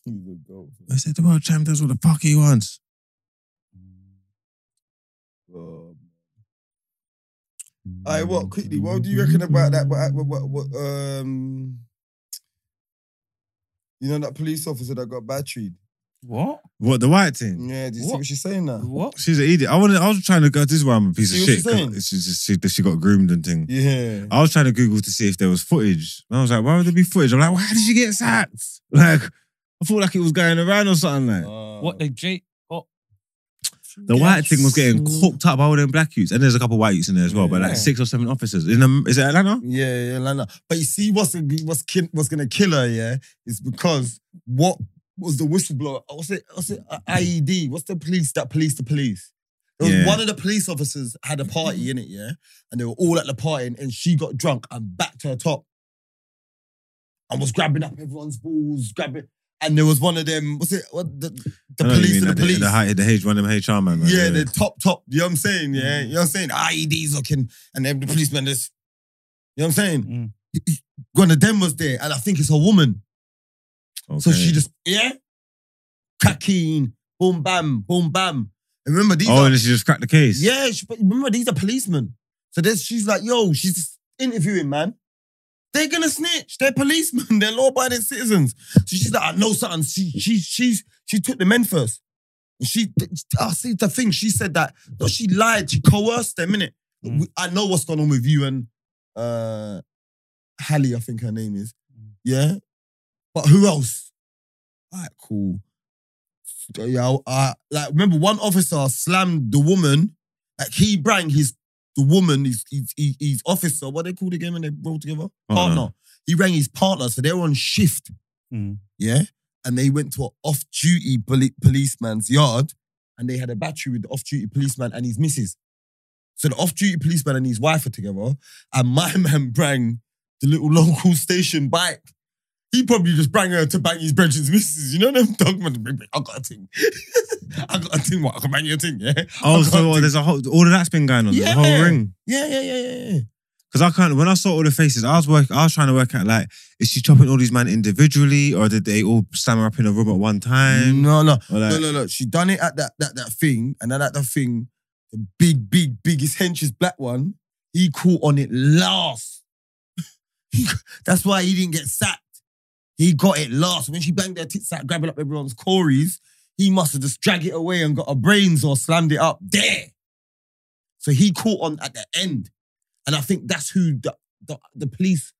[SPEAKER 2] I said the world champ does what the fuck he wants.
[SPEAKER 3] Mm.
[SPEAKER 1] I Oh, what quickly? What do you reckon about that? What, what, what, what, um, you know that police officer that got batteried?
[SPEAKER 3] What?
[SPEAKER 2] What the white thing?
[SPEAKER 1] Yeah, do you see
[SPEAKER 3] What?
[SPEAKER 1] what she's saying now?
[SPEAKER 3] What?
[SPEAKER 2] She's an idiot. I wanted, I was trying to go. This is why I'm a piece
[SPEAKER 1] See
[SPEAKER 2] of
[SPEAKER 1] what she's
[SPEAKER 2] shit. 'cause
[SPEAKER 1] saying?
[SPEAKER 2] It's just, she, she got groomed and thing.
[SPEAKER 1] Yeah.
[SPEAKER 2] I was trying to Google to see if there was footage. And I was like, why would there be footage? I'm like, why did she get sacked? Like, I thought like it was going around or something like.
[SPEAKER 1] Oh.
[SPEAKER 3] What? They J. What?
[SPEAKER 2] The white thing was getting cooked up by all them black youths, and there's a couple of white youths in there as well, but
[SPEAKER 3] Yeah.
[SPEAKER 2] like six or seven officers. In um, is it Atlanta?
[SPEAKER 1] Yeah, yeah, like that. But you see, what's what's kin- what's gonna kill her? Yeah, is because what was the whistleblower? What's it? What's it? uh, IED? What's the police that police the police? It was
[SPEAKER 2] Yeah.
[SPEAKER 1] one of the police officers had a party in it, yeah, and they were all at the party, and, and she got drunk and backed her top, and was grabbing up everyone's balls, grabbing. And there was one of them. What's it? What the, the
[SPEAKER 2] I know what you
[SPEAKER 1] police
[SPEAKER 2] mean,
[SPEAKER 1] and the
[SPEAKER 2] like
[SPEAKER 1] police.
[SPEAKER 2] The, hi- the H one them HR man. man
[SPEAKER 1] Yeah, the top, top. You know what I'm saying? Yeah,
[SPEAKER 2] Mm.
[SPEAKER 1] you know what I'm saying? IEDs looking, and then the policeman just, you know what I'm saying?
[SPEAKER 3] Mm.
[SPEAKER 1] One of them was there, and I think it's a woman. So
[SPEAKER 2] Okay.
[SPEAKER 1] she just, yeah? Cracking, boom, bam, boom, bam. And remember, these
[SPEAKER 2] Oh,
[SPEAKER 1] are,
[SPEAKER 2] and then she just cracked the case.
[SPEAKER 1] yeah, she, but remember, these are policemen. So there's, she's like, yo, she's just interviewing, man. They're gonna snitch. They're policemen. They're law-abiding citizens. So she's like, I know something. She, she, she's, she took the men first. And she, I see the thing. She said that no, she lied. She coerced them innit?
[SPEAKER 3] Mm.
[SPEAKER 1] We- I know what's going on with you and uh, Hallie, I think her name is.
[SPEAKER 3] Mm.
[SPEAKER 1] Yeah, but who else? All right, cool. yeah, I, like remember one officer slammed the woman. Like he bang his the woman, his, his, his, his officer. What they called again when they rolled together? Partner. He rang his partner, so they were on shift.
[SPEAKER 3] Mm.
[SPEAKER 1] Yeah, and they went to an off-duty poli- policeman's yard, and they had a battery with the off-duty policeman and his missus. So the off-duty policeman and his wife are together, and my man brang the little local station bike. He probably just brang her to bang his brethren's missus. You know them dog man. big, big, I got a thing. I got a thing. What I can bang your thing. Yeah.
[SPEAKER 2] Oh,
[SPEAKER 1] I
[SPEAKER 2] so
[SPEAKER 1] got a thing.
[SPEAKER 2] there's a whole all of that's been going on. The
[SPEAKER 1] Yeah.
[SPEAKER 2] whole ring.
[SPEAKER 1] yeah, yeah, yeah, yeah, yeah.
[SPEAKER 2] Because I can't. When I saw all the faces, I was work. I was trying to work out like, is she chopping all these men individually, or did they all slam up in a room at one time?
[SPEAKER 1] no, no,
[SPEAKER 2] Or like,
[SPEAKER 1] no, no, no. She done it at that that that thing, and then at that thing, the big, big, biggest hench's black one. He caught on it last. That's why he didn't get sacked. He got it last. When she banged her tits out, grabbing up everyone's Corys, he must have just dragged it away and got her brains or slammed it up there. So he caught on at the end. And I think that's who the, the, the police,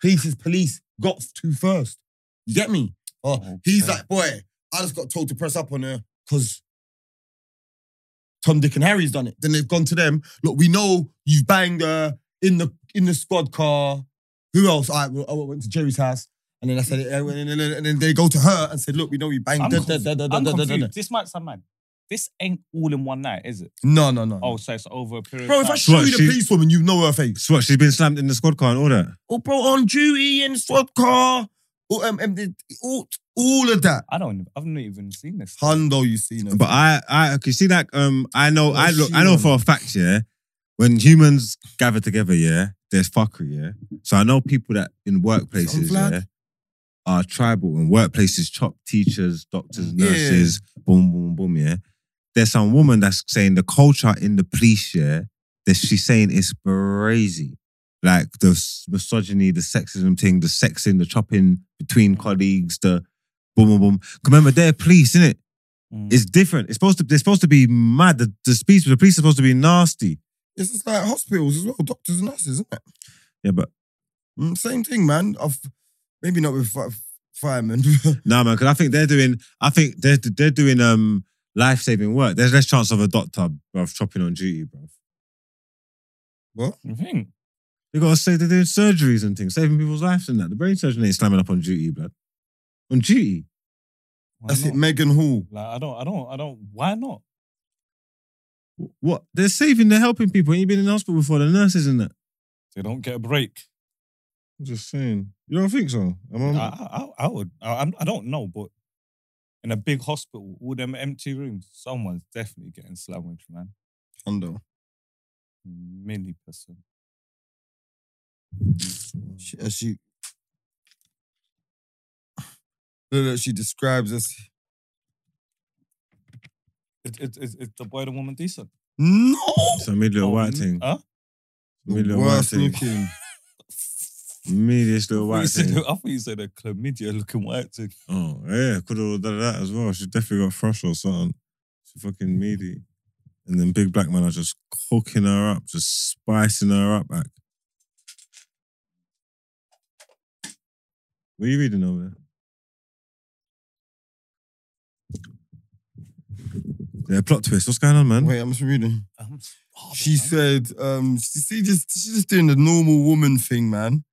[SPEAKER 1] police's police got to first. You get me? Oh, He's
[SPEAKER 3] Okay.
[SPEAKER 1] like, boy, I just got told to press up on her because Tom, Dick, and Harry's done it. Then they've gone to them. Look, we know you've banged her in the in the squad car. Who else? I, I went to Jerry's house, and then I said, and then, and then- and then they go to her and said, look, we know you banged.
[SPEAKER 3] I'm,
[SPEAKER 1] da-
[SPEAKER 3] confused.
[SPEAKER 1] da- da- da-
[SPEAKER 3] I'm
[SPEAKER 1] da- da- da- da.
[SPEAKER 3] confused. This might sound mad. This ain't all in one night, is it?
[SPEAKER 1] No, no, no.
[SPEAKER 3] Oh, so it's over a period.
[SPEAKER 1] bro,
[SPEAKER 3] of
[SPEAKER 1] if I
[SPEAKER 3] time.
[SPEAKER 1] show
[SPEAKER 2] What,
[SPEAKER 1] you the
[SPEAKER 2] she-
[SPEAKER 1] police woman, you know her face.
[SPEAKER 2] So what, she's been slammed in the squad car and all that.
[SPEAKER 1] Oh, bro, on duty in squad car. Oh, um, um, the- all, all of that.
[SPEAKER 3] I don't. I've not even seen this.
[SPEAKER 1] Hundo, you seen her.
[SPEAKER 2] But I, I okay, see that. Um, I know, I
[SPEAKER 1] What's
[SPEAKER 2] look,
[SPEAKER 1] she
[SPEAKER 2] I know
[SPEAKER 1] on?
[SPEAKER 2] for a fact, yeah. When humans gather together, yeah, there's fuckery, yeah. So I know people that in workplaces,
[SPEAKER 1] Vlad.
[SPEAKER 2] yeah, are tribal in workplaces, chop teachers, doctors,
[SPEAKER 1] Yeah.
[SPEAKER 2] nurses, boom, boom, boom, yeah. There's some woman that's saying the culture in the police, yeah, that she's saying it's crazy. Like the s- misogyny, the sexism thing, the sexing, the chopping between colleagues, the boom, boom, boom. 'Cause Remember, they're police, innit?
[SPEAKER 3] Mm.
[SPEAKER 2] It's different. It's supposed to. They're supposed to be mad. The, the speech. The police are supposed to be nasty.
[SPEAKER 1] It's just like hospitals as well, doctors and nurses, isn't it?
[SPEAKER 2] Yeah, but
[SPEAKER 1] Mm, same thing, man. I've, maybe not with fi- firemen.
[SPEAKER 2] nah, man. Because I think they're doing. I think they're they're doing um life saving work. There's less chance of a doctor bruv, chopping on duty, bruv.
[SPEAKER 3] You think?
[SPEAKER 2] They gotta say they're doing surgeries and things, saving people's lives and that. The brain surgeon ain't slamming up on duty, blood. On duty.
[SPEAKER 3] Why
[SPEAKER 1] That's it,
[SPEAKER 3] not?
[SPEAKER 1] Megan Hall.
[SPEAKER 3] Like, I don't. I don't. I don't. Why not?
[SPEAKER 2] Wh- What? They're saving. They're helping people. Ain't you been in hospital before? The nurses and that.
[SPEAKER 3] They don't get a break.
[SPEAKER 2] I'm just saying. You don't think so? Am
[SPEAKER 3] I, I, I would. I, I'm- I don't know, but in a big hospital, all them empty rooms, someone's definitely getting slammed, man.
[SPEAKER 1] Hundo.
[SPEAKER 3] Milli percent.
[SPEAKER 1] She, uh, she, Look, look, she describes us.
[SPEAKER 3] Is, is, is, is the boy and woman decent?
[SPEAKER 1] No,
[SPEAKER 2] It's a mid little
[SPEAKER 3] Oh,
[SPEAKER 2] white
[SPEAKER 3] n-
[SPEAKER 2] thing.
[SPEAKER 3] Huh?
[SPEAKER 2] Mid
[SPEAKER 1] the
[SPEAKER 2] little white
[SPEAKER 1] worst
[SPEAKER 2] thing.
[SPEAKER 1] looking.
[SPEAKER 2] Mid little
[SPEAKER 3] I thought you
[SPEAKER 2] white
[SPEAKER 3] said-
[SPEAKER 2] thing.
[SPEAKER 3] I thought you said a chlamydia looking white thing.
[SPEAKER 2] Oh, yeah, could have done that as well. She definitely got thrush or something. She
[SPEAKER 1] Mm.
[SPEAKER 2] fucking meaty. And then Big Black Man are just hooking her up, just spicing her up back. What are you reading over there? Yeah, plot twist. What's going on, man?
[SPEAKER 1] Wait, I'm just reading.
[SPEAKER 3] Um, oh,
[SPEAKER 1] She said, um, she, she just she's just doing the normal woman thing, man.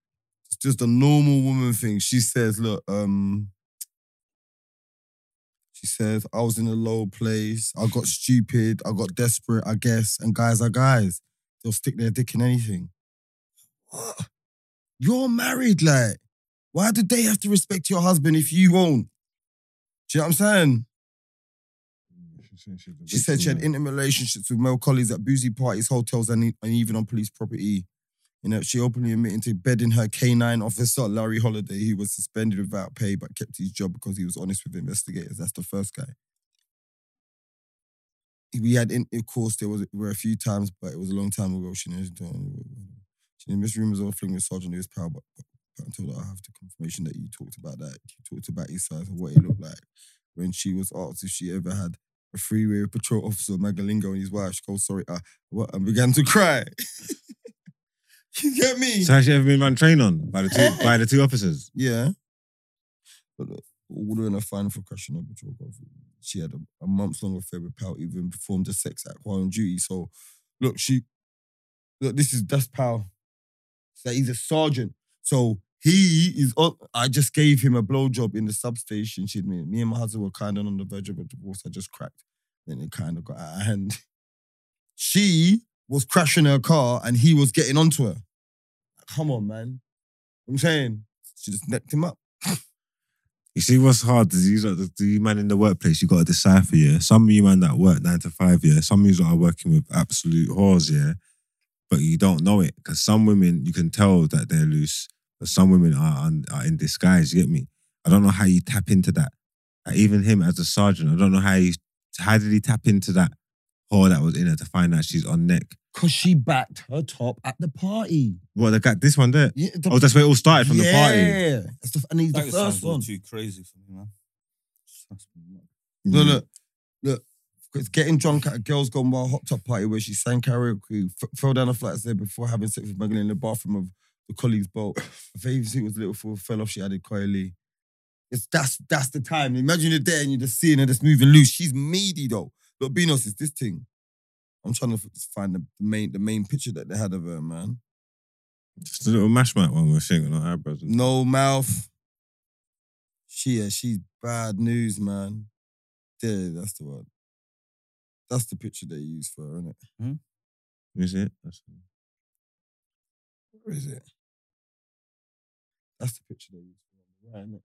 [SPEAKER 1] It's just a normal woman thing. She says, look, um, she says, I was in a low place. I got stupid. I got desperate, I guess. And guys are guys. They'll stick their dick in anything. What? You're married, like. Why do they have to respect your husband if you won't? Do you know what I'm saying? She said she
[SPEAKER 2] Mm.
[SPEAKER 1] had intimate relationships with male colleagues at boozy parties, hotels, and, e-, and even on police property. You know, she openly admitted to bedding her K9 officer, Larry Holiday, who was suspended without pay but kept his job because he was honest with investigators. That's the first guy. We had intercourse, there was were a few times, but it was a long time ago. She knows. She missed rumors of a fling with Sergeant Lewis Powell, but, but until I have the confirmation that you talked about that, you talked about his size and what it looked like. When she was asked if she ever had a freeway patrol officer Magalingo and his wife. She called sorry uh, what, and began to cry. you get me?
[SPEAKER 2] So has she ever been run train on by the two by the two officers?
[SPEAKER 1] yeah. But uh, all in a fine for crushing a patrol car. she had a, a months long affair with Pal, even performed a sex act while on duty. So, look, she, look, this is that's Pal. So he's a sergeant. So he is. On, I just gave him a blowjob in the substation. She admitted. Me and my husband were kind of on the verge of a divorce. I just cracked. Then it kind of got out of hand. She was crashing her car and he was getting onto her. Come on, man. I'm saying she just necked him up.
[SPEAKER 2] You see, what's hard is you, lot- the you man in the workplace, you got to decipher, yeah. Some of you man that work nine to five, yeah. Some of you lot are working with absolute whores, yeah. But you don't know it because some women, you can tell that they're loose, but some women are, un- are in disguise. You get me? I don't know how you tap into that. Like, even him as a sergeant, I don't know how he, how did he tap into that whore that was in her to find out she's on neck.
[SPEAKER 1] Cause she backed her top at the party.
[SPEAKER 2] Well, they got this one there.
[SPEAKER 1] Yeah, the-
[SPEAKER 2] Oh, that's where it all started from the party.
[SPEAKER 1] Yeah, That's the- and he's the
[SPEAKER 3] That sounds
[SPEAKER 1] first
[SPEAKER 3] a little
[SPEAKER 1] one.
[SPEAKER 3] too crazy for me, man. That's mad.
[SPEAKER 1] No,
[SPEAKER 2] Mm.
[SPEAKER 1] look, look. It's getting drunk at a girls gone wild hot top party where she sang karaoke, f- fell down the flight of stairs before having sex with Magdalene in the bathroom of the colleague's boat. Her favorite suit was little fool, fell off. She added coyly. It's that's that's the time. Imagine you're there and you're just seeing her just moving loose. She's meaty though. Look, Beanos is this thing. I'm trying to f- find the main the main picture that they had of her, man.
[SPEAKER 2] Just a little mash mat one with shit with no eyebrows. and-
[SPEAKER 1] No mouth. She, yeah, she's bad news, man. Yeah, that's the one. That's the picture they use for her, innit?
[SPEAKER 2] Is it? That's-
[SPEAKER 1] Where is it? That's the picture they use for her on the right, innit?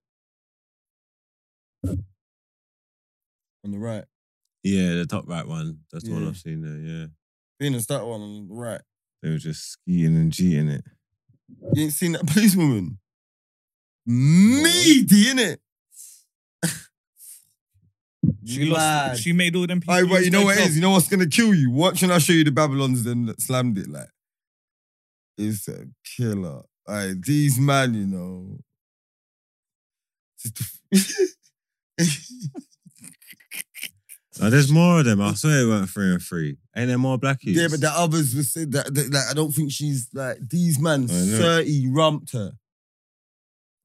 [SPEAKER 1] On the right.
[SPEAKER 2] Yeah, the top right one. That's the one
[SPEAKER 1] Yeah.
[SPEAKER 2] I've seen there. Yeah,
[SPEAKER 1] Venus, that one on the right.
[SPEAKER 2] they were just skiing and cheating it.
[SPEAKER 1] You ain't seen that policewoman? Meaty, innit?
[SPEAKER 3] She
[SPEAKER 1] Mad.
[SPEAKER 3] lost. She made all them people.
[SPEAKER 1] All right, but you
[SPEAKER 3] lose
[SPEAKER 1] know
[SPEAKER 3] their
[SPEAKER 1] what it
[SPEAKER 3] job.
[SPEAKER 1] is? You know what's gonna kill you? Watching I show you the Babylons then slammed it like it's a killer. Alright, these man, you know. Just-
[SPEAKER 2] Now, there's more of them. I swear it weren't three and three. Ain't there more blackies?
[SPEAKER 1] yeah, but the others were said that, that like, I don't think she's like these man
[SPEAKER 2] I know.
[SPEAKER 1] 30 rumped her.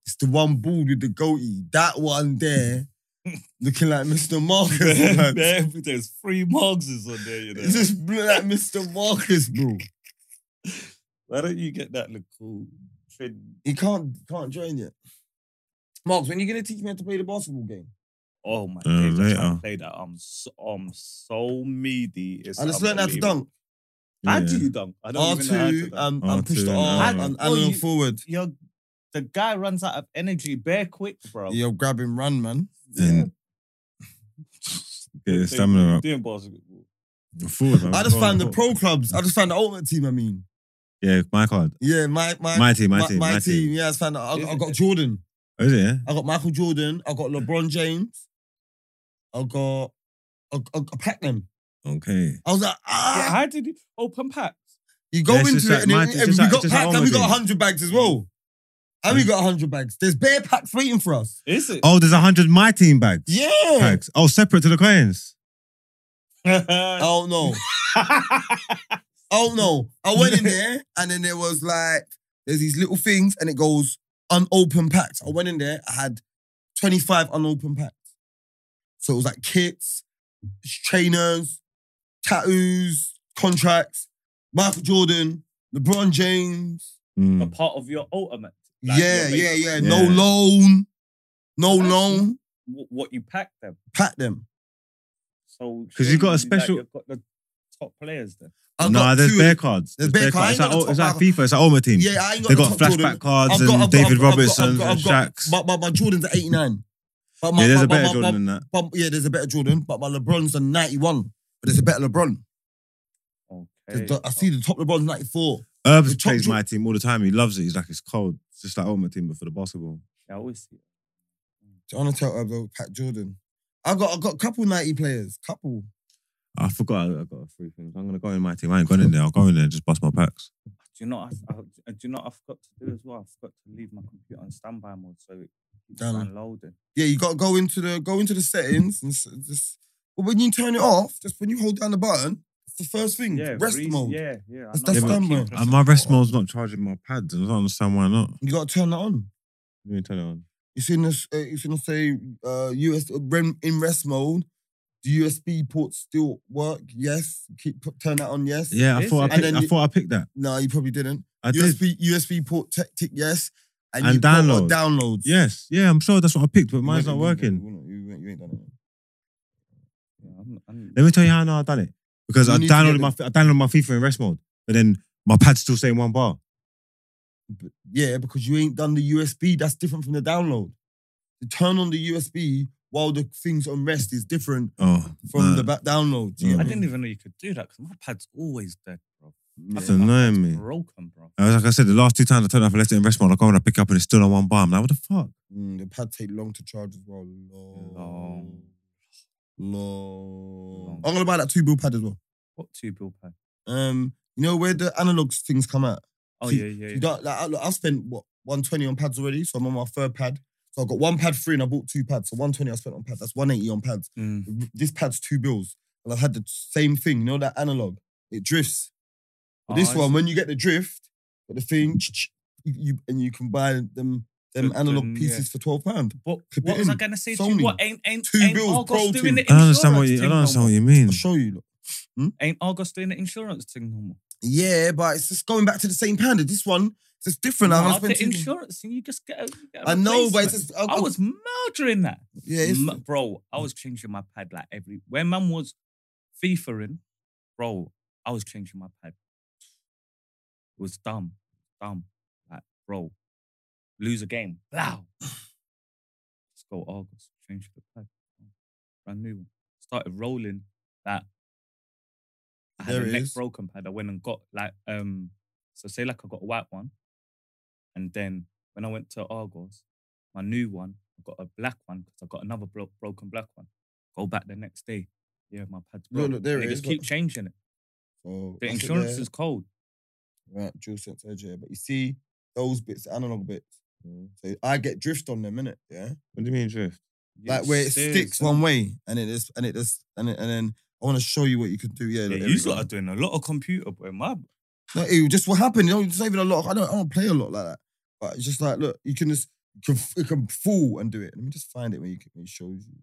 [SPEAKER 1] It's the one bald with the goatee. That one there looking like Mr. Marcus. man.
[SPEAKER 3] There- There's three Marxes on there, you know.
[SPEAKER 1] It's just look like Mr. Marcus, bro.
[SPEAKER 3] Why don't you get that little trin?
[SPEAKER 1] He can't can't join yet. Marks, when are you gonna teach me how to play the basketball game?
[SPEAKER 3] Oh my
[SPEAKER 2] Uh,
[SPEAKER 3] days! I
[SPEAKER 2] later.
[SPEAKER 3] can't play that. I'm so, I'm so meaty. It's
[SPEAKER 1] I just learned how to
[SPEAKER 3] unbelievable.
[SPEAKER 1] dunk.
[SPEAKER 3] How
[SPEAKER 2] Yeah.
[SPEAKER 3] do you dunk? I don't
[SPEAKER 1] R
[SPEAKER 3] even know how to
[SPEAKER 1] two
[SPEAKER 3] dunk.
[SPEAKER 1] um, and push
[SPEAKER 2] R2
[SPEAKER 1] the
[SPEAKER 2] and
[SPEAKER 1] R
[SPEAKER 2] R.
[SPEAKER 1] and
[SPEAKER 3] Oh,
[SPEAKER 1] Allen
[SPEAKER 3] you-
[SPEAKER 1] forward.
[SPEAKER 3] You're, the guy runs out of energy bare quick, bro.
[SPEAKER 1] You're grabbing run, man.
[SPEAKER 2] And get the stamina up.
[SPEAKER 3] Doing basketball.
[SPEAKER 2] Forward, man,
[SPEAKER 1] I just
[SPEAKER 2] forward,
[SPEAKER 1] found the
[SPEAKER 2] forward.
[SPEAKER 1] pro clubs. I just found the ultimate team. I mean,
[SPEAKER 2] Yeah, my card.
[SPEAKER 1] yeah, my my
[SPEAKER 2] My team, my,
[SPEAKER 1] my,
[SPEAKER 2] team,
[SPEAKER 1] my team. Yeah, I just found. I, I got Jordan.
[SPEAKER 2] Oh, is it? yeah?
[SPEAKER 1] I got Michael Jordan. I got LeBron James. I got. I, I, I packed them.
[SPEAKER 2] Okay.
[SPEAKER 1] I was like, ah,
[SPEAKER 3] Yeah, how did you open packs?
[SPEAKER 1] you go
[SPEAKER 2] Yeah, it's
[SPEAKER 1] into
[SPEAKER 2] just
[SPEAKER 1] it,
[SPEAKER 2] like
[SPEAKER 1] and,
[SPEAKER 2] my
[SPEAKER 1] then,
[SPEAKER 2] team,
[SPEAKER 1] and
[SPEAKER 2] just
[SPEAKER 1] we
[SPEAKER 2] like-
[SPEAKER 1] got
[SPEAKER 2] just like
[SPEAKER 1] packs,
[SPEAKER 2] all
[SPEAKER 1] and we
[SPEAKER 2] my
[SPEAKER 1] got
[SPEAKER 2] team.
[SPEAKER 1] hundred bags as well. And we got hundred bags. There's bare packs waiting for us.
[SPEAKER 3] Is it?
[SPEAKER 2] Oh, there's a hundred my team bags.
[SPEAKER 1] Yeah.
[SPEAKER 2] Bags. Oh, separate to the coins.
[SPEAKER 1] I don't know. Oh. I don't know. Oh, I went in there and then there was like, there's these little things and it goes unopened packs. I went in there, I had 25 unopened packs. So it was like kits, trainers, tattoos, contracts, Michael Jordan, LeBron James.
[SPEAKER 3] a
[SPEAKER 2] Mm.
[SPEAKER 3] part of your ultimate.
[SPEAKER 1] yeah,
[SPEAKER 3] your
[SPEAKER 1] yeah,
[SPEAKER 3] base-
[SPEAKER 1] yeah,
[SPEAKER 2] Yeah.
[SPEAKER 1] No loan. No
[SPEAKER 3] That's
[SPEAKER 1] loan.
[SPEAKER 3] wh- What you pack them.
[SPEAKER 1] Pack them.
[SPEAKER 3] So
[SPEAKER 2] 'Cause you got a
[SPEAKER 3] surely, like,
[SPEAKER 2] special-
[SPEAKER 3] you've got the top players there.
[SPEAKER 1] I
[SPEAKER 2] Nah,
[SPEAKER 1] got
[SPEAKER 2] there's
[SPEAKER 1] two-
[SPEAKER 2] bear cards.
[SPEAKER 1] There's bear card.
[SPEAKER 2] cards.
[SPEAKER 1] I ain't
[SPEAKER 2] It's like,
[SPEAKER 1] got
[SPEAKER 2] oh, it's
[SPEAKER 1] the
[SPEAKER 2] like
[SPEAKER 1] top-
[SPEAKER 2] FIFA. It's like all my team.
[SPEAKER 1] Yeah, I ain't got
[SPEAKER 2] they
[SPEAKER 1] the
[SPEAKER 2] got
[SPEAKER 1] top
[SPEAKER 2] flashback
[SPEAKER 1] Jordan.
[SPEAKER 2] cards
[SPEAKER 1] I've got-
[SPEAKER 2] and
[SPEAKER 1] I've got-
[SPEAKER 2] David
[SPEAKER 1] I've got- I've
[SPEAKER 2] Robertson
[SPEAKER 1] got- I've
[SPEAKER 2] and
[SPEAKER 1] got-
[SPEAKER 2] Shaq's.
[SPEAKER 1] My, my, my Jordan's at 89. But my,
[SPEAKER 2] yeah, there's
[SPEAKER 1] my-
[SPEAKER 2] a better
[SPEAKER 1] my- my-
[SPEAKER 2] Jordan than that.
[SPEAKER 1] But yeah, there's a better Jordan, but my LeBron's a 91. But there's a better LeBron.
[SPEAKER 3] Okay.
[SPEAKER 1] There's the- I see the top LeBron's 94.
[SPEAKER 2] Herbs
[SPEAKER 1] The top
[SPEAKER 2] plays
[SPEAKER 1] Jor-
[SPEAKER 2] my team all the time. He loves it. He's like, it's cold. It's just like oh my team, but for the basketball.
[SPEAKER 3] I always see.
[SPEAKER 1] I want to tell her about Pat Jordan. I got I got a couple 90 players. Couple.
[SPEAKER 2] I forgot. I I got three things. I'm gonna go in my team. I ain't going in there. I'll go in there and just bust my packs.
[SPEAKER 3] Do you know? what I, I, do you know? What I forgot to do as well. I forgot to leave my computer on standby mode so it keeps
[SPEAKER 1] Done.
[SPEAKER 3] unloading.
[SPEAKER 1] Yeah, you gotta go into the go into the settings and s- just but when you turn it off, just when you hold down the button, it's the first thing.
[SPEAKER 3] Yeah,
[SPEAKER 1] Hmm, rest
[SPEAKER 3] re-
[SPEAKER 1] mode.
[SPEAKER 3] Yeah, yeah. I
[SPEAKER 1] That's-
[SPEAKER 3] know
[SPEAKER 1] that's
[SPEAKER 3] what
[SPEAKER 1] stand
[SPEAKER 3] keeps
[SPEAKER 1] mode.
[SPEAKER 3] pressing
[SPEAKER 2] And my rest
[SPEAKER 3] off.
[SPEAKER 2] mode's not charging my pads. I don't understand why not.
[SPEAKER 1] You gotta turn that on.
[SPEAKER 2] Let me turn it on.
[SPEAKER 1] It's in this uh, it's gonna say uh US uh, rem- in rest mode. Do USB ports still work? Yes. Keep put, turn that on. Yes.
[SPEAKER 2] Yeah, I
[SPEAKER 3] Is
[SPEAKER 2] thought I,
[SPEAKER 3] it?
[SPEAKER 2] picked,
[SPEAKER 1] And then
[SPEAKER 2] I
[SPEAKER 1] you-
[SPEAKER 2] thought I picked that.
[SPEAKER 1] No, you probably didn't.
[SPEAKER 2] I did.
[SPEAKER 1] USB USB port tech tick yes, and,
[SPEAKER 2] And
[SPEAKER 1] you put on
[SPEAKER 2] download.
[SPEAKER 1] downloads.
[SPEAKER 2] Yes, yeah, I'm sure that's what I picked, but
[SPEAKER 1] You
[SPEAKER 2] mine's
[SPEAKER 1] went-
[SPEAKER 2] not
[SPEAKER 1] you went-
[SPEAKER 2] working.
[SPEAKER 1] You, went- you, went- you ain't done it.
[SPEAKER 3] Yeah, I'm- I'm-
[SPEAKER 2] Let me tell you how I know I done it because
[SPEAKER 1] You
[SPEAKER 2] I
[SPEAKER 1] need to
[SPEAKER 2] downloaded
[SPEAKER 1] get
[SPEAKER 2] my I downloaded my FIFA in rest mode, but then my pad's still saying one bar.
[SPEAKER 1] But yeah, because you ain't done the USB. That's different from the download. To turn on the USB while the things on rest is different
[SPEAKER 2] Oh,
[SPEAKER 1] from
[SPEAKER 2] nah,
[SPEAKER 1] the back download. Do you
[SPEAKER 2] Mm.
[SPEAKER 1] know
[SPEAKER 3] I
[SPEAKER 1] what
[SPEAKER 3] didn't even know you could do that because my pad's always dead, bro.
[SPEAKER 1] mean?
[SPEAKER 2] That's
[SPEAKER 1] Yeah.
[SPEAKER 2] annoying me.
[SPEAKER 3] Broken, bro.
[SPEAKER 2] I was like I said, the last two times I turned up and left it in rest mode, I go and I pick up and it's still on one bar. I'm like, what the fuck?
[SPEAKER 1] Mm, the pad take long to charge as well. Long.
[SPEAKER 3] Long.
[SPEAKER 1] Long.
[SPEAKER 3] Long.
[SPEAKER 1] I'm gonna buy that two bill pad as well.
[SPEAKER 3] What two bill pad?
[SPEAKER 1] Um, you know where the analog things come out.
[SPEAKER 3] Oh
[SPEAKER 1] See,
[SPEAKER 3] yeah, yeah.
[SPEAKER 1] You
[SPEAKER 3] yeah.
[SPEAKER 1] don't like. I, look, I've spent what 120 on pads already, so I'm on my third pad. So I got one pad free and I bought two pads. So 120 I spent on pads. That's 180 on pads.
[SPEAKER 3] Mm.
[SPEAKER 1] This pad's two bills, and I've had the same thing. You know that analog, it drifts. But this
[SPEAKER 3] Oh, I
[SPEAKER 1] one,
[SPEAKER 3] see.
[SPEAKER 1] when you get the drift, got the thing, you, you- and you can buy them them
[SPEAKER 3] Good,
[SPEAKER 1] analog
[SPEAKER 3] then, yeah.
[SPEAKER 1] pieces for 12 pound.
[SPEAKER 3] What,
[SPEAKER 1] clip
[SPEAKER 3] what
[SPEAKER 1] it
[SPEAKER 3] was I
[SPEAKER 1] in.
[SPEAKER 3] gonna say to
[SPEAKER 1] Sony.
[SPEAKER 3] you? What ain't ain't
[SPEAKER 1] Two
[SPEAKER 3] ain't
[SPEAKER 1] bills,
[SPEAKER 3] Argos
[SPEAKER 1] pro
[SPEAKER 3] doing
[SPEAKER 1] team.
[SPEAKER 3] the
[SPEAKER 2] I don't understand what
[SPEAKER 3] insurance
[SPEAKER 2] you. I
[SPEAKER 3] thing
[SPEAKER 2] don't
[SPEAKER 3] no
[SPEAKER 2] understand what
[SPEAKER 3] more?
[SPEAKER 2] you mean.
[SPEAKER 1] I'll show you. Look.
[SPEAKER 3] Ain't Argos doing the insurance thing no more?
[SPEAKER 1] Yeah, but it's just going back to the same pound. This one, it's just different. I,
[SPEAKER 3] Nah,
[SPEAKER 1] haven't spent
[SPEAKER 3] the
[SPEAKER 1] two bills.
[SPEAKER 3] insurance thing, you just get. A, you get a
[SPEAKER 1] I know, but
[SPEAKER 3] replacement.
[SPEAKER 1] it's just, I,
[SPEAKER 3] I was murdering that.
[SPEAKER 1] yeah, it's, Mm.
[SPEAKER 3] M- bro, I was changing my pad like every when man was FIFAing, bro, I was changing my pad. It was dumb, dumb. Like, bro, lose a game. Blow. Let's go August. Change the pad. Brand new one. Started rolling that. I had
[SPEAKER 1] There
[SPEAKER 3] a
[SPEAKER 1] it
[SPEAKER 3] neck
[SPEAKER 1] is.
[SPEAKER 3] broken pad. I went and got like um, so say like I got a white one. And then when I went to Argos, my new one, I got a black one because I got another bro- broken black one. Go back the next day. Yeah, my pad's
[SPEAKER 1] Look,
[SPEAKER 3] broken.
[SPEAKER 1] look, there
[SPEAKER 3] they
[SPEAKER 1] it
[SPEAKER 3] just
[SPEAKER 1] is,
[SPEAKER 3] keep
[SPEAKER 1] look.
[SPEAKER 3] changing it.
[SPEAKER 1] Oh,
[SPEAKER 3] The
[SPEAKER 1] that's it
[SPEAKER 3] insurance
[SPEAKER 1] there.
[SPEAKER 3] is cold.
[SPEAKER 1] Right, dual sense edge, yeah. But you see those bits, the analog bits.
[SPEAKER 3] Mm.
[SPEAKER 1] So I get drift on them, innit? Yeah.
[SPEAKER 2] What do you mean drift?
[SPEAKER 1] like where it
[SPEAKER 3] Yes, there's
[SPEAKER 1] sticks
[SPEAKER 3] that.
[SPEAKER 1] one way and it is and it is and it, and then I want to show you what you can do. Yeah,
[SPEAKER 3] Yeah,
[SPEAKER 1] look, there
[SPEAKER 3] you
[SPEAKER 1] we go.
[SPEAKER 3] lot are doing a lot of computer, boy. My
[SPEAKER 1] No, it just what happened. You know, it's not even a lot. I don't I don't play a lot like that. But it's just like look, you can just you can, f- you can fool and do it. Let me just find it when you can, when it shows you.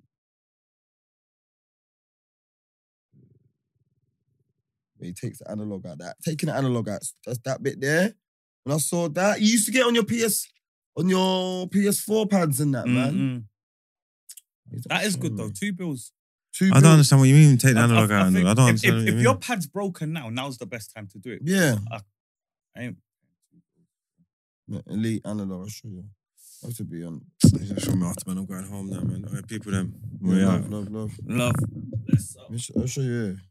[SPEAKER 1] Where he takes the analog out that taking the analog out. That's that bit there. When I saw that, you used to get on your PS on your PS4 pads and that man. Mm.
[SPEAKER 3] Mm-mm. Mm, That is good though. Two bills.
[SPEAKER 1] Two
[SPEAKER 2] I don't
[SPEAKER 1] bills.
[SPEAKER 2] understand what you mean. Take the
[SPEAKER 3] I- I-
[SPEAKER 2] analog
[SPEAKER 3] I
[SPEAKER 2] out. and
[SPEAKER 3] think
[SPEAKER 2] all. I
[SPEAKER 3] if,
[SPEAKER 2] don't
[SPEAKER 3] if,
[SPEAKER 2] understand. what you
[SPEAKER 3] if
[SPEAKER 2] mean.
[SPEAKER 3] your pad's broken now, now's the best time to do it.
[SPEAKER 1] Yeah.
[SPEAKER 3] I ain't-
[SPEAKER 1] No, Elite analog, I'll show you. I have to be on.
[SPEAKER 2] You just show me after, man. I'm going home now, man. All right, people, them.
[SPEAKER 1] Yeah,
[SPEAKER 2] We out.
[SPEAKER 1] love, love, love.
[SPEAKER 3] Love. Bless up.
[SPEAKER 1] Let me sh- I'll show you here.